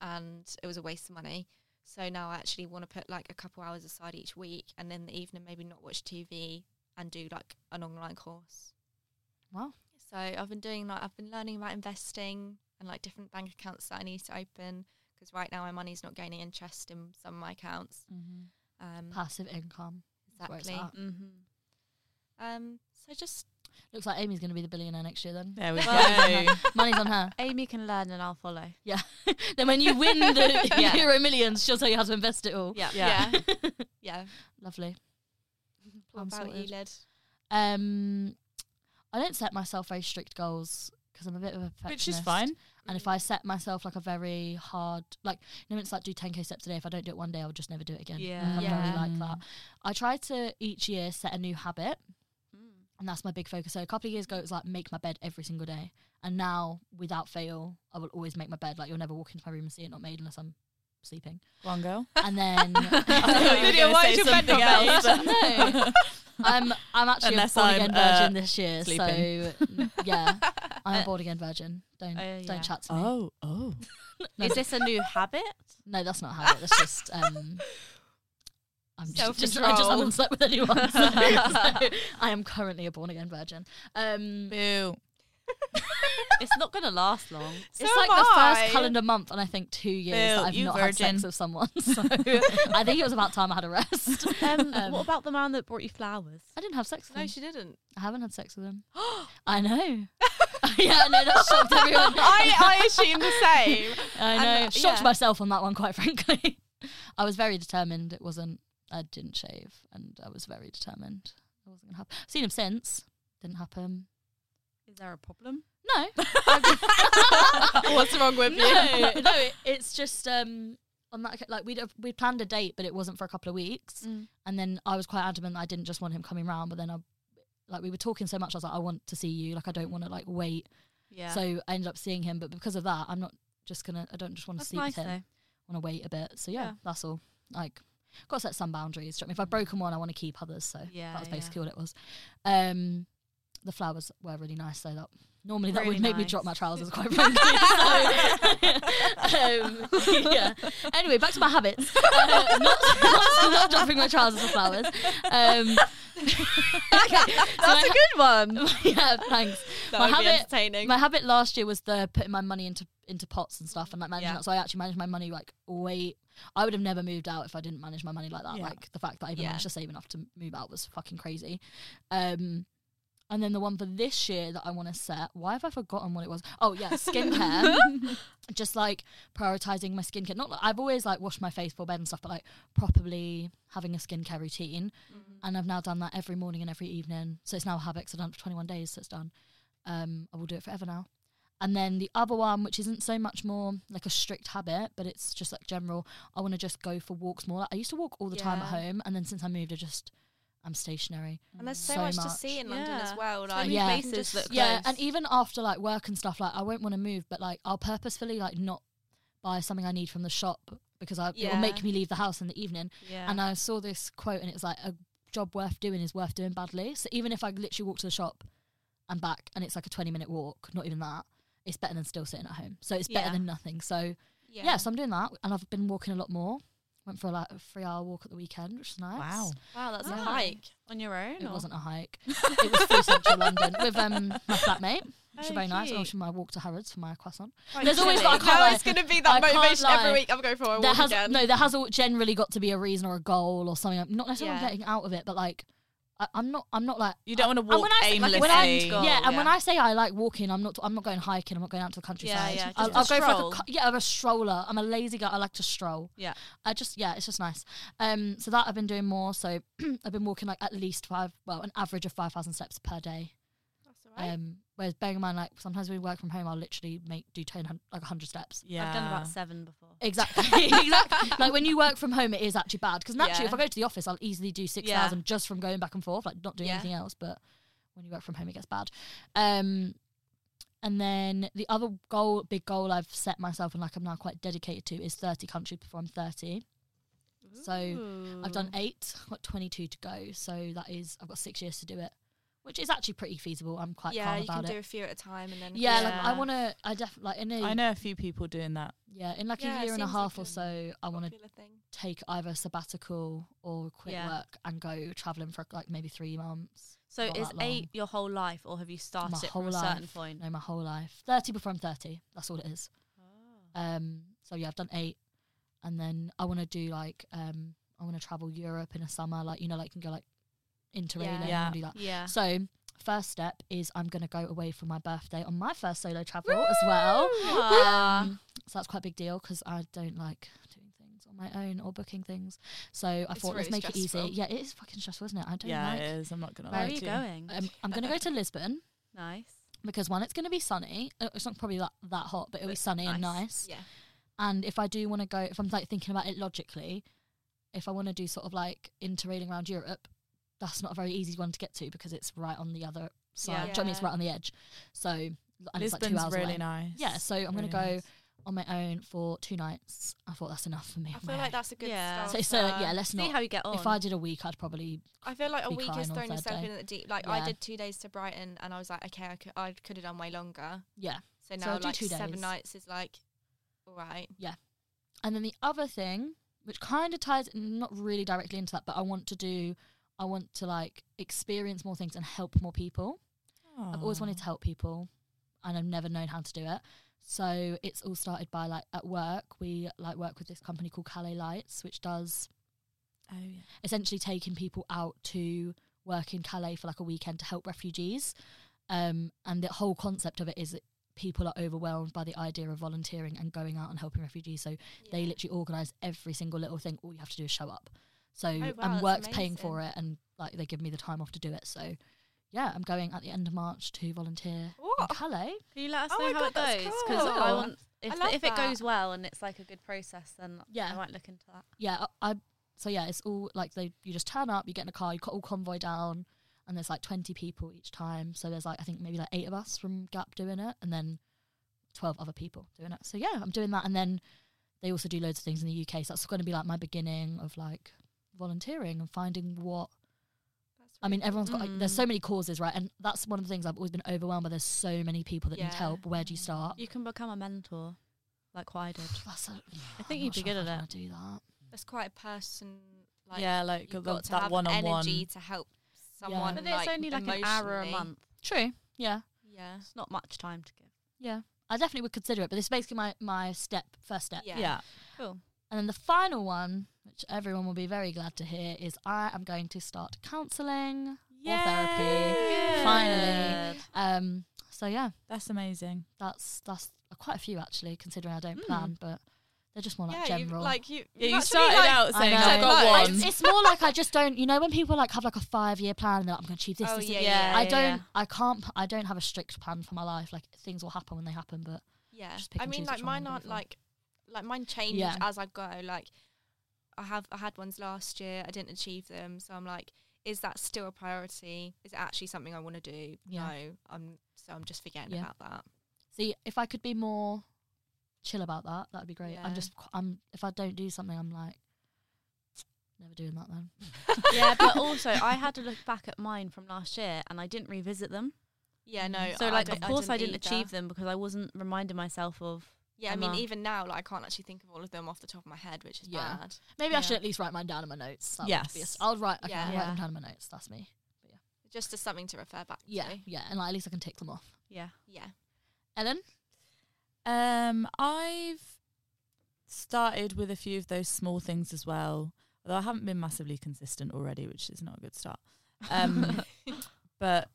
[SPEAKER 1] and it was a waste of money. So now I actually want to put like a couple hours aside each week and in the evening maybe not watch TV and do like an online course.
[SPEAKER 2] Wow.
[SPEAKER 1] So I've been doing like I've been learning about investing and like different bank accounts that I need to open because right now my money's not gaining interest in some of my accounts.
[SPEAKER 2] Mm-hmm.
[SPEAKER 1] Um,
[SPEAKER 2] Passive income. That's where it's
[SPEAKER 1] exactly.
[SPEAKER 2] at.
[SPEAKER 4] Mm-hmm.
[SPEAKER 1] Um, so just
[SPEAKER 2] Looks like Amy's going to be the billionaire next year. Then
[SPEAKER 3] There we
[SPEAKER 4] Well-
[SPEAKER 3] go.
[SPEAKER 2] money's on her.
[SPEAKER 4] Amy can learn and I'll follow.
[SPEAKER 2] Then when you win the
[SPEAKER 1] Yeah.
[SPEAKER 2] Euro Millions, she'll tell you how to invest it all.
[SPEAKER 4] Yeah.
[SPEAKER 1] yeah, yeah.
[SPEAKER 2] Lovely.
[SPEAKER 1] What
[SPEAKER 2] Plan
[SPEAKER 1] about E
[SPEAKER 2] sorted.
[SPEAKER 1] you, Lid?
[SPEAKER 2] Um, I don't set myself very strict goals because I'm a bit of a perfectionist.
[SPEAKER 3] Which is fine.
[SPEAKER 2] And
[SPEAKER 1] Mm.
[SPEAKER 2] if I set myself like a very hard, like you know, it's like do 10k steps a day. If I don't do it one day, I'll just never do it again.
[SPEAKER 4] Yeah.
[SPEAKER 2] I'm
[SPEAKER 1] Yeah.
[SPEAKER 2] very like that. I try to each year set a new habit,
[SPEAKER 4] Hmm.
[SPEAKER 2] and that's my big focus. So a couple of years ago, it was like make my bed every single day, and now without fail, I will always make my bed. Like you'll never walk into my room and see it not made unless I'm sleeping.
[SPEAKER 3] Go on, girl.
[SPEAKER 2] And then
[SPEAKER 4] Lydia, why is your bed not made?
[SPEAKER 2] no, I'm I'm actually
[SPEAKER 3] Unless
[SPEAKER 2] a born
[SPEAKER 3] I'm,
[SPEAKER 2] again
[SPEAKER 3] uh,
[SPEAKER 2] virgin this year. So yeah, I'm a
[SPEAKER 4] Uh,
[SPEAKER 2] born again virgin. Don't
[SPEAKER 4] oh, yeah.
[SPEAKER 2] don't chat to me.
[SPEAKER 3] Oh, oh.
[SPEAKER 2] No,
[SPEAKER 4] Is this a new habit?
[SPEAKER 2] No, that's not a habit. That's just um, I'm just, just I just
[SPEAKER 4] Self-control.
[SPEAKER 2] haven't slept with anyone. So, so I am currently a born again virgin. Um,
[SPEAKER 3] Boo.
[SPEAKER 4] It's not going to last long.
[SPEAKER 2] it's like the first calendar month, and I think two years
[SPEAKER 3] Bill,
[SPEAKER 2] that I've
[SPEAKER 3] you
[SPEAKER 2] not had
[SPEAKER 3] virgin.
[SPEAKER 2] sex with someone. So I think it was about time I had a rest.
[SPEAKER 4] Um,
[SPEAKER 2] Um,
[SPEAKER 4] what about the man that brought you flowers?
[SPEAKER 2] I didn't have sex with
[SPEAKER 1] No,
[SPEAKER 2] him.
[SPEAKER 1] she didn't.
[SPEAKER 2] I haven't had sex with him. I know. yeah, I know that shocked everyone. I,
[SPEAKER 5] assume the same.
[SPEAKER 2] I know.
[SPEAKER 1] and, uh,
[SPEAKER 2] shocked
[SPEAKER 1] yeah.
[SPEAKER 2] myself on that one, quite frankly. I was very determined. It wasn't. I didn't shave, and I was very determined. It wasn't gonna happen. I've seen him since. Didn't happen.
[SPEAKER 4] Is there a problem?
[SPEAKER 2] No,
[SPEAKER 4] What's wrong
[SPEAKER 2] Mm.
[SPEAKER 4] with
[SPEAKER 2] no, no. It, it's just um on that like we'd have- we'd planned a date, but it wasn't for a couple of weeks,
[SPEAKER 4] Mm.
[SPEAKER 2] and then I was quite adamant that I didn't just want him coming round, but then I. Like we were talking so much, I was like, I want to see you. Like I don't want to like wait.
[SPEAKER 4] Yeah.
[SPEAKER 2] So I ended up seeing him, but because of that, I'm not just gonna. I don't just want to
[SPEAKER 4] that's
[SPEAKER 2] sleep
[SPEAKER 4] nice
[SPEAKER 2] with him.
[SPEAKER 4] though.
[SPEAKER 2] want to wait a bit. So yeah,
[SPEAKER 4] Yeah.
[SPEAKER 2] that's all. Like got to set some boundaries. do you know what I mean? If I've broken one, I want to keep others. So
[SPEAKER 4] Yeah,
[SPEAKER 2] that was
[SPEAKER 4] yeah.
[SPEAKER 2] basically what it was. Um, the flowers were really nice, though. That normally that
[SPEAKER 4] Really
[SPEAKER 2] would make me
[SPEAKER 4] nice.
[SPEAKER 2] drop my trousers, quite frankly. so, um, yeah. Anyway, back to my habits. Uh, not, not, not dropping my trousers for flowers. Um, okay, so
[SPEAKER 4] That's
[SPEAKER 2] my-
[SPEAKER 4] a good one.
[SPEAKER 2] yeah, thanks.
[SPEAKER 5] That
[SPEAKER 2] My
[SPEAKER 5] would be
[SPEAKER 2] habit-
[SPEAKER 5] entertaining.
[SPEAKER 2] My habit last year was the putting my money into into pots and stuff and like managing
[SPEAKER 5] Yeah.
[SPEAKER 2] that. So I actually managed my money like way. I would have never moved out if I didn't manage my money like that.
[SPEAKER 3] Yeah.
[SPEAKER 2] Like the fact that I even
[SPEAKER 5] Yeah.
[SPEAKER 2] managed to save enough to move out was fucking crazy. Um, and then the one for this year that I want to set. Why have I forgotten what it was? Oh yeah, skincare. Just like prioritizing my skincare. Not like, I've always like washed my face before bed and stuff, but like properly having a skincare routine. And I've now done that every morning and every evening. So it's now a habit 'cause I've done it for 21 days. So it's done. Um, I will do it forever now. And then the other one, which isn't so much more like a strict habit, but it's just like general. I want to just go for walks more. Like, I used to walk all the time at
[SPEAKER 5] Yeah.
[SPEAKER 2] home, and then since I moved, I just I'm stationary.
[SPEAKER 1] And there's so,
[SPEAKER 2] so
[SPEAKER 1] much, to
[SPEAKER 2] much.
[SPEAKER 1] see in London
[SPEAKER 5] Yeah.
[SPEAKER 1] as well.
[SPEAKER 5] So
[SPEAKER 1] Like
[SPEAKER 2] many
[SPEAKER 1] you can
[SPEAKER 4] places
[SPEAKER 1] just-
[SPEAKER 5] that-
[SPEAKER 2] Yeah,
[SPEAKER 5] Close.
[SPEAKER 2] and even after like work and stuff, like I won't want to move, but like I'll purposefully like not buy something I need from the shop because I it
[SPEAKER 5] Yeah.
[SPEAKER 2] will make me leave the house in the evening.
[SPEAKER 5] Yeah.
[SPEAKER 2] And uh, I saw this quote, and it was like a job worth doing is worth doing badly. So even if I literally walk to the shop and back, and it's like a twenty minute walk, not even that, it's better than still sitting at home. So it's better
[SPEAKER 5] Yeah.
[SPEAKER 2] than nothing. So
[SPEAKER 5] yeah.
[SPEAKER 2] yeah. so I'm doing that, and I've been walking a lot more. Went for like a three hour walk at the weekend, which is nice.
[SPEAKER 3] Wow.
[SPEAKER 5] Wow, that's
[SPEAKER 2] Yeah.
[SPEAKER 5] a hike.
[SPEAKER 4] On your own?
[SPEAKER 2] It
[SPEAKER 4] or-
[SPEAKER 2] wasn't a hike. It was through central London with um, my flatmate, which is
[SPEAKER 4] Oh,
[SPEAKER 2] very nice.
[SPEAKER 4] cute. Oh,
[SPEAKER 2] Oh, she my walk to Harrods for my croissant.
[SPEAKER 5] Quite
[SPEAKER 2] There's always
[SPEAKER 5] chilly.
[SPEAKER 2] like- I can't
[SPEAKER 5] Now
[SPEAKER 2] lie.
[SPEAKER 5] it's going to be
[SPEAKER 2] I
[SPEAKER 5] that
[SPEAKER 2] can't
[SPEAKER 5] motivation
[SPEAKER 2] lie.
[SPEAKER 5] every week. I'm going for a
[SPEAKER 2] there
[SPEAKER 5] Oh, walk
[SPEAKER 2] has
[SPEAKER 5] again.
[SPEAKER 2] no, there has al- generally got to be a reason or a goal or something. I'm not necessarily
[SPEAKER 5] Yeah.
[SPEAKER 2] getting out of it, but like, I, I'm not. I'm not like
[SPEAKER 3] You don't want to walk
[SPEAKER 2] when I say-
[SPEAKER 3] aimlessly.
[SPEAKER 2] like, when I- yeah, and when
[SPEAKER 5] Oh, yeah.
[SPEAKER 2] I say I like walking, I'm not. I'm not going hiking. I'm not going out to the countryside.
[SPEAKER 5] yeah,
[SPEAKER 2] I'll,
[SPEAKER 5] just a
[SPEAKER 2] I'll go for like
[SPEAKER 5] stroll.
[SPEAKER 2] a, cu- yeah, I'm a stroller. I'm a lazy guy. I like to stroll.
[SPEAKER 5] Yeah.
[SPEAKER 2] I just yeah, it's just nice. Um, so that I've been doing more. So I've been walking like at least five, well, an average of five thousand steps per day.
[SPEAKER 5] That's all right.
[SPEAKER 2] Um, whereas bearing in mind, like sometimes when we work from home, I'll literally make do ten hun- like hundred steps.
[SPEAKER 3] yeah.
[SPEAKER 4] I've done about seven before.
[SPEAKER 2] Exactly. exactly. Like when you work from home, it is actually bad because naturally,
[SPEAKER 5] Yeah.
[SPEAKER 2] if I go to the office, I'll easily do six
[SPEAKER 5] Yeah.
[SPEAKER 2] thousand just from going back and forth, like not doing
[SPEAKER 5] Yeah.
[SPEAKER 2] anything else. But when you work from home, it gets bad. Um, and then the other goal, big goal I've set myself and like I'm now quite dedicated to is 30 countries before I'm 30. So I've
[SPEAKER 1] Mm.
[SPEAKER 2] done eight, I've got 22 to go. So that is, I've got six years to do it, which is actually pretty feasible. I'm quite
[SPEAKER 1] yeah,
[SPEAKER 2] calm
[SPEAKER 1] you
[SPEAKER 2] about
[SPEAKER 1] can do
[SPEAKER 2] it.
[SPEAKER 1] a few at a time and then
[SPEAKER 2] yeah, like I
[SPEAKER 4] Yeah.
[SPEAKER 2] want to, I definitely, like in a,
[SPEAKER 3] I know a few people doing that.
[SPEAKER 2] yeah, in like
[SPEAKER 1] Yeah,
[SPEAKER 2] a
[SPEAKER 1] it
[SPEAKER 2] year and a
[SPEAKER 1] seems like
[SPEAKER 2] half or
[SPEAKER 1] a
[SPEAKER 2] so, I want to
[SPEAKER 1] popular thing.
[SPEAKER 2] take either a sabbatical or quit
[SPEAKER 4] Yeah.
[SPEAKER 2] work and go traveling for like maybe three months.
[SPEAKER 4] So
[SPEAKER 2] Not
[SPEAKER 4] is
[SPEAKER 2] that long.
[SPEAKER 4] eight your whole life, or have you started
[SPEAKER 2] My
[SPEAKER 4] it
[SPEAKER 2] whole
[SPEAKER 4] from a certain
[SPEAKER 2] life.
[SPEAKER 4] point?
[SPEAKER 2] No, my whole life. Thirty before I'm thirty. That's all it is.
[SPEAKER 4] Ah.
[SPEAKER 2] Um. So yeah, I've done eight, and then I want to do like um. I want to travel Europe in a summer, like you know, like you can go like interrailing
[SPEAKER 3] Yeah.
[SPEAKER 2] and do that.
[SPEAKER 4] Yeah.
[SPEAKER 2] So first step is I'm gonna go away for my birthday on my first solo travel as well. Um, so that's quite a big deal because I don't like doing things on my own or booking things. So I
[SPEAKER 5] It's
[SPEAKER 2] thought let's
[SPEAKER 5] really
[SPEAKER 2] make it
[SPEAKER 5] stressful.
[SPEAKER 2] easy. Yeah, it is fucking stressful, isn't it? I don't
[SPEAKER 3] Yeah,
[SPEAKER 2] like.
[SPEAKER 3] it is. I'm not gonna
[SPEAKER 4] Where
[SPEAKER 3] lie
[SPEAKER 4] are
[SPEAKER 3] to
[SPEAKER 4] you going?
[SPEAKER 2] Um, I'm going to go to Lisbon
[SPEAKER 4] nice.
[SPEAKER 2] because one, it's going to be sunny. Uh, It's not probably that, that hot, but it'll be sunny and nice.
[SPEAKER 5] Yeah.
[SPEAKER 2] And if I do want to go, if I'm like thinking about it logically, if I want to do sort of like interrailing around Europe, that's not a very easy one to get to because it's right on the other side. Do you know what I mean? It's
[SPEAKER 5] Yeah.
[SPEAKER 2] right on the edge. So and it's like
[SPEAKER 3] Lisbon's
[SPEAKER 2] two hours
[SPEAKER 3] really
[SPEAKER 2] away.
[SPEAKER 3] nice.
[SPEAKER 2] Yeah, so I'm
[SPEAKER 3] Really
[SPEAKER 2] going to go
[SPEAKER 3] nice.
[SPEAKER 2] on my own for two nights. I thought that's enough for me.
[SPEAKER 1] I
[SPEAKER 2] on
[SPEAKER 1] feel
[SPEAKER 2] my
[SPEAKER 1] like
[SPEAKER 2] own.
[SPEAKER 1] that's a good
[SPEAKER 4] Yeah.
[SPEAKER 1] start.
[SPEAKER 2] So, so yeah, let's
[SPEAKER 4] See
[SPEAKER 2] not.
[SPEAKER 4] how you get on.
[SPEAKER 2] if I did a week, I'd probably
[SPEAKER 1] I feel like a
[SPEAKER 2] be
[SPEAKER 1] week
[SPEAKER 2] crying
[SPEAKER 1] is
[SPEAKER 2] on
[SPEAKER 1] throwing
[SPEAKER 2] third
[SPEAKER 1] yourself
[SPEAKER 2] day.
[SPEAKER 1] in at the deep. Like I
[SPEAKER 2] Yeah.
[SPEAKER 1] did two days to Brighton, and I was like, okay, I could, I could have done way longer.
[SPEAKER 2] yeah.
[SPEAKER 1] So
[SPEAKER 2] So
[SPEAKER 1] now
[SPEAKER 2] I'll do
[SPEAKER 1] like
[SPEAKER 2] two
[SPEAKER 1] seven
[SPEAKER 2] days.
[SPEAKER 1] nights is like, all right.
[SPEAKER 2] And then the other thing, which kind of ties not really directly into that, but I want to do, I want to like experience more things and help more people. I've always wanted to help people, and I've never known how to do it. So it's all started by like at work we like work with this company called Calais Lights, which does
[SPEAKER 3] Oh yeah.
[SPEAKER 2] essentially taking people out to work in Calais for like a weekend to help refugees. Um, and the whole concept of it is that people are overwhelmed by the idea of volunteering and going out and helping refugees. So they literally organise every single little thing. All you have to do is show up. So
[SPEAKER 1] Oh, wow,
[SPEAKER 2] and
[SPEAKER 1] that's
[SPEAKER 2] work's paying for it, and like they give me the time off to do it. So yeah, I'm going at the end of March to volunteer
[SPEAKER 1] What?
[SPEAKER 2] in Calais.
[SPEAKER 4] Can you let us
[SPEAKER 1] Oh my
[SPEAKER 4] know how
[SPEAKER 1] God,
[SPEAKER 4] it
[SPEAKER 1] that's
[SPEAKER 4] goes? Because I
[SPEAKER 2] cool.
[SPEAKER 4] want if,
[SPEAKER 1] love
[SPEAKER 4] if it
[SPEAKER 1] that.
[SPEAKER 4] goes well and it's like a good process, then
[SPEAKER 2] Yeah.
[SPEAKER 4] I might look into that.
[SPEAKER 2] Yeah, uh, I, I so yeah, it's all like they you just turn up, you get in a car, you cut all convoy down, and there's like 20 people each time. So there's like I think maybe like eight of us from Gap doing it, and then 12 other people doing it. So yeah, I'm doing that, and then they also do loads of things in the UK. So that's going to be like my beginning of like volunteering and finding what
[SPEAKER 1] That's
[SPEAKER 2] I mean,
[SPEAKER 1] really
[SPEAKER 2] everyone's got like, there's
[SPEAKER 4] Mm.
[SPEAKER 2] so many causes, right? And that's one of the things I've always been overwhelmed by. There's so many people that
[SPEAKER 1] Yeah.
[SPEAKER 2] need help. Where do you start?
[SPEAKER 4] You can become a mentor, like what I did.
[SPEAKER 2] That's a,
[SPEAKER 4] I think you'd be good at it.
[SPEAKER 2] Do that.
[SPEAKER 1] that's quite a person like
[SPEAKER 3] yeah, like
[SPEAKER 1] you've
[SPEAKER 3] the,
[SPEAKER 1] got to
[SPEAKER 3] that
[SPEAKER 1] have
[SPEAKER 3] one on one.
[SPEAKER 1] energy to help someone
[SPEAKER 2] But
[SPEAKER 4] But it's only like an hour a
[SPEAKER 1] emotionally.
[SPEAKER 4] month.
[SPEAKER 2] True. Yeah.
[SPEAKER 1] yeah
[SPEAKER 4] It's not much time to give.
[SPEAKER 2] Yeah. I definitely would consider it, but this is basically my my step, first step.
[SPEAKER 1] yeah,
[SPEAKER 3] Yeah.
[SPEAKER 4] Cool.
[SPEAKER 2] And then the final one, which everyone will be very glad to hear, is I am going to start counselling or therapy.
[SPEAKER 3] Yay.
[SPEAKER 2] Finally. Um. So yeah,
[SPEAKER 3] That's amazing.
[SPEAKER 2] that's that's quite a few actually, considering I don't
[SPEAKER 4] Mm.
[SPEAKER 2] plan, but they're just more like
[SPEAKER 1] Hmm. Yeah,
[SPEAKER 2] general.
[SPEAKER 1] you, like you
[SPEAKER 3] Yeah,
[SPEAKER 1] you've
[SPEAKER 3] you
[SPEAKER 1] actually,
[SPEAKER 3] started
[SPEAKER 1] like-
[SPEAKER 3] out
[SPEAKER 2] I
[SPEAKER 3] saying
[SPEAKER 2] know.
[SPEAKER 3] I've got
[SPEAKER 2] I-
[SPEAKER 3] one.
[SPEAKER 2] It's more like I just don't. You know, when people like have like a five year plan, and they're like, I'm going to achieve this.
[SPEAKER 1] Oh,
[SPEAKER 2] this this,
[SPEAKER 1] yeah,
[SPEAKER 4] yeah,
[SPEAKER 2] I
[SPEAKER 4] yeah,
[SPEAKER 2] don't.
[SPEAKER 4] yeah.
[SPEAKER 2] I can't. I don't have a strict plan for my life. Like things will happen when they happen, but
[SPEAKER 1] yeah
[SPEAKER 2] Just pick
[SPEAKER 1] i
[SPEAKER 2] and
[SPEAKER 1] mean
[SPEAKER 2] choose
[SPEAKER 1] like
[SPEAKER 2] which one
[SPEAKER 1] mine
[SPEAKER 2] you go
[SPEAKER 1] aren't
[SPEAKER 2] for.
[SPEAKER 1] like like mine changes
[SPEAKER 2] Yeah.
[SPEAKER 1] as i go like i have i had ones last year i didn't achieve them so i'm like is that still a priority is it actually something i want to do
[SPEAKER 2] Yeah.
[SPEAKER 1] no i'm so i'm just forgetting
[SPEAKER 2] Yeah.
[SPEAKER 1] about that
[SPEAKER 2] see if I could be more chill about that, that'd be great. I'm
[SPEAKER 1] Yeah.
[SPEAKER 2] just. qu- I'm. If I don't do something, I'm like never doing that then.
[SPEAKER 4] yeah, but also I had to look back at mine from last year and I didn't revisit them.
[SPEAKER 1] yeah
[SPEAKER 2] Mm.
[SPEAKER 1] no
[SPEAKER 4] So
[SPEAKER 1] I
[SPEAKER 4] like
[SPEAKER 1] don't-
[SPEAKER 4] of course I didn't,
[SPEAKER 1] either.
[SPEAKER 4] achieve them because I wasn't reminding myself of
[SPEAKER 1] yeah i mean
[SPEAKER 4] Emma.
[SPEAKER 1] even now like i can't actually think of all of them off the top of my head which is
[SPEAKER 2] Yeah.
[SPEAKER 1] bad
[SPEAKER 2] Maybe I
[SPEAKER 4] Yeah.
[SPEAKER 2] should at least write mine down in my notes. That would be a
[SPEAKER 3] Yes.
[SPEAKER 2] s- I'll write. Okay,
[SPEAKER 1] Yeah.
[SPEAKER 2] I'll write them
[SPEAKER 4] Yeah.
[SPEAKER 2] down in my notes. That's me.
[SPEAKER 1] just as something to refer back
[SPEAKER 2] Yeah,
[SPEAKER 1] to
[SPEAKER 2] yeah, and like at least I can tick them off.
[SPEAKER 4] yeah.
[SPEAKER 1] yeah
[SPEAKER 2] Ellen,
[SPEAKER 3] Um, I've started with a few of those small things as well. Although I haven't been massively consistent already, which is not a good start. Um, but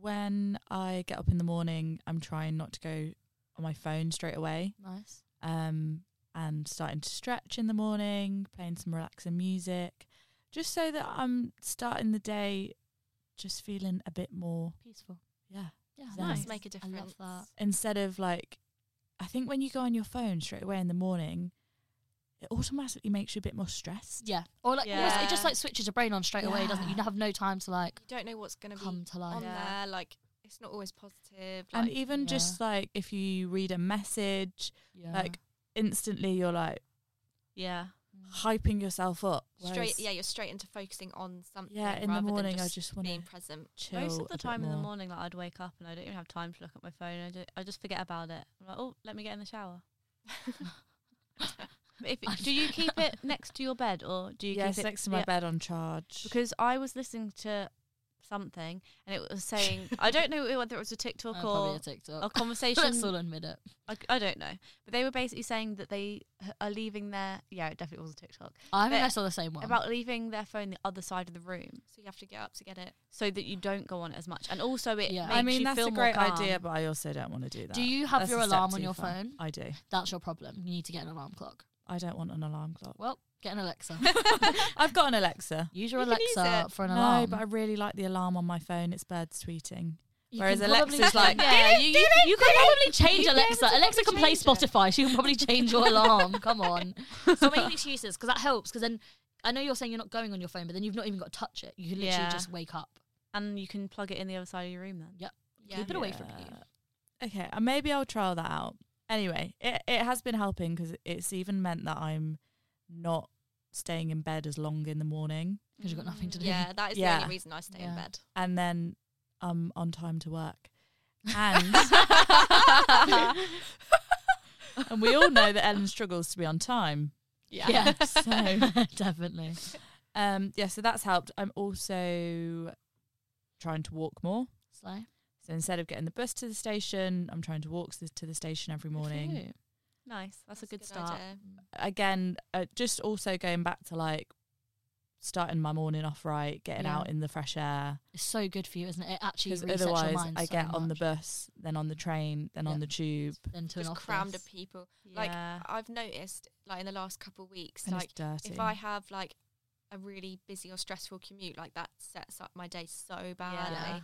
[SPEAKER 3] when I get up in the morning, I'm trying not to go on my phone straight away.
[SPEAKER 2] nice.
[SPEAKER 3] Um, and starting to stretch in the morning, playing some relaxing music, just so that I'm starting the day just feeling a bit more,
[SPEAKER 2] Peaceful.
[SPEAKER 3] yeah,
[SPEAKER 2] Yeah,
[SPEAKER 3] Nice.
[SPEAKER 1] does
[SPEAKER 3] Nice.
[SPEAKER 1] make a
[SPEAKER 2] I
[SPEAKER 1] difference
[SPEAKER 2] love that.
[SPEAKER 3] instead of like I think when you go on your phone straight away in the morning, it automatically makes you a bit more stressed.
[SPEAKER 2] Yeah, or like almost- it just
[SPEAKER 1] Yeah.
[SPEAKER 2] like switches your brain on straight away, doesn't it? You
[SPEAKER 3] Yeah.
[SPEAKER 2] have no time to like
[SPEAKER 1] you don't know what's going to be
[SPEAKER 2] come to life.
[SPEAKER 1] on
[SPEAKER 4] Yeah.
[SPEAKER 1] there like it's not always positive like,
[SPEAKER 3] and even just like if you read a message,
[SPEAKER 2] Yeah.
[SPEAKER 3] like instantly you're like
[SPEAKER 4] Yeah.
[SPEAKER 3] hyping yourself up.
[SPEAKER 1] straight
[SPEAKER 3] whereas-
[SPEAKER 1] yeah you're straight into focusing on something
[SPEAKER 3] Yeah, in the
[SPEAKER 1] rather than
[SPEAKER 3] morning I
[SPEAKER 1] just
[SPEAKER 3] just want
[SPEAKER 1] being
[SPEAKER 3] to
[SPEAKER 1] present
[SPEAKER 3] chill.
[SPEAKER 4] Most
[SPEAKER 3] a
[SPEAKER 4] of the
[SPEAKER 3] bit
[SPEAKER 4] time in the
[SPEAKER 3] more.
[SPEAKER 4] morning, like I'd wake up and I don't even have time to look at my phone. I just, I just forget about it. I'm like, oh, let me get in the shower. But if, do you keep it next to your bed or do you
[SPEAKER 3] Yeah,
[SPEAKER 4] keep it
[SPEAKER 3] next to my
[SPEAKER 4] yeah.
[SPEAKER 3] bed on charge.
[SPEAKER 4] Because I was listening to something and it was saying I don't know whether it was a
[SPEAKER 2] Uh,
[SPEAKER 4] TikTok
[SPEAKER 2] probably
[SPEAKER 4] or
[SPEAKER 2] a TikTok.
[SPEAKER 4] a
[SPEAKER 2] Let's
[SPEAKER 4] conversation
[SPEAKER 2] all admit it.
[SPEAKER 4] I, I don't know. But they were basically saying that they h- are leaving their yeah, it definitely was a TikTok
[SPEAKER 2] I think
[SPEAKER 4] But
[SPEAKER 2] I saw the same one.
[SPEAKER 4] about leaving their phone the other side of the room
[SPEAKER 1] so you have to get up to get it
[SPEAKER 4] so that you don't go on it as much. And also it
[SPEAKER 2] Yeah.
[SPEAKER 4] yeah.
[SPEAKER 2] I
[SPEAKER 4] makes
[SPEAKER 3] I mean
[SPEAKER 4] you
[SPEAKER 3] that's
[SPEAKER 4] feel
[SPEAKER 3] a great
[SPEAKER 4] more calm.
[SPEAKER 3] idea, but I also don't want to do that.
[SPEAKER 2] Do you have
[SPEAKER 3] That's
[SPEAKER 2] your
[SPEAKER 3] a step
[SPEAKER 2] alarm on
[SPEAKER 3] too
[SPEAKER 2] your
[SPEAKER 3] far.
[SPEAKER 2] phone?
[SPEAKER 3] I do.
[SPEAKER 2] That's your problem. You need to get an alarm clock.
[SPEAKER 3] I don't want an alarm clock.
[SPEAKER 2] Well, get an Alexa.
[SPEAKER 3] I've got an Alexa.
[SPEAKER 2] Use your
[SPEAKER 1] You can use
[SPEAKER 2] Alexa
[SPEAKER 1] it.
[SPEAKER 2] for an
[SPEAKER 3] No,
[SPEAKER 2] alarm.
[SPEAKER 3] but I really like the alarm on my phone. It's birds tweeting.
[SPEAKER 2] You
[SPEAKER 3] whereas
[SPEAKER 2] can probably-
[SPEAKER 3] Alexa's like,
[SPEAKER 2] yeah, you, you, you can probably change
[SPEAKER 1] You'd be able to
[SPEAKER 2] Alexa. Alexa can
[SPEAKER 1] probably
[SPEAKER 2] play
[SPEAKER 1] change it.
[SPEAKER 2] Spotify. She can probably change your alarm. Come on. So make excuses because that helps. Because then I know you're saying you're not going on your phone, but then you've not even got to touch it. You can literally
[SPEAKER 4] Yeah.
[SPEAKER 2] just wake up.
[SPEAKER 4] And you can plug it in the other side of your room then.
[SPEAKER 1] yeah
[SPEAKER 2] Keep it away from you.
[SPEAKER 3] Yeah. Okay, and maybe I'll trial that out. Anyway, it it has been helping because it's even meant that I'm not staying in bed as long in the morning,
[SPEAKER 2] Because you've got nothing to do.
[SPEAKER 1] yeah that is the
[SPEAKER 3] Yeah.
[SPEAKER 1] only reason i stay
[SPEAKER 2] Yeah.
[SPEAKER 1] in bed
[SPEAKER 3] and then I'm on time to work. And and we all know that Ellen struggles to be on time.
[SPEAKER 2] Yeah.
[SPEAKER 3] So-
[SPEAKER 2] Definitely.
[SPEAKER 3] Um, yeah, so that's helped. I'm also trying to walk more.
[SPEAKER 2] Sly.
[SPEAKER 3] So instead of getting the bus to the station, I'm trying to walk s- to the station every morning.
[SPEAKER 4] Nice. That's, a good,
[SPEAKER 1] That's
[SPEAKER 4] start.
[SPEAKER 1] idea.
[SPEAKER 3] again, uh, just also going back to like starting my morning off right, getting
[SPEAKER 2] Yeah.
[SPEAKER 3] out in the fresh air.
[SPEAKER 2] It's so good for you, isn't it? It actually
[SPEAKER 3] Because
[SPEAKER 2] resets your
[SPEAKER 3] otherwise,
[SPEAKER 2] mind.
[SPEAKER 3] I
[SPEAKER 2] so
[SPEAKER 3] get on the
[SPEAKER 2] much.
[SPEAKER 3] bus, then on the train, then on
[SPEAKER 2] Yeah.
[SPEAKER 3] the tube,
[SPEAKER 2] then to an
[SPEAKER 1] just
[SPEAKER 2] office.
[SPEAKER 1] crammed of people Like,
[SPEAKER 4] yeah.
[SPEAKER 1] i've noticed like in the last couple of weeks
[SPEAKER 3] and
[SPEAKER 1] like
[SPEAKER 3] it's dirty.
[SPEAKER 1] if i have like a really busy or stressful commute like that sets up my day so badly
[SPEAKER 2] Yeah.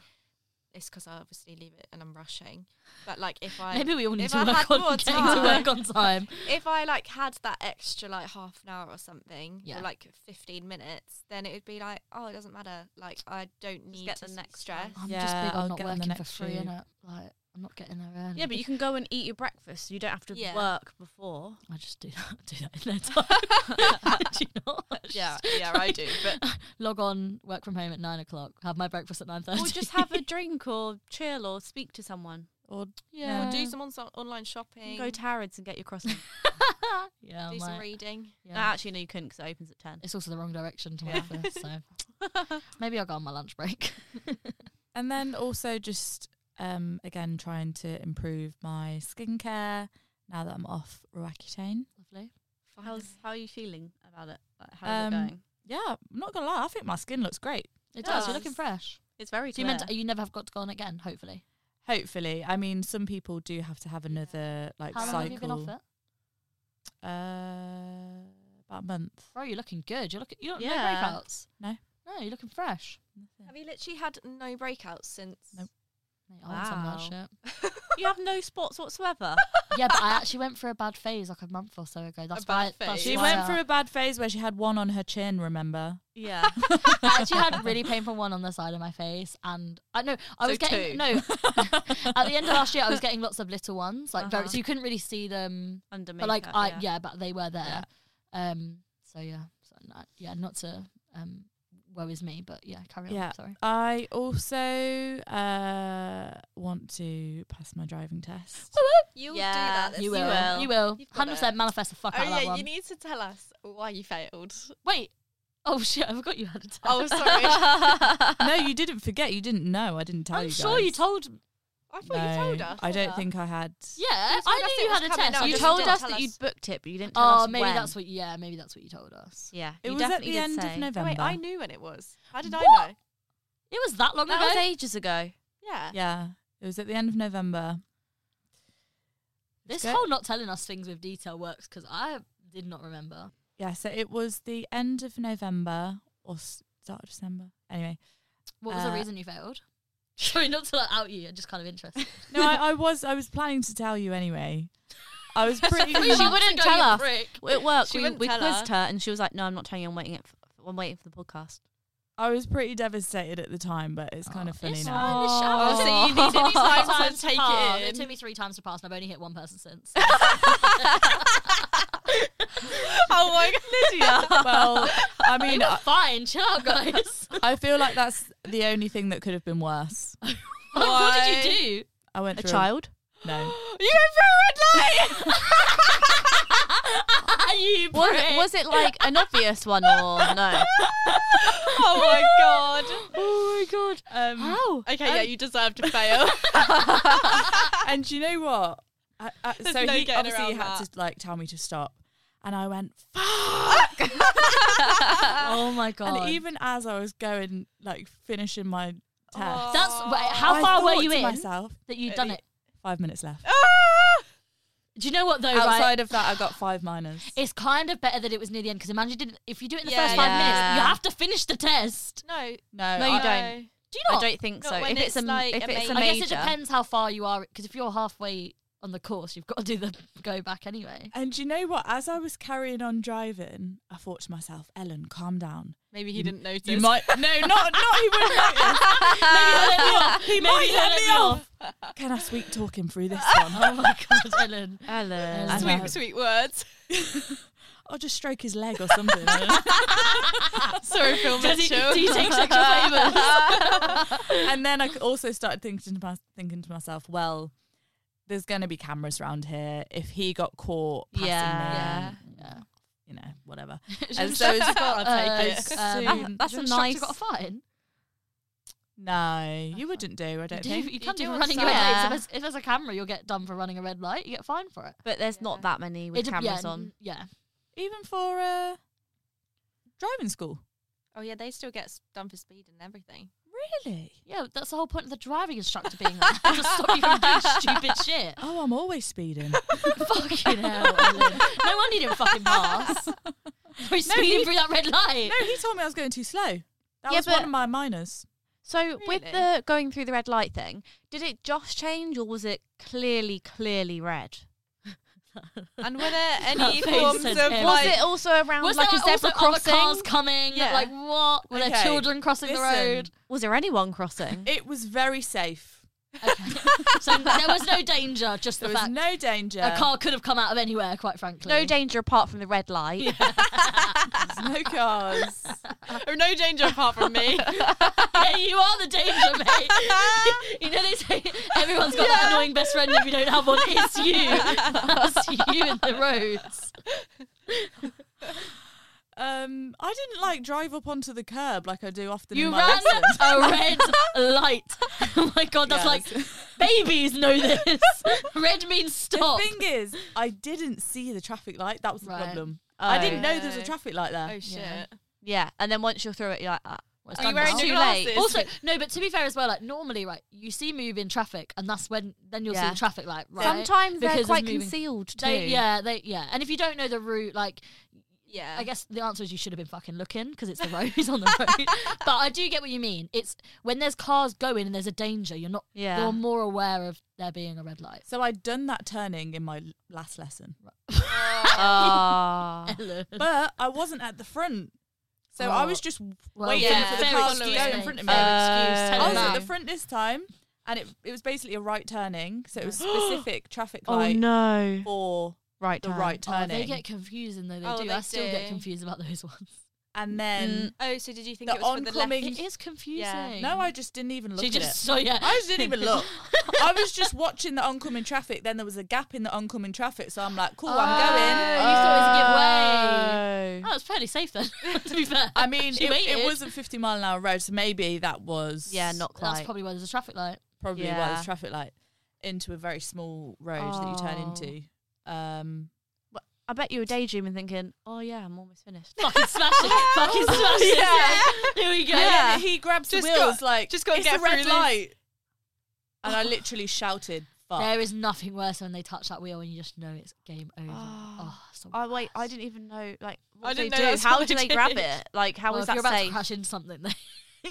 [SPEAKER 1] it's because i obviously leave it and i'm rushing but like if i
[SPEAKER 2] Maybe we all need
[SPEAKER 1] if
[SPEAKER 2] to
[SPEAKER 1] I
[SPEAKER 2] work
[SPEAKER 1] had
[SPEAKER 2] on
[SPEAKER 1] more
[SPEAKER 2] getting to work on time.
[SPEAKER 1] if I like had that extra like half an hour or something,
[SPEAKER 2] Yeah.
[SPEAKER 1] or like fifteen minutes, then it would be like, oh, it doesn't matter. Like I don't need
[SPEAKER 4] get
[SPEAKER 1] to
[SPEAKER 4] the
[SPEAKER 1] s-
[SPEAKER 4] next
[SPEAKER 1] stress.
[SPEAKER 4] one.
[SPEAKER 2] I'm just
[SPEAKER 3] Yeah,
[SPEAKER 2] big on
[SPEAKER 3] I'll
[SPEAKER 2] not
[SPEAKER 3] get on the
[SPEAKER 2] working for
[SPEAKER 3] next
[SPEAKER 2] free,
[SPEAKER 3] tube.
[SPEAKER 2] innit? Like, I'm not getting there early.
[SPEAKER 4] Yeah, but you can go and eat your breakfast. You don't have to
[SPEAKER 1] Yeah.
[SPEAKER 4] work before.
[SPEAKER 2] I just do that, do that in their time. do you not? I
[SPEAKER 1] Yeah,
[SPEAKER 2] just,
[SPEAKER 1] yeah, I do. But
[SPEAKER 2] log on, work from home at nine o'clock, have my breakfast at nine thirty.
[SPEAKER 4] Or just have a drink or chill or speak to someone.
[SPEAKER 3] Or
[SPEAKER 2] yeah,
[SPEAKER 1] or do some on- online shopping.
[SPEAKER 4] Go to Harrods and get your croissant.
[SPEAKER 2] yeah,
[SPEAKER 1] do
[SPEAKER 2] I'm
[SPEAKER 1] some
[SPEAKER 2] like-
[SPEAKER 1] reading.
[SPEAKER 4] No,
[SPEAKER 2] yeah.
[SPEAKER 4] actually, no, you couldn't because it opens at 10.
[SPEAKER 2] It's also the wrong direction to my office, so maybe I'll go on my lunch break.
[SPEAKER 3] and then also just um again trying to improve my skincare now that I'm off Roaccutane.
[SPEAKER 2] Lovely.
[SPEAKER 4] How's, how are you feeling about it? Like, how's it
[SPEAKER 3] Um,
[SPEAKER 4] going?
[SPEAKER 3] Yeah, I'm not gonna lie, I think my skin looks great.
[SPEAKER 2] It does. You're
[SPEAKER 4] does.
[SPEAKER 2] looking fresh.
[SPEAKER 4] It's very
[SPEAKER 2] So you meant you never have got to go on again, hopefully.
[SPEAKER 3] Hopefully, I mean some people do have to have another like
[SPEAKER 2] How long
[SPEAKER 3] cycle.
[SPEAKER 2] have you been off it?
[SPEAKER 3] Uh, about a month.
[SPEAKER 2] Bro, you're looking good. You're looking. You don't
[SPEAKER 4] Yeah.
[SPEAKER 2] no breakouts.
[SPEAKER 3] No.
[SPEAKER 2] No, you're looking fresh.
[SPEAKER 1] Have you literally had no breakouts since?
[SPEAKER 3] Nope.
[SPEAKER 2] Mate, I want some of that
[SPEAKER 4] Wow.
[SPEAKER 2] shit.
[SPEAKER 4] you have no spots whatsoever.
[SPEAKER 2] yeah, but I actually went through a bad phase like a month or so ago. That's why.
[SPEAKER 1] bad
[SPEAKER 2] That's
[SPEAKER 1] phase.
[SPEAKER 3] She
[SPEAKER 2] why
[SPEAKER 3] went
[SPEAKER 2] I-
[SPEAKER 3] through a bad phase where she had one on her chin. Remember?
[SPEAKER 4] yeah.
[SPEAKER 2] I actually had really painful one on the side of my face, and I know I
[SPEAKER 1] So
[SPEAKER 2] was getting
[SPEAKER 1] two.
[SPEAKER 2] no. at the end of last year, I was getting lots of little ones, like very,
[SPEAKER 4] Uh-huh.
[SPEAKER 2] so you couldn't really see them,
[SPEAKER 4] Under
[SPEAKER 2] but
[SPEAKER 4] makeup.
[SPEAKER 2] like I yeah.
[SPEAKER 4] yeah.
[SPEAKER 2] but they were there. Um, so yeah, so not, yeah, not to um, woe is me, but yeah, carry on.
[SPEAKER 3] Yeah.
[SPEAKER 2] Sorry.
[SPEAKER 3] I also uh want to pass my driving test.
[SPEAKER 1] You'll
[SPEAKER 4] Yeah,
[SPEAKER 1] do that. this
[SPEAKER 2] You
[SPEAKER 4] you
[SPEAKER 2] will.
[SPEAKER 1] year.
[SPEAKER 4] will.
[SPEAKER 2] You will.
[SPEAKER 1] You've got
[SPEAKER 2] Hundred percent
[SPEAKER 1] it.
[SPEAKER 2] manifest the fuck out
[SPEAKER 1] Oh
[SPEAKER 2] of that
[SPEAKER 1] yeah,
[SPEAKER 2] one.
[SPEAKER 1] you need to tell us why you failed.
[SPEAKER 2] Wait. Oh shit! I forgot you had a test.
[SPEAKER 1] Oh sorry,
[SPEAKER 3] no, you didn't forget. You didn't know. I didn't tell
[SPEAKER 2] I'm
[SPEAKER 3] you.
[SPEAKER 2] sure you
[SPEAKER 3] guys.
[SPEAKER 2] told.
[SPEAKER 1] I thought you told us.
[SPEAKER 3] I don't think I had.
[SPEAKER 2] Yeah,
[SPEAKER 1] told us
[SPEAKER 2] I
[SPEAKER 1] it
[SPEAKER 2] knew you
[SPEAKER 1] was
[SPEAKER 2] had a
[SPEAKER 1] coming
[SPEAKER 2] test.
[SPEAKER 1] out,
[SPEAKER 2] You
[SPEAKER 4] you
[SPEAKER 1] just
[SPEAKER 2] told
[SPEAKER 4] told
[SPEAKER 1] didn't
[SPEAKER 4] us
[SPEAKER 1] tell
[SPEAKER 4] that
[SPEAKER 1] us.
[SPEAKER 4] you'd booked it, but you didn't tell
[SPEAKER 2] Oh,
[SPEAKER 4] us
[SPEAKER 2] maybe
[SPEAKER 4] when.
[SPEAKER 2] that's what. Yeah, maybe that's what you told us.
[SPEAKER 4] Yeah.
[SPEAKER 3] It
[SPEAKER 4] you
[SPEAKER 3] was at
[SPEAKER 4] definitely
[SPEAKER 3] the
[SPEAKER 4] did
[SPEAKER 3] end of
[SPEAKER 4] say.
[SPEAKER 2] Oh,
[SPEAKER 3] November.
[SPEAKER 1] Wait, I knew when it was. How did
[SPEAKER 2] What?
[SPEAKER 1] I know?
[SPEAKER 2] It was that long
[SPEAKER 4] That
[SPEAKER 2] ago.
[SPEAKER 4] was ages ago.
[SPEAKER 1] Yeah.
[SPEAKER 3] Yeah, it was at the end of November.
[SPEAKER 2] This
[SPEAKER 3] Go-
[SPEAKER 2] whole not telling us things with detail works because I did not remember.
[SPEAKER 3] Yeah, so it was the end of November or s- start of December. Anyway,
[SPEAKER 2] What was the
[SPEAKER 3] Uh,
[SPEAKER 2] reason you failed? Sorry, not to like, out you. I'm just kind of interested.
[SPEAKER 3] no, I, I was I was planning to tell you anyway. I was pretty.
[SPEAKER 4] She wouldn't tell us. It worked.
[SPEAKER 1] She
[SPEAKER 4] we
[SPEAKER 1] wouldn't
[SPEAKER 4] we
[SPEAKER 1] tell
[SPEAKER 4] quizzed her. and she was like, "No, I'm not telling you. I'm waiting. It for, I'm waiting for the podcast."
[SPEAKER 3] I was pretty devastated at the time, but it's kind of funny
[SPEAKER 2] Oh, it's
[SPEAKER 3] now.
[SPEAKER 2] Fine, the
[SPEAKER 1] Oh,
[SPEAKER 2] show.
[SPEAKER 1] so you need any time to take it
[SPEAKER 2] pass.
[SPEAKER 1] in.
[SPEAKER 2] It took me three times to pass, and I've only hit one person since.
[SPEAKER 1] Oh my god, Lydia.
[SPEAKER 3] well, I mean,
[SPEAKER 2] You're
[SPEAKER 3] I,
[SPEAKER 2] fine. Chill out, guys.
[SPEAKER 3] I feel like that's the only thing that could have been worse.
[SPEAKER 2] Like, what did you do?
[SPEAKER 3] I went
[SPEAKER 4] A
[SPEAKER 3] through
[SPEAKER 4] child.
[SPEAKER 3] No,
[SPEAKER 1] you went through a red light.
[SPEAKER 2] you
[SPEAKER 4] Was
[SPEAKER 2] prick.
[SPEAKER 4] it, was it like an obvious one or no?
[SPEAKER 1] oh my god.
[SPEAKER 2] oh my god.
[SPEAKER 3] um,
[SPEAKER 2] How?
[SPEAKER 1] Okay, yeah, you deserve to fail.
[SPEAKER 3] and do you know what? I, I, so
[SPEAKER 1] no
[SPEAKER 3] he
[SPEAKER 1] getting
[SPEAKER 3] obviously
[SPEAKER 1] around
[SPEAKER 3] had
[SPEAKER 1] that.
[SPEAKER 3] to like tell me to stop, and I went
[SPEAKER 2] oh my god.
[SPEAKER 3] And even as I was going, like finishing my test,
[SPEAKER 2] That's wait, how
[SPEAKER 3] I
[SPEAKER 2] far were
[SPEAKER 3] thought
[SPEAKER 2] you
[SPEAKER 3] to
[SPEAKER 2] in
[SPEAKER 3] Myself,
[SPEAKER 2] that you'd done it?
[SPEAKER 3] five minutes left.
[SPEAKER 2] Do you know what though?
[SPEAKER 3] Outside
[SPEAKER 2] right?
[SPEAKER 3] of that, I got five minors.
[SPEAKER 2] It's kind of better that it was near the end because imagine you didn't, if you do it in the
[SPEAKER 1] Yeah.
[SPEAKER 2] first five minutes, you
[SPEAKER 4] Yeah.
[SPEAKER 2] have to finish the test.
[SPEAKER 1] no,
[SPEAKER 3] no,
[SPEAKER 4] No, you
[SPEAKER 3] I-
[SPEAKER 4] don't.
[SPEAKER 2] Do you not?
[SPEAKER 4] I don't think
[SPEAKER 1] Not
[SPEAKER 4] so.
[SPEAKER 1] when
[SPEAKER 4] If it's,
[SPEAKER 1] it's
[SPEAKER 4] a, m-
[SPEAKER 1] like
[SPEAKER 4] if
[SPEAKER 1] a
[SPEAKER 4] it's
[SPEAKER 1] major.
[SPEAKER 4] a
[SPEAKER 2] I
[SPEAKER 4] major,
[SPEAKER 2] guess it depends how far you are because if you're halfway on the course, you've got to do the go back anyway.
[SPEAKER 3] And do you know what? As I was carrying on driving, I thought to myself, Ellen, calm down.
[SPEAKER 1] maybe he didn't notice.
[SPEAKER 3] You might no, not not he wouldn't notice. He might
[SPEAKER 2] he'll
[SPEAKER 3] let
[SPEAKER 2] let
[SPEAKER 3] me
[SPEAKER 2] me
[SPEAKER 3] off. Can I sweet talk him through this one?
[SPEAKER 2] Oh my god, Ellen!
[SPEAKER 4] Ellen.
[SPEAKER 2] Ellen.
[SPEAKER 1] sweet, sweet words.
[SPEAKER 3] I'll just stroke his leg or something.
[SPEAKER 1] Sorry, Phil
[SPEAKER 2] Does he,
[SPEAKER 1] Mitchell.
[SPEAKER 2] do you take sexual favours?
[SPEAKER 3] and then I c- also started thinking to, my, thinking to myself, well, there's going to be cameras around here. If he got caught passing
[SPEAKER 4] Yeah.
[SPEAKER 3] me,
[SPEAKER 2] Yeah. Uh,
[SPEAKER 3] you know, whatever.
[SPEAKER 2] And
[SPEAKER 3] so it's-
[SPEAKER 1] I'll take
[SPEAKER 3] it's-
[SPEAKER 1] it.
[SPEAKER 3] soon.
[SPEAKER 2] that's
[SPEAKER 4] Your
[SPEAKER 2] a
[SPEAKER 4] instructor
[SPEAKER 2] nice.
[SPEAKER 4] got
[SPEAKER 2] Got
[SPEAKER 4] a
[SPEAKER 2] a fine.
[SPEAKER 3] No, you wouldn't do. I
[SPEAKER 2] You,
[SPEAKER 3] don't
[SPEAKER 2] do,
[SPEAKER 3] think.
[SPEAKER 2] you can't
[SPEAKER 1] do
[SPEAKER 2] do
[SPEAKER 1] on
[SPEAKER 2] running a
[SPEAKER 1] some-
[SPEAKER 2] red light. So
[SPEAKER 4] Yeah.
[SPEAKER 2] If there's, if there's a camera, you'll get done for running a red light. You get fined for it.
[SPEAKER 4] but there's not
[SPEAKER 1] Yeah.
[SPEAKER 4] that many with
[SPEAKER 2] It dep-
[SPEAKER 4] cameras
[SPEAKER 2] yeah,
[SPEAKER 4] on.
[SPEAKER 2] Yeah.
[SPEAKER 3] Even for uh, driving school.
[SPEAKER 1] Oh yeah, they still get s- done for speed and everything.
[SPEAKER 3] Really?
[SPEAKER 2] Yeah, that's the whole point of the driving instructor being there. to stop you from doing stupid shit.
[SPEAKER 3] Oh, I'm always speeding.
[SPEAKER 2] fucking hell. Ellen. No wonder you didn't fucking pass. We're speeding
[SPEAKER 3] he-
[SPEAKER 2] through that red light.
[SPEAKER 3] no, he told me I was going too slow. That
[SPEAKER 4] Yeah,
[SPEAKER 3] was one
[SPEAKER 4] but-
[SPEAKER 3] of my minors.
[SPEAKER 4] So with
[SPEAKER 1] Really?
[SPEAKER 4] the going through the red light thing, did it just change or was it clearly, clearly red?
[SPEAKER 1] And were there any
[SPEAKER 2] face
[SPEAKER 1] forms
[SPEAKER 2] said
[SPEAKER 1] of
[SPEAKER 2] everything.
[SPEAKER 4] Was
[SPEAKER 1] like?
[SPEAKER 4] it also around
[SPEAKER 2] Was
[SPEAKER 4] like
[SPEAKER 2] there
[SPEAKER 4] a
[SPEAKER 2] also
[SPEAKER 4] zebra
[SPEAKER 2] other
[SPEAKER 4] crossing?
[SPEAKER 2] cars coming?
[SPEAKER 1] Yeah.
[SPEAKER 2] Like what? Were there
[SPEAKER 3] Okay,
[SPEAKER 2] children crossing the
[SPEAKER 3] listen.
[SPEAKER 2] road?
[SPEAKER 4] Was there anyone crossing?
[SPEAKER 3] It was very safe.
[SPEAKER 2] Okay. so there was no danger, just
[SPEAKER 3] There
[SPEAKER 2] the
[SPEAKER 3] was
[SPEAKER 2] fact
[SPEAKER 3] no danger.
[SPEAKER 2] a car could have come out of anywhere, quite frankly.
[SPEAKER 4] No danger apart from the red light.
[SPEAKER 3] no cars.
[SPEAKER 5] Oh, no danger apart from me.
[SPEAKER 2] yeah, you are the danger, mate.
[SPEAKER 5] Oh,
[SPEAKER 2] you know they say everyone's got that annoying best friend if you don't have one. It's you. That's you in the roads.
[SPEAKER 3] Um, I didn't like drive up onto the curb like I do often.
[SPEAKER 2] You
[SPEAKER 3] in my
[SPEAKER 2] ran
[SPEAKER 3] lessons.
[SPEAKER 2] a red light. Oh my god, that's like babies know this. Red means
[SPEAKER 3] The
[SPEAKER 2] stop.
[SPEAKER 3] thing is, I didn't see the traffic light. That was the
[SPEAKER 2] Right.
[SPEAKER 3] problem. I didn't know there was a
[SPEAKER 5] Oh.
[SPEAKER 3] traffic light there.
[SPEAKER 5] Oh shit.
[SPEAKER 2] Yeah.
[SPEAKER 4] yeah, and then once you're through it, you're like, ah.
[SPEAKER 2] Well, it's
[SPEAKER 5] Are you
[SPEAKER 2] done
[SPEAKER 5] wearing
[SPEAKER 2] now.
[SPEAKER 5] two
[SPEAKER 4] Too late.
[SPEAKER 5] glasses?
[SPEAKER 2] Also, no, but to be fair as well, like normally, right, you see moving traffic, and that's when then you'll see
[SPEAKER 4] Yeah.
[SPEAKER 2] the traffic light, right? Because
[SPEAKER 4] Sometimes they're
[SPEAKER 2] it's
[SPEAKER 4] quite
[SPEAKER 2] moving.
[SPEAKER 4] concealed too.
[SPEAKER 2] They, yeah, they, yeah. And if you don't know the route, like,
[SPEAKER 5] yeah.
[SPEAKER 2] I guess the answer is you should have been fucking looking because it's the road on the road. But I do get what you mean. It's when there's cars going and there's a danger, you're not,
[SPEAKER 4] Yeah.
[SPEAKER 2] you're more aware of there being a red light.
[SPEAKER 3] So I'd done that turning in my l- last lesson,
[SPEAKER 4] Ah.
[SPEAKER 2] Ellen.
[SPEAKER 3] but I wasn't at the front. So I was just
[SPEAKER 2] Well,
[SPEAKER 3] waiting
[SPEAKER 5] yeah.
[SPEAKER 3] for the
[SPEAKER 5] Fair
[SPEAKER 3] cars to
[SPEAKER 5] excuse,
[SPEAKER 3] go in
[SPEAKER 5] mate.
[SPEAKER 3] front of me.
[SPEAKER 4] Fair
[SPEAKER 2] excuse,
[SPEAKER 4] Uh,
[SPEAKER 3] I
[SPEAKER 2] tell
[SPEAKER 3] was
[SPEAKER 2] them
[SPEAKER 3] at
[SPEAKER 2] now.
[SPEAKER 3] oh, the front this time, and it it was basically a right turning. So it was specific traffic
[SPEAKER 4] oh
[SPEAKER 3] light
[SPEAKER 4] no.
[SPEAKER 3] for
[SPEAKER 4] Right.
[SPEAKER 3] the
[SPEAKER 4] turn.
[SPEAKER 3] right
[SPEAKER 2] Oh,
[SPEAKER 3] turning.
[SPEAKER 2] they get confusing though. They
[SPEAKER 5] Oh,
[SPEAKER 2] do.
[SPEAKER 5] they
[SPEAKER 2] I still get
[SPEAKER 5] do.
[SPEAKER 2] confused about those ones.
[SPEAKER 3] and then
[SPEAKER 5] oh, so did you think
[SPEAKER 3] The
[SPEAKER 5] it was for the left?
[SPEAKER 3] oncoming-
[SPEAKER 2] It is confusing.
[SPEAKER 3] no, I just didn't even look
[SPEAKER 2] Mm. She
[SPEAKER 3] at
[SPEAKER 2] just
[SPEAKER 3] it.
[SPEAKER 2] so yeah.
[SPEAKER 3] I just didn't even look. I was just watching the oncoming traffic. Then there was a gap in the oncoming traffic, so I'm like, cool, I'm
[SPEAKER 4] Ah.
[SPEAKER 3] going.
[SPEAKER 2] Oh, you thought it was a
[SPEAKER 4] Oh.
[SPEAKER 2] giveaway. Oh, it's fairly safe then. to be fair,
[SPEAKER 3] I mean,
[SPEAKER 2] She
[SPEAKER 3] it, it
[SPEAKER 2] waited.
[SPEAKER 3] wasn't 50 mile an hour road, so maybe that was
[SPEAKER 4] Yeah, not
[SPEAKER 2] that's
[SPEAKER 4] quite.
[SPEAKER 2] probably why there's a traffic light.
[SPEAKER 3] probably why
[SPEAKER 4] yeah.
[SPEAKER 3] there's traffic light into a very small road that you turn
[SPEAKER 4] Oh.
[SPEAKER 3] into. Um,
[SPEAKER 4] I bet you were daydreaming, thinking, "Oh yeah, I'm almost finished."
[SPEAKER 2] Fucking smash it! Fucking
[SPEAKER 4] Oh,
[SPEAKER 2] smash it! Here we go.
[SPEAKER 3] yeah, he grabs
[SPEAKER 5] Just
[SPEAKER 3] the wheels
[SPEAKER 5] got-
[SPEAKER 3] like
[SPEAKER 5] just gotta
[SPEAKER 3] it's
[SPEAKER 5] get
[SPEAKER 3] a red
[SPEAKER 5] through this."
[SPEAKER 3] light, and I literally shouted, "Fuck!"
[SPEAKER 2] Oh. There is nothing worse than when they touch that wheel and you just know it's game over. Oh, so
[SPEAKER 4] I wait. I didn't even know. Like, what
[SPEAKER 5] I
[SPEAKER 4] do they
[SPEAKER 5] didn't know
[SPEAKER 4] do?
[SPEAKER 5] that's
[SPEAKER 4] How
[SPEAKER 5] what
[SPEAKER 4] do
[SPEAKER 5] they
[SPEAKER 4] they grab
[SPEAKER 5] did.
[SPEAKER 4] it? Like, how
[SPEAKER 2] well,
[SPEAKER 4] is
[SPEAKER 2] if you're
[SPEAKER 4] that
[SPEAKER 2] about
[SPEAKER 4] safe?
[SPEAKER 2] to crash into something. Then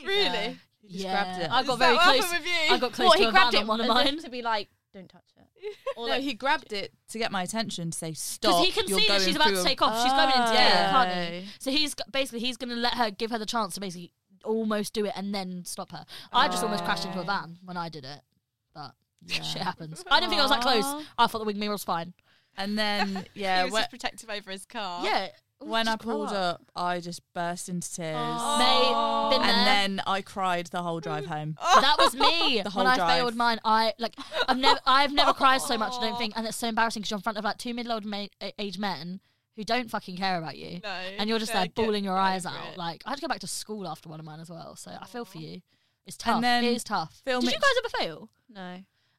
[SPEAKER 5] Really?
[SPEAKER 3] Yeah. He just
[SPEAKER 2] yeah.
[SPEAKER 3] grabbed it.
[SPEAKER 2] I
[SPEAKER 5] Is
[SPEAKER 2] got
[SPEAKER 5] that
[SPEAKER 2] very
[SPEAKER 5] what happened
[SPEAKER 2] close.
[SPEAKER 5] with you?
[SPEAKER 2] I got close
[SPEAKER 4] What,
[SPEAKER 2] to
[SPEAKER 4] he
[SPEAKER 2] a
[SPEAKER 4] grabbed
[SPEAKER 2] van
[SPEAKER 4] it
[SPEAKER 2] on one of
[SPEAKER 4] as if
[SPEAKER 2] mine.
[SPEAKER 4] to be like, "Don't touch it." Or
[SPEAKER 3] no,
[SPEAKER 4] like,
[SPEAKER 3] he grabbed it to get my attention to say
[SPEAKER 2] Because
[SPEAKER 3] stop.
[SPEAKER 2] he can
[SPEAKER 3] you're
[SPEAKER 2] see that
[SPEAKER 3] going
[SPEAKER 2] she's about
[SPEAKER 3] through
[SPEAKER 2] to
[SPEAKER 3] a-
[SPEAKER 2] take off. Oh, She's going into
[SPEAKER 3] Yeah.
[SPEAKER 2] it, can't he? So he's g- basically he's going to let her give her the chance to basically almost do it and then stop her. I just almost crashed into a
[SPEAKER 4] Oh.
[SPEAKER 2] van when I did it, but shit happens. I didn't think I was that close. I thought the wing mirror was fine.
[SPEAKER 3] And then yeah,
[SPEAKER 5] he was
[SPEAKER 3] when,
[SPEAKER 5] just protective over his car.
[SPEAKER 2] Yeah.
[SPEAKER 3] when I
[SPEAKER 2] "Oh, Just grow Oh.
[SPEAKER 3] pulled up, I just burst into tears,
[SPEAKER 2] mate, been there.
[SPEAKER 3] and then I cried the whole drive home.
[SPEAKER 2] That was me
[SPEAKER 3] The whole
[SPEAKER 2] when I
[SPEAKER 3] drive.
[SPEAKER 2] failed mine. I like I've never I've never cried so much. I don't think, and it's so embarrassing because you're in front of like two middle-aged ma- a- age men who don't fucking care about you,
[SPEAKER 5] No.
[SPEAKER 2] and you're just
[SPEAKER 5] no,
[SPEAKER 2] there
[SPEAKER 5] get
[SPEAKER 2] bawling your
[SPEAKER 5] over
[SPEAKER 2] eyes
[SPEAKER 5] it.
[SPEAKER 2] out. Like I had to go back to school after one of mine as well, so I feel for you. It's
[SPEAKER 3] And
[SPEAKER 2] tough.
[SPEAKER 3] then
[SPEAKER 2] it is tough.
[SPEAKER 3] Phil
[SPEAKER 2] Did you
[SPEAKER 3] Mitch-
[SPEAKER 2] guys ever fail?
[SPEAKER 4] no.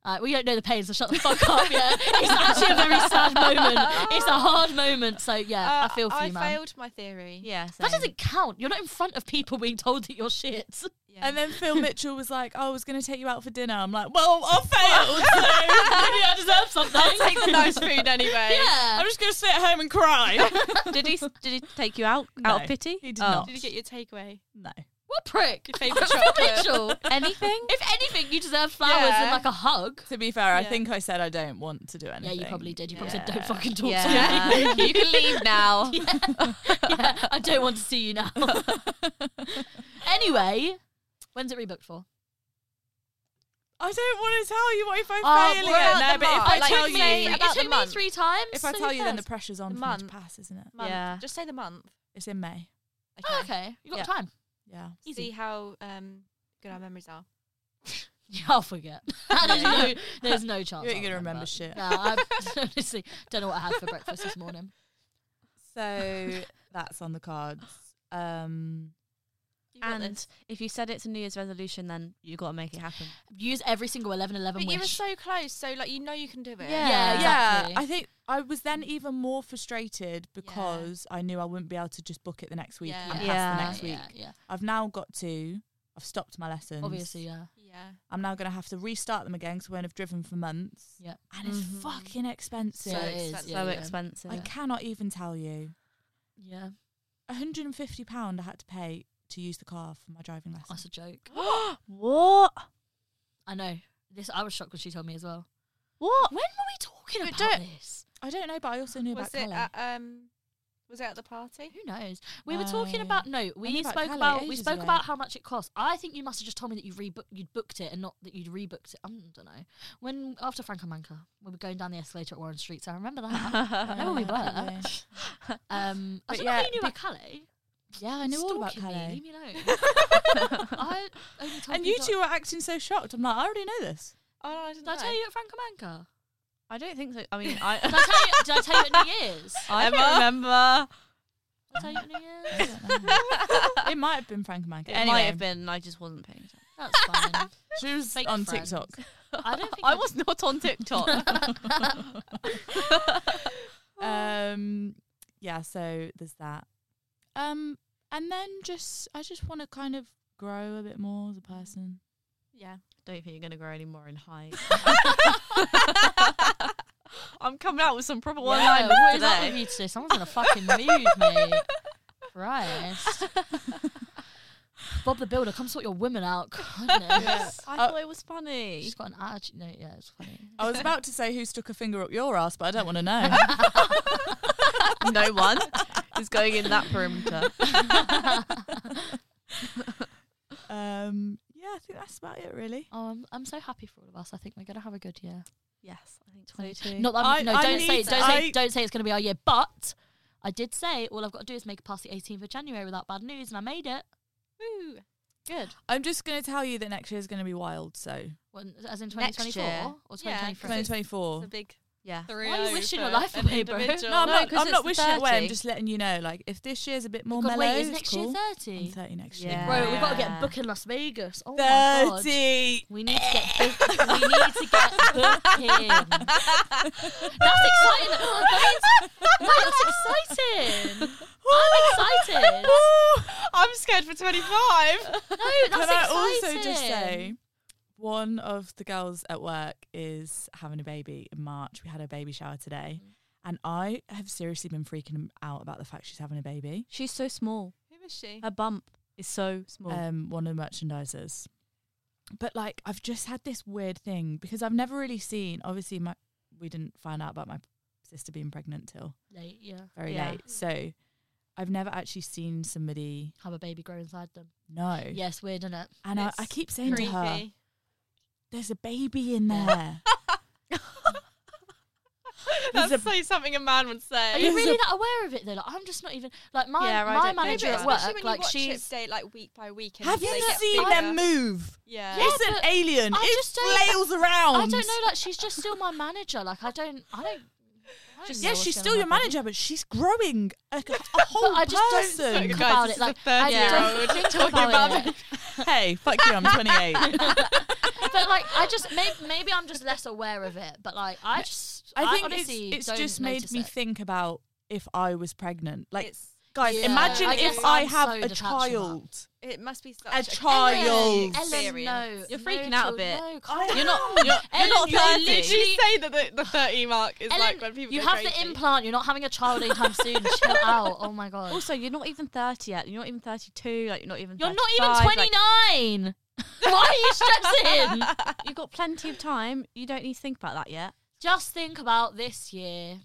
[SPEAKER 2] Uh, we don't know the pain, so shut the fuck up. Yeah, it's actually a very sad moment. It's a hard moment. So yeah,
[SPEAKER 5] Uh,
[SPEAKER 2] I feel for
[SPEAKER 5] I
[SPEAKER 2] you, man.
[SPEAKER 5] failed my theory.
[SPEAKER 4] Yeah.
[SPEAKER 2] That
[SPEAKER 4] same.
[SPEAKER 2] doesn't count. You're not in front of people being told that you're shit.
[SPEAKER 5] Yeah.
[SPEAKER 3] And then Phil Mitchell was like, "Oh, "I was going to take you out for dinner." I'm like, "Well, I failed. so maybe I deserve something."
[SPEAKER 5] take the nice food anyway.
[SPEAKER 2] Yeah.
[SPEAKER 3] I'm just going to sit at home and cry.
[SPEAKER 4] did he? Did he take you out
[SPEAKER 3] No,
[SPEAKER 4] out of pity?
[SPEAKER 3] he did
[SPEAKER 4] Oh.
[SPEAKER 3] not.
[SPEAKER 5] Did you get your takeaway?
[SPEAKER 3] no.
[SPEAKER 2] What prick?
[SPEAKER 5] Your favourite
[SPEAKER 2] Phil
[SPEAKER 5] chocolate.
[SPEAKER 2] Mitchell.
[SPEAKER 4] Anything?
[SPEAKER 2] If anything, you deserve flowers
[SPEAKER 5] Yeah.
[SPEAKER 2] and like a hug.
[SPEAKER 3] To be fair, I
[SPEAKER 5] Yeah.
[SPEAKER 3] think I said I don't want to do
[SPEAKER 2] Yeah,
[SPEAKER 3] anything.
[SPEAKER 2] you probably did. You probably said,
[SPEAKER 3] Yeah.
[SPEAKER 2] "Don't fucking talk
[SPEAKER 4] Yeah.
[SPEAKER 2] to me."
[SPEAKER 4] you can leave now.
[SPEAKER 2] yeah, I don't want to see you now. anyway, when's it rebooked for?
[SPEAKER 3] I don't want to tell you. What if I
[SPEAKER 2] Oh,
[SPEAKER 3] fail
[SPEAKER 2] we're
[SPEAKER 3] again?
[SPEAKER 5] at
[SPEAKER 3] No,
[SPEAKER 5] the
[SPEAKER 3] but if
[SPEAKER 5] mark.
[SPEAKER 3] I
[SPEAKER 5] Like,
[SPEAKER 3] tell
[SPEAKER 5] took
[SPEAKER 3] you,
[SPEAKER 5] me
[SPEAKER 2] it
[SPEAKER 5] about
[SPEAKER 2] took
[SPEAKER 5] the
[SPEAKER 2] me
[SPEAKER 5] month.
[SPEAKER 2] three times.
[SPEAKER 3] if I
[SPEAKER 2] so
[SPEAKER 3] tell
[SPEAKER 2] who
[SPEAKER 3] you, then the
[SPEAKER 2] cares?
[SPEAKER 3] pressure's on
[SPEAKER 5] The
[SPEAKER 3] for me to
[SPEAKER 5] month.
[SPEAKER 3] pass, isn't it?
[SPEAKER 5] Month.
[SPEAKER 4] Yeah.
[SPEAKER 5] Just say the month.
[SPEAKER 3] It's in May.
[SPEAKER 2] Oh, okay, you got
[SPEAKER 3] Yeah.
[SPEAKER 2] time.
[SPEAKER 3] Yeah.
[SPEAKER 5] See how um, good our memories are.
[SPEAKER 2] Yeah, I'll forget. there's, no, there's no chance.
[SPEAKER 3] You ain't
[SPEAKER 2] I'll
[SPEAKER 3] gonna remember shit.
[SPEAKER 2] No, I honestly don't know what I had for breakfast this morning.
[SPEAKER 3] So that's on the cards. Um,
[SPEAKER 5] You got
[SPEAKER 4] And
[SPEAKER 5] this.
[SPEAKER 4] if you said it's a New Year's resolution, then you got to make it happen.
[SPEAKER 2] Use every single eleven eleven
[SPEAKER 5] but you were
[SPEAKER 2] wish.
[SPEAKER 5] so close, so like you know you can do it.
[SPEAKER 4] Yeah.
[SPEAKER 2] exactly.
[SPEAKER 3] Yeah, I think I was then even more frustrated because I knew I wouldn't be able to just book it the next week
[SPEAKER 5] Yeah.
[SPEAKER 3] and
[SPEAKER 4] Yeah.
[SPEAKER 3] pass the next week.
[SPEAKER 2] Yeah, yeah.
[SPEAKER 3] I've now got to. I've stopped my lessons.
[SPEAKER 2] Obviously, yeah.
[SPEAKER 5] Yeah.
[SPEAKER 3] I'm now going to have to restart them again because I won't have driven for months.
[SPEAKER 2] Yep.
[SPEAKER 3] And it's
[SPEAKER 5] Mhm.
[SPEAKER 3] fucking expensive.
[SPEAKER 2] So it is.
[SPEAKER 5] expensive.
[SPEAKER 2] Yeah,
[SPEAKER 4] so
[SPEAKER 2] Mm-hmm. yeah.
[SPEAKER 4] expensive.
[SPEAKER 3] I cannot even tell you.
[SPEAKER 2] Yeah,
[SPEAKER 3] £150 I had to pay to use the car for my driving lesson.
[SPEAKER 2] that's a joke.
[SPEAKER 4] what?
[SPEAKER 2] I know. This I was shocked when she told me as well.
[SPEAKER 4] What?
[SPEAKER 2] When were we talking
[SPEAKER 4] But
[SPEAKER 2] about
[SPEAKER 4] don't-
[SPEAKER 2] this?
[SPEAKER 3] I don't know, but I also knew
[SPEAKER 5] Was
[SPEAKER 1] uh,
[SPEAKER 3] about
[SPEAKER 5] it
[SPEAKER 3] Keller.
[SPEAKER 5] at, um, Was it at the party?
[SPEAKER 2] Who knows? We were talking
[SPEAKER 3] No.
[SPEAKER 2] about no. We
[SPEAKER 3] knew about
[SPEAKER 2] spoke
[SPEAKER 3] Calais
[SPEAKER 2] about we
[SPEAKER 3] ages
[SPEAKER 2] spoke
[SPEAKER 3] ago.
[SPEAKER 2] about how much it costs. I think you must have just told me that you rebooked you'd booked it and not that you'd rebooked it. I don't know. When after Franco Manca, we were going down the escalator at Warren Street, so I remember that. I know we
[SPEAKER 3] Uh,
[SPEAKER 2] were. Um, I
[SPEAKER 3] But
[SPEAKER 2] don't know how
[SPEAKER 3] yeah,
[SPEAKER 2] you knew
[SPEAKER 3] be-
[SPEAKER 2] about Calais.
[SPEAKER 3] Yeah, I knew all about
[SPEAKER 2] Stalking me,
[SPEAKER 3] Calais.
[SPEAKER 2] Leave me alone. I only told
[SPEAKER 3] and you
[SPEAKER 2] people-
[SPEAKER 3] two were acting so shocked. I'm like, I already know this.
[SPEAKER 5] Oh, no, I didn't
[SPEAKER 2] Did I tell you at Franco Manca?
[SPEAKER 4] I don't think so. I mean, I
[SPEAKER 2] Did I tell you? Did I tell you at New Year's?
[SPEAKER 4] I don't remember.
[SPEAKER 2] Did I tell you at New Year's?
[SPEAKER 3] I don't know. it might have been Frank Mankin.
[SPEAKER 4] It
[SPEAKER 3] Anyway,
[SPEAKER 4] might have been. I just wasn't paying attention.
[SPEAKER 2] That's fine.
[SPEAKER 3] She was
[SPEAKER 2] Fake
[SPEAKER 3] on
[SPEAKER 2] friends.
[SPEAKER 3] TikTok.
[SPEAKER 2] I don't think
[SPEAKER 4] I was not on TikTok.
[SPEAKER 3] um yeah so there's that um and then just i just want to kind of grow a bit more as a person
[SPEAKER 5] Yeah.
[SPEAKER 4] don't think you're gonna grow any more in height. I'm coming out with some proper one
[SPEAKER 2] yeah,
[SPEAKER 4] liners
[SPEAKER 2] what is up with
[SPEAKER 4] today.
[SPEAKER 2] you today? Someone's in a fucking mood, mate. Christ. Bob the Builder, come sort your women out. Goodness.
[SPEAKER 4] I
[SPEAKER 3] Oh.
[SPEAKER 4] thought it was funny.
[SPEAKER 2] She's got an attitude. No, yeah, it's funny.
[SPEAKER 3] i was about to say who stuck a finger up your ass but i don't want to know
[SPEAKER 4] no one is going in that perimeter.
[SPEAKER 3] um yeah i think that's about it really
[SPEAKER 2] Oh, I'm, I'm so happy for all of us. I think we're going to have a good year.
[SPEAKER 4] Yes, I think
[SPEAKER 2] Not that
[SPEAKER 3] I-
[SPEAKER 2] I'm, no,
[SPEAKER 3] I
[SPEAKER 2] don't say,
[SPEAKER 3] need-
[SPEAKER 2] don't say,
[SPEAKER 3] I-
[SPEAKER 2] don't say it's going to be our year. But I did say all I've got to do is make it past the 18th of January without bad news, and I made it.
[SPEAKER 5] Woo.
[SPEAKER 2] Good.
[SPEAKER 3] i'm just going to tell you that next year is going to be wild so
[SPEAKER 2] When, as in
[SPEAKER 4] Next
[SPEAKER 2] 2024
[SPEAKER 4] year.
[SPEAKER 2] or
[SPEAKER 5] Yeah,
[SPEAKER 2] 2023.
[SPEAKER 3] 2024
[SPEAKER 5] It's a big
[SPEAKER 4] Yeah.
[SPEAKER 5] three.
[SPEAKER 2] Why are you wishing your life away, bro?
[SPEAKER 3] no, I'm
[SPEAKER 2] No,
[SPEAKER 3] not.
[SPEAKER 2] 'cause
[SPEAKER 3] I'm not
[SPEAKER 2] it's
[SPEAKER 3] wishing
[SPEAKER 2] the
[SPEAKER 3] it away. I'm
[SPEAKER 2] 30.
[SPEAKER 3] just letting you know. Like, if this year's a bit more
[SPEAKER 2] God,
[SPEAKER 3] mellow,
[SPEAKER 2] wait, is
[SPEAKER 3] it's
[SPEAKER 2] next
[SPEAKER 3] cool.
[SPEAKER 2] year
[SPEAKER 3] I'm
[SPEAKER 2] 30?
[SPEAKER 3] 30 next
[SPEAKER 4] Yeah.
[SPEAKER 3] year.
[SPEAKER 2] Bro, we've got to
[SPEAKER 4] Yeah.
[SPEAKER 2] get booked in Las Vegas. Oh my god.
[SPEAKER 3] 30.
[SPEAKER 2] We need to get booked. we need to get booked in. That's exciting. Oh, That is, that is exciting. I'm excited.
[SPEAKER 5] I'm scared for 25.
[SPEAKER 2] No, that's
[SPEAKER 3] Can I
[SPEAKER 2] exciting.
[SPEAKER 3] also just say, one of the girls at work is having a baby in March. We had a baby shower today,
[SPEAKER 2] Mm.
[SPEAKER 3] and I have seriously been freaking out about the fact she's having a baby.
[SPEAKER 4] She's so small.
[SPEAKER 5] Who is she?
[SPEAKER 4] Her bump is so small.
[SPEAKER 3] Um, one of the merchandisers, but like I've just had this weird thing because I've never really seen. Obviously, my we didn't find out about my sister being pregnant till
[SPEAKER 2] Late, yeah.
[SPEAKER 3] very
[SPEAKER 4] Yeah.
[SPEAKER 3] late, so I've never actually seen somebody
[SPEAKER 2] Have a baby grow inside them.
[SPEAKER 3] know.
[SPEAKER 2] Yes, weird, isn't it?
[SPEAKER 3] and I, I
[SPEAKER 5] It's
[SPEAKER 3] keep saying to her,
[SPEAKER 5] Creepy.
[SPEAKER 3] "There's a baby in
[SPEAKER 2] Yeah.
[SPEAKER 3] there."
[SPEAKER 5] That's
[SPEAKER 3] a-
[SPEAKER 5] so something a man would
[SPEAKER 2] Are
[SPEAKER 5] say.
[SPEAKER 2] you
[SPEAKER 3] There's
[SPEAKER 2] really
[SPEAKER 3] a-
[SPEAKER 2] that aware of it though? Like, I'm just not even like my
[SPEAKER 4] Yeah, I
[SPEAKER 2] my
[SPEAKER 4] don't know,
[SPEAKER 2] manager
[SPEAKER 4] but
[SPEAKER 2] at
[SPEAKER 4] especially
[SPEAKER 2] work. Like she's
[SPEAKER 5] day like week by week.
[SPEAKER 3] Have you
[SPEAKER 5] they get
[SPEAKER 3] seen
[SPEAKER 5] bigger.
[SPEAKER 3] them move?
[SPEAKER 5] Yeah.
[SPEAKER 2] Yeah.
[SPEAKER 3] it's an
[SPEAKER 2] but
[SPEAKER 3] alien.
[SPEAKER 2] I
[SPEAKER 3] it
[SPEAKER 2] just don't-
[SPEAKER 3] flails around.
[SPEAKER 2] I don't know. Like she's just still my manager. Like I don't. I don't. I don't
[SPEAKER 3] Just,
[SPEAKER 2] know
[SPEAKER 3] yeah,
[SPEAKER 2] what's
[SPEAKER 3] she's
[SPEAKER 2] going
[SPEAKER 3] still
[SPEAKER 2] on
[SPEAKER 3] your
[SPEAKER 2] with my body.
[SPEAKER 3] manager, but she's growing a, a whole
[SPEAKER 2] I just don't
[SPEAKER 3] person.
[SPEAKER 2] think
[SPEAKER 5] Guys,
[SPEAKER 2] about
[SPEAKER 5] this
[SPEAKER 2] it.
[SPEAKER 5] is a
[SPEAKER 2] Like, I don't
[SPEAKER 5] 30-year-old
[SPEAKER 2] think
[SPEAKER 5] talking
[SPEAKER 2] about,
[SPEAKER 5] about
[SPEAKER 2] it.
[SPEAKER 3] hey, fuck you, I'm 28.
[SPEAKER 2] But like, I just maybe, maybe I'm just less aware of it. But like, I just I,
[SPEAKER 3] I think it's,
[SPEAKER 2] honestly
[SPEAKER 3] it's
[SPEAKER 2] don't
[SPEAKER 3] just made
[SPEAKER 2] notice
[SPEAKER 3] me
[SPEAKER 2] it.
[SPEAKER 3] think about if I was pregnant. Like,
[SPEAKER 5] It's,
[SPEAKER 3] guys,
[SPEAKER 2] Yeah,
[SPEAKER 3] imagine
[SPEAKER 2] I
[SPEAKER 3] if
[SPEAKER 2] guess
[SPEAKER 3] I
[SPEAKER 2] I'm
[SPEAKER 3] have
[SPEAKER 2] so
[SPEAKER 3] a
[SPEAKER 2] detached from that.
[SPEAKER 3] child.
[SPEAKER 5] it must be such
[SPEAKER 3] A
[SPEAKER 5] crazy
[SPEAKER 1] "Oh,
[SPEAKER 3] child.
[SPEAKER 2] Ellen, Ellen, no,
[SPEAKER 4] You're
[SPEAKER 2] no,
[SPEAKER 4] freaking out
[SPEAKER 2] children,
[SPEAKER 4] a bit.
[SPEAKER 2] No, calm
[SPEAKER 3] You're
[SPEAKER 2] down.
[SPEAKER 4] not- you're-
[SPEAKER 2] Ellen,
[SPEAKER 4] you're not
[SPEAKER 2] you
[SPEAKER 4] 30.
[SPEAKER 5] Did you
[SPEAKER 2] literally-
[SPEAKER 5] say that the, the 30 mark is
[SPEAKER 2] Ellen,
[SPEAKER 5] like when people
[SPEAKER 2] you
[SPEAKER 5] go
[SPEAKER 2] have
[SPEAKER 5] crazy?
[SPEAKER 2] the implant. You're not having a child anytime soon. Chill out. Oh my god.
[SPEAKER 4] also, you're not even 30 yet. You're not even 32. Like, you're not even.
[SPEAKER 2] you're
[SPEAKER 4] 35,
[SPEAKER 2] not even
[SPEAKER 4] like,
[SPEAKER 2] 29. Why are you stressing?
[SPEAKER 4] you've got plenty of time. You don't need to think about that yet.
[SPEAKER 2] Just think about this year.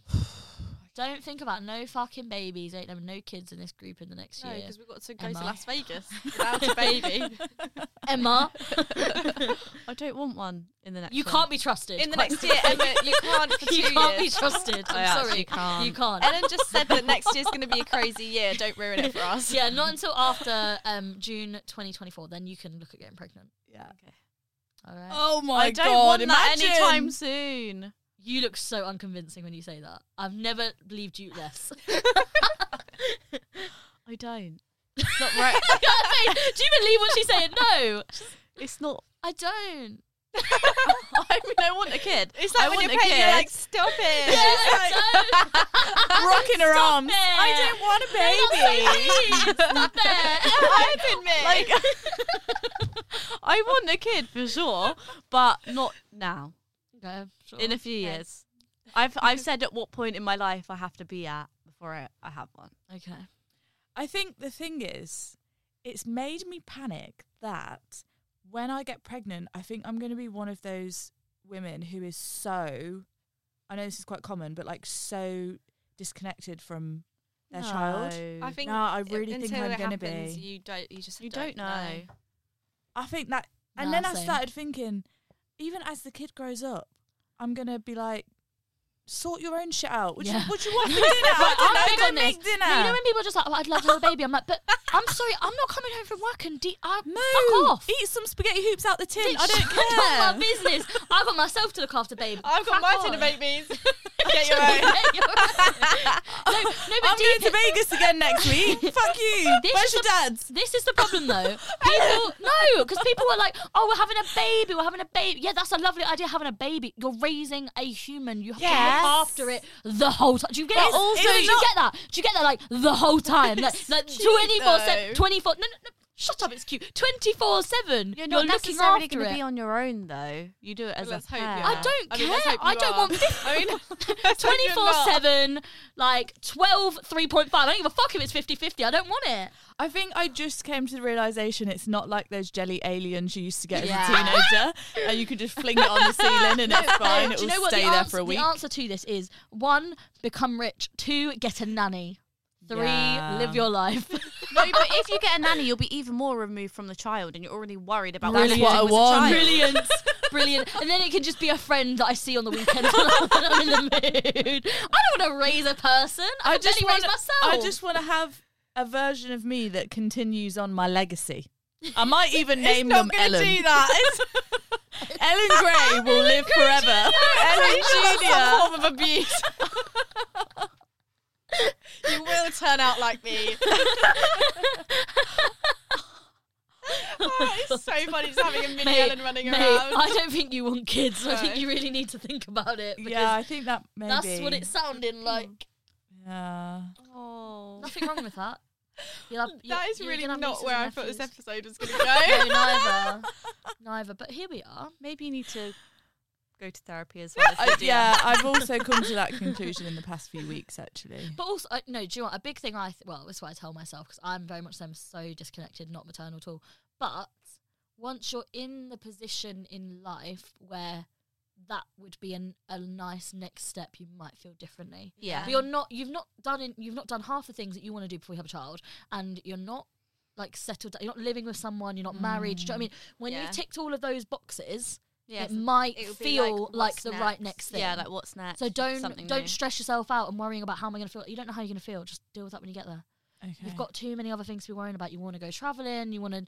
[SPEAKER 2] Don't think about no fucking babies. Ain't having no kids in this group in the next
[SPEAKER 5] No,
[SPEAKER 2] year.
[SPEAKER 5] because we've got to go
[SPEAKER 2] Emma.
[SPEAKER 5] to Las Vegas without a baby
[SPEAKER 2] Emma,
[SPEAKER 4] I don't want one in the next.
[SPEAKER 2] you
[SPEAKER 4] year.
[SPEAKER 2] can't be trusted.
[SPEAKER 5] in the
[SPEAKER 2] Quite
[SPEAKER 5] next year.
[SPEAKER 2] simply.
[SPEAKER 5] Emma, you can't for two
[SPEAKER 2] you can't
[SPEAKER 5] years.
[SPEAKER 2] be trusted.
[SPEAKER 4] I
[SPEAKER 2] I'm
[SPEAKER 4] actually
[SPEAKER 2] sorry,
[SPEAKER 4] can't.
[SPEAKER 2] you can't.
[SPEAKER 5] Ellen just said that next year's going to be a crazy year. Don't ruin it for us.
[SPEAKER 2] yeah, not until after um, June 2024. Then you can look at getting pregnant.
[SPEAKER 3] Yeah.
[SPEAKER 2] All right.
[SPEAKER 3] Oh my
[SPEAKER 4] I don't
[SPEAKER 3] god!
[SPEAKER 4] want
[SPEAKER 3] imagine.
[SPEAKER 4] that anytime soon.
[SPEAKER 2] You look so unconvincing when you say that. I've never believed you less.
[SPEAKER 4] I don't.
[SPEAKER 2] It's not right. Do you believe what she's saying? No,
[SPEAKER 4] It's not.
[SPEAKER 2] I don't.
[SPEAKER 4] I mean, I want a kid.
[SPEAKER 5] It's like
[SPEAKER 4] I
[SPEAKER 5] when
[SPEAKER 4] want
[SPEAKER 5] you're
[SPEAKER 4] a
[SPEAKER 5] pregnant,
[SPEAKER 4] kid.
[SPEAKER 5] you're like, stop it.
[SPEAKER 2] Yeah, I don't.
[SPEAKER 3] rocking her arms.
[SPEAKER 2] it.
[SPEAKER 3] I don't want
[SPEAKER 2] Baby,
[SPEAKER 3] a baby.
[SPEAKER 2] stop
[SPEAKER 5] Open
[SPEAKER 2] it.
[SPEAKER 5] me.
[SPEAKER 4] like I want a kid for sure, but not now.
[SPEAKER 2] Okay, sure.
[SPEAKER 4] In a few years, I've I've said at what point in my life I have to be at before I, I have one.
[SPEAKER 2] okay.
[SPEAKER 3] I think the thing is, it's made me panic that when I get pregnant, I think I'm going to be one of those women who is so, I know this is quite common, but like so disconnected from their child.
[SPEAKER 1] I think
[SPEAKER 3] No, I
[SPEAKER 1] it-
[SPEAKER 3] really think
[SPEAKER 1] until
[SPEAKER 3] I'm
[SPEAKER 1] it
[SPEAKER 3] gonna
[SPEAKER 1] happens,
[SPEAKER 3] be.
[SPEAKER 1] You don't. You just
[SPEAKER 4] You don't know.
[SPEAKER 3] I think that, and
[SPEAKER 2] Nah,
[SPEAKER 3] then I
[SPEAKER 2] same.
[SPEAKER 3] started thinking, even as the kid grows up, I'm gonna be like, sort your own shit out. What do you,
[SPEAKER 2] Yeah.
[SPEAKER 3] what do you want for dinner? I
[SPEAKER 2] I'm
[SPEAKER 3] don't know.
[SPEAKER 2] big
[SPEAKER 3] Go
[SPEAKER 2] on this.
[SPEAKER 3] make dinner.
[SPEAKER 2] No, you know when people are just like, oh, I'd love to have a baby. I'm like, but I'm sorry, I'm not coming home from work and de- I
[SPEAKER 3] no,
[SPEAKER 2] fuck off.
[SPEAKER 3] eat some spaghetti hoops out the tin. I
[SPEAKER 2] Bitch,
[SPEAKER 3] don't care.
[SPEAKER 2] I don't my business. I got myself to look after, babe.
[SPEAKER 1] I've got
[SPEAKER 2] Fuck
[SPEAKER 1] my dinner
[SPEAKER 2] off.
[SPEAKER 1] babies. Get your own.
[SPEAKER 2] Get your own. no, no, but
[SPEAKER 3] I'm going
[SPEAKER 2] deep
[SPEAKER 3] to Vegas again next week. Fuck you.
[SPEAKER 2] This
[SPEAKER 3] Where's
[SPEAKER 2] is
[SPEAKER 3] your
[SPEAKER 2] the-
[SPEAKER 3] dad's?
[SPEAKER 2] This is the problem, though. People, no, because people were like, "Oh, we're having a baby. We're having a baby." Yeah, that's a lovely idea. Having a baby, you're raising a human. You have to
[SPEAKER 4] Yes.
[SPEAKER 2] look after it the whole time. Do you get
[SPEAKER 3] But
[SPEAKER 2] it?
[SPEAKER 3] also
[SPEAKER 2] do you
[SPEAKER 3] not-
[SPEAKER 2] get that? Do you get that? Like the whole time, like, like twenty four
[SPEAKER 1] though.
[SPEAKER 2] seven, twenty four. No, no, no. Shut up. It's cute. Twenty four seven.
[SPEAKER 4] You're not necessarily
[SPEAKER 2] looking
[SPEAKER 4] going to
[SPEAKER 2] after
[SPEAKER 4] be
[SPEAKER 2] it.
[SPEAKER 4] on your own though. You do it as
[SPEAKER 1] Let's
[SPEAKER 4] a
[SPEAKER 1] hope
[SPEAKER 4] pair.
[SPEAKER 1] you're
[SPEAKER 2] I don't
[SPEAKER 1] I
[SPEAKER 2] care.
[SPEAKER 1] mean, let's hope
[SPEAKER 2] I
[SPEAKER 1] you
[SPEAKER 2] don't
[SPEAKER 1] are.
[SPEAKER 2] want
[SPEAKER 1] I mean, let's hope
[SPEAKER 2] 24
[SPEAKER 1] you're not.
[SPEAKER 2] 7, like 12, 3.5. I don't give a fuck if it's 50 50. I don't want it.
[SPEAKER 3] I think I just came to the realization it's not like those jelly aliens you used to get
[SPEAKER 2] Yeah.
[SPEAKER 3] as a teenager, and you could just fling it on the ceiling and it's fine. It
[SPEAKER 2] Do
[SPEAKER 3] will
[SPEAKER 2] you know what
[SPEAKER 3] stay
[SPEAKER 2] the
[SPEAKER 3] there
[SPEAKER 2] answer,
[SPEAKER 3] for a week.
[SPEAKER 2] The answer to this is one, become rich. Two, get a nanny. Three,
[SPEAKER 3] Yeah.
[SPEAKER 2] live your life.
[SPEAKER 4] No, but if you get a nanny, you'll be even more removed from the child, and you're already worried about
[SPEAKER 3] That's
[SPEAKER 4] that
[SPEAKER 3] what I
[SPEAKER 4] child was a
[SPEAKER 3] want.
[SPEAKER 4] child.
[SPEAKER 2] Brilliant. Brilliant. And then it can just be a friend that I see on the weekend when I'm in the mood. I don't want to raise a person. I, can barely raise
[SPEAKER 3] wanna-
[SPEAKER 2] myself.
[SPEAKER 3] I just want to have a version of me that continues on my legacy. I might even name
[SPEAKER 1] not
[SPEAKER 3] them
[SPEAKER 1] gonna
[SPEAKER 3] Ellen.
[SPEAKER 1] do that.
[SPEAKER 3] Ellen Gray will live forever. Ellen Junior.
[SPEAKER 1] Form of abuse. you will turn out like me. oh, it's so funny just having a mini
[SPEAKER 2] Mate,
[SPEAKER 1] Ellen running
[SPEAKER 2] mate,
[SPEAKER 1] around.
[SPEAKER 2] I don't think you want kids. I think
[SPEAKER 1] No.
[SPEAKER 2] you really need to think about it because
[SPEAKER 3] Yeah, I think that maybe.
[SPEAKER 2] that's what it's sounding like.
[SPEAKER 3] Yeah.
[SPEAKER 4] Oh.
[SPEAKER 2] Hmm. Nothing wrong with that. You'll have, you-
[SPEAKER 1] that is
[SPEAKER 2] you're
[SPEAKER 1] really
[SPEAKER 2] gonna have
[SPEAKER 1] not
[SPEAKER 2] nieces
[SPEAKER 1] where
[SPEAKER 2] and
[SPEAKER 1] I thought this
[SPEAKER 2] nephews.
[SPEAKER 1] episode was going to go.
[SPEAKER 2] No, neither. Neither. But here we are.
[SPEAKER 4] Maybe you need to go to therapy as well.
[SPEAKER 3] I, Oh, yeah, I've also come to that conclusion in the past few weeks, actually.
[SPEAKER 2] But also, I, no, do you know what? A big thing I, th- well, that's what I tell myself because I'm very much I'm so disconnected, not maternal at all. But once you're in the position in life where that would be an, a nice next step, you might feel differently.
[SPEAKER 4] Yeah.
[SPEAKER 2] But you're not, you've not done, in, you've not done half the things that you want to do before you have a child, and you're not like settled. You're not living with someone. You're not married. Do you know what I mean? When
[SPEAKER 1] Yeah.
[SPEAKER 2] you've ticked all of those boxes,
[SPEAKER 4] Yeah,
[SPEAKER 2] it
[SPEAKER 4] so
[SPEAKER 2] might
[SPEAKER 1] it would be like,
[SPEAKER 2] feel like,
[SPEAKER 1] what's
[SPEAKER 2] the right
[SPEAKER 1] next?
[SPEAKER 2] next thing.
[SPEAKER 4] Yeah, like what's next?
[SPEAKER 2] So don't
[SPEAKER 4] Something
[SPEAKER 2] don't
[SPEAKER 4] new.
[SPEAKER 2] stress yourself out and worrying about how am I going to feel. You don't know how you're going to feel. Just deal with that when you get there.
[SPEAKER 3] Okay.
[SPEAKER 2] You've got too many other things to be worrying about. You want to go traveling. You want to,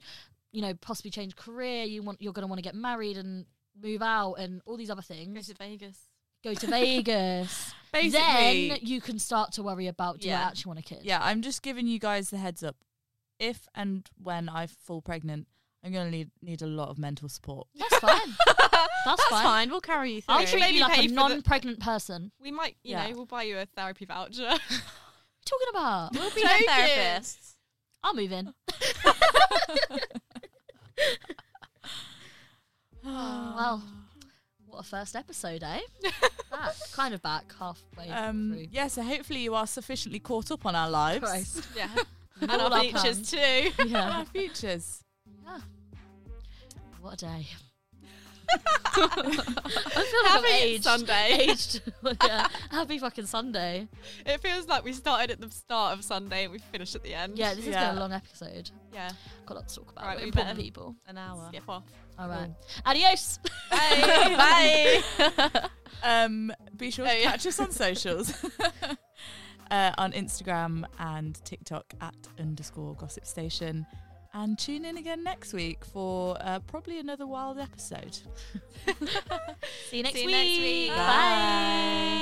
[SPEAKER 2] you know, possibly change career. You want you're going to want to get married and move out and all these other things.
[SPEAKER 1] to Vegas.
[SPEAKER 2] Go to Vegas.
[SPEAKER 3] basically.
[SPEAKER 2] then you can start to worry about do I
[SPEAKER 3] Yeah.
[SPEAKER 2] actually want a kid?
[SPEAKER 3] yeah, I'm just giving you guys the heads up. If and when I fall pregnant, I'm going to need, need a lot of mental support.
[SPEAKER 2] That's fine. That's
[SPEAKER 4] That's
[SPEAKER 2] fine.
[SPEAKER 4] fine. We'll carry you through.
[SPEAKER 2] I'll treat
[SPEAKER 1] Maybe
[SPEAKER 2] you like
[SPEAKER 1] pay
[SPEAKER 2] a
[SPEAKER 1] for the-
[SPEAKER 2] non-pregnant person.
[SPEAKER 1] We might, you
[SPEAKER 3] Yeah.
[SPEAKER 1] know, we'll buy you a therapy voucher.
[SPEAKER 2] What are you talking about?
[SPEAKER 4] We'll be
[SPEAKER 1] Joking.
[SPEAKER 4] your therapist.
[SPEAKER 2] I'll move in. well, what a first episode, eh? Back, kind of back halfway
[SPEAKER 3] Um,
[SPEAKER 2] through.
[SPEAKER 3] yeah, so hopefully you are sufficiently caught up on our lives
[SPEAKER 2] Christ.
[SPEAKER 1] yeah.
[SPEAKER 2] And
[SPEAKER 1] and
[SPEAKER 2] all
[SPEAKER 1] our
[SPEAKER 2] our
[SPEAKER 1] features
[SPEAKER 2] plans.
[SPEAKER 1] too.
[SPEAKER 3] and
[SPEAKER 2] Yeah.
[SPEAKER 3] our futures.
[SPEAKER 2] yeah. What a day. I feel like
[SPEAKER 1] Happy
[SPEAKER 2] I'm aged.
[SPEAKER 1] Sunday.
[SPEAKER 2] Aged. yeah. Happy fucking Sunday.
[SPEAKER 1] It feels like we started at the start of Sunday and we finished at the end.
[SPEAKER 2] Yeah, this has been
[SPEAKER 3] Yeah.
[SPEAKER 2] a long episode.
[SPEAKER 1] Yeah.
[SPEAKER 2] Got a lot to talk about.
[SPEAKER 1] Right,
[SPEAKER 2] We're
[SPEAKER 1] we
[SPEAKER 2] important
[SPEAKER 1] better-
[SPEAKER 2] people.
[SPEAKER 4] An hour.
[SPEAKER 1] Skip off.
[SPEAKER 2] All right. Adios.
[SPEAKER 1] Bye. Bye.
[SPEAKER 3] Um, be sure
[SPEAKER 1] Oh,
[SPEAKER 3] to
[SPEAKER 1] yeah.
[SPEAKER 3] catch us on socials. Uh, on Instagram and TikTok at underscore gossip station. And tune in again next week for uh, probably another wild episode.
[SPEAKER 2] See you next
[SPEAKER 1] See you
[SPEAKER 2] week.
[SPEAKER 1] next week.
[SPEAKER 2] Bye.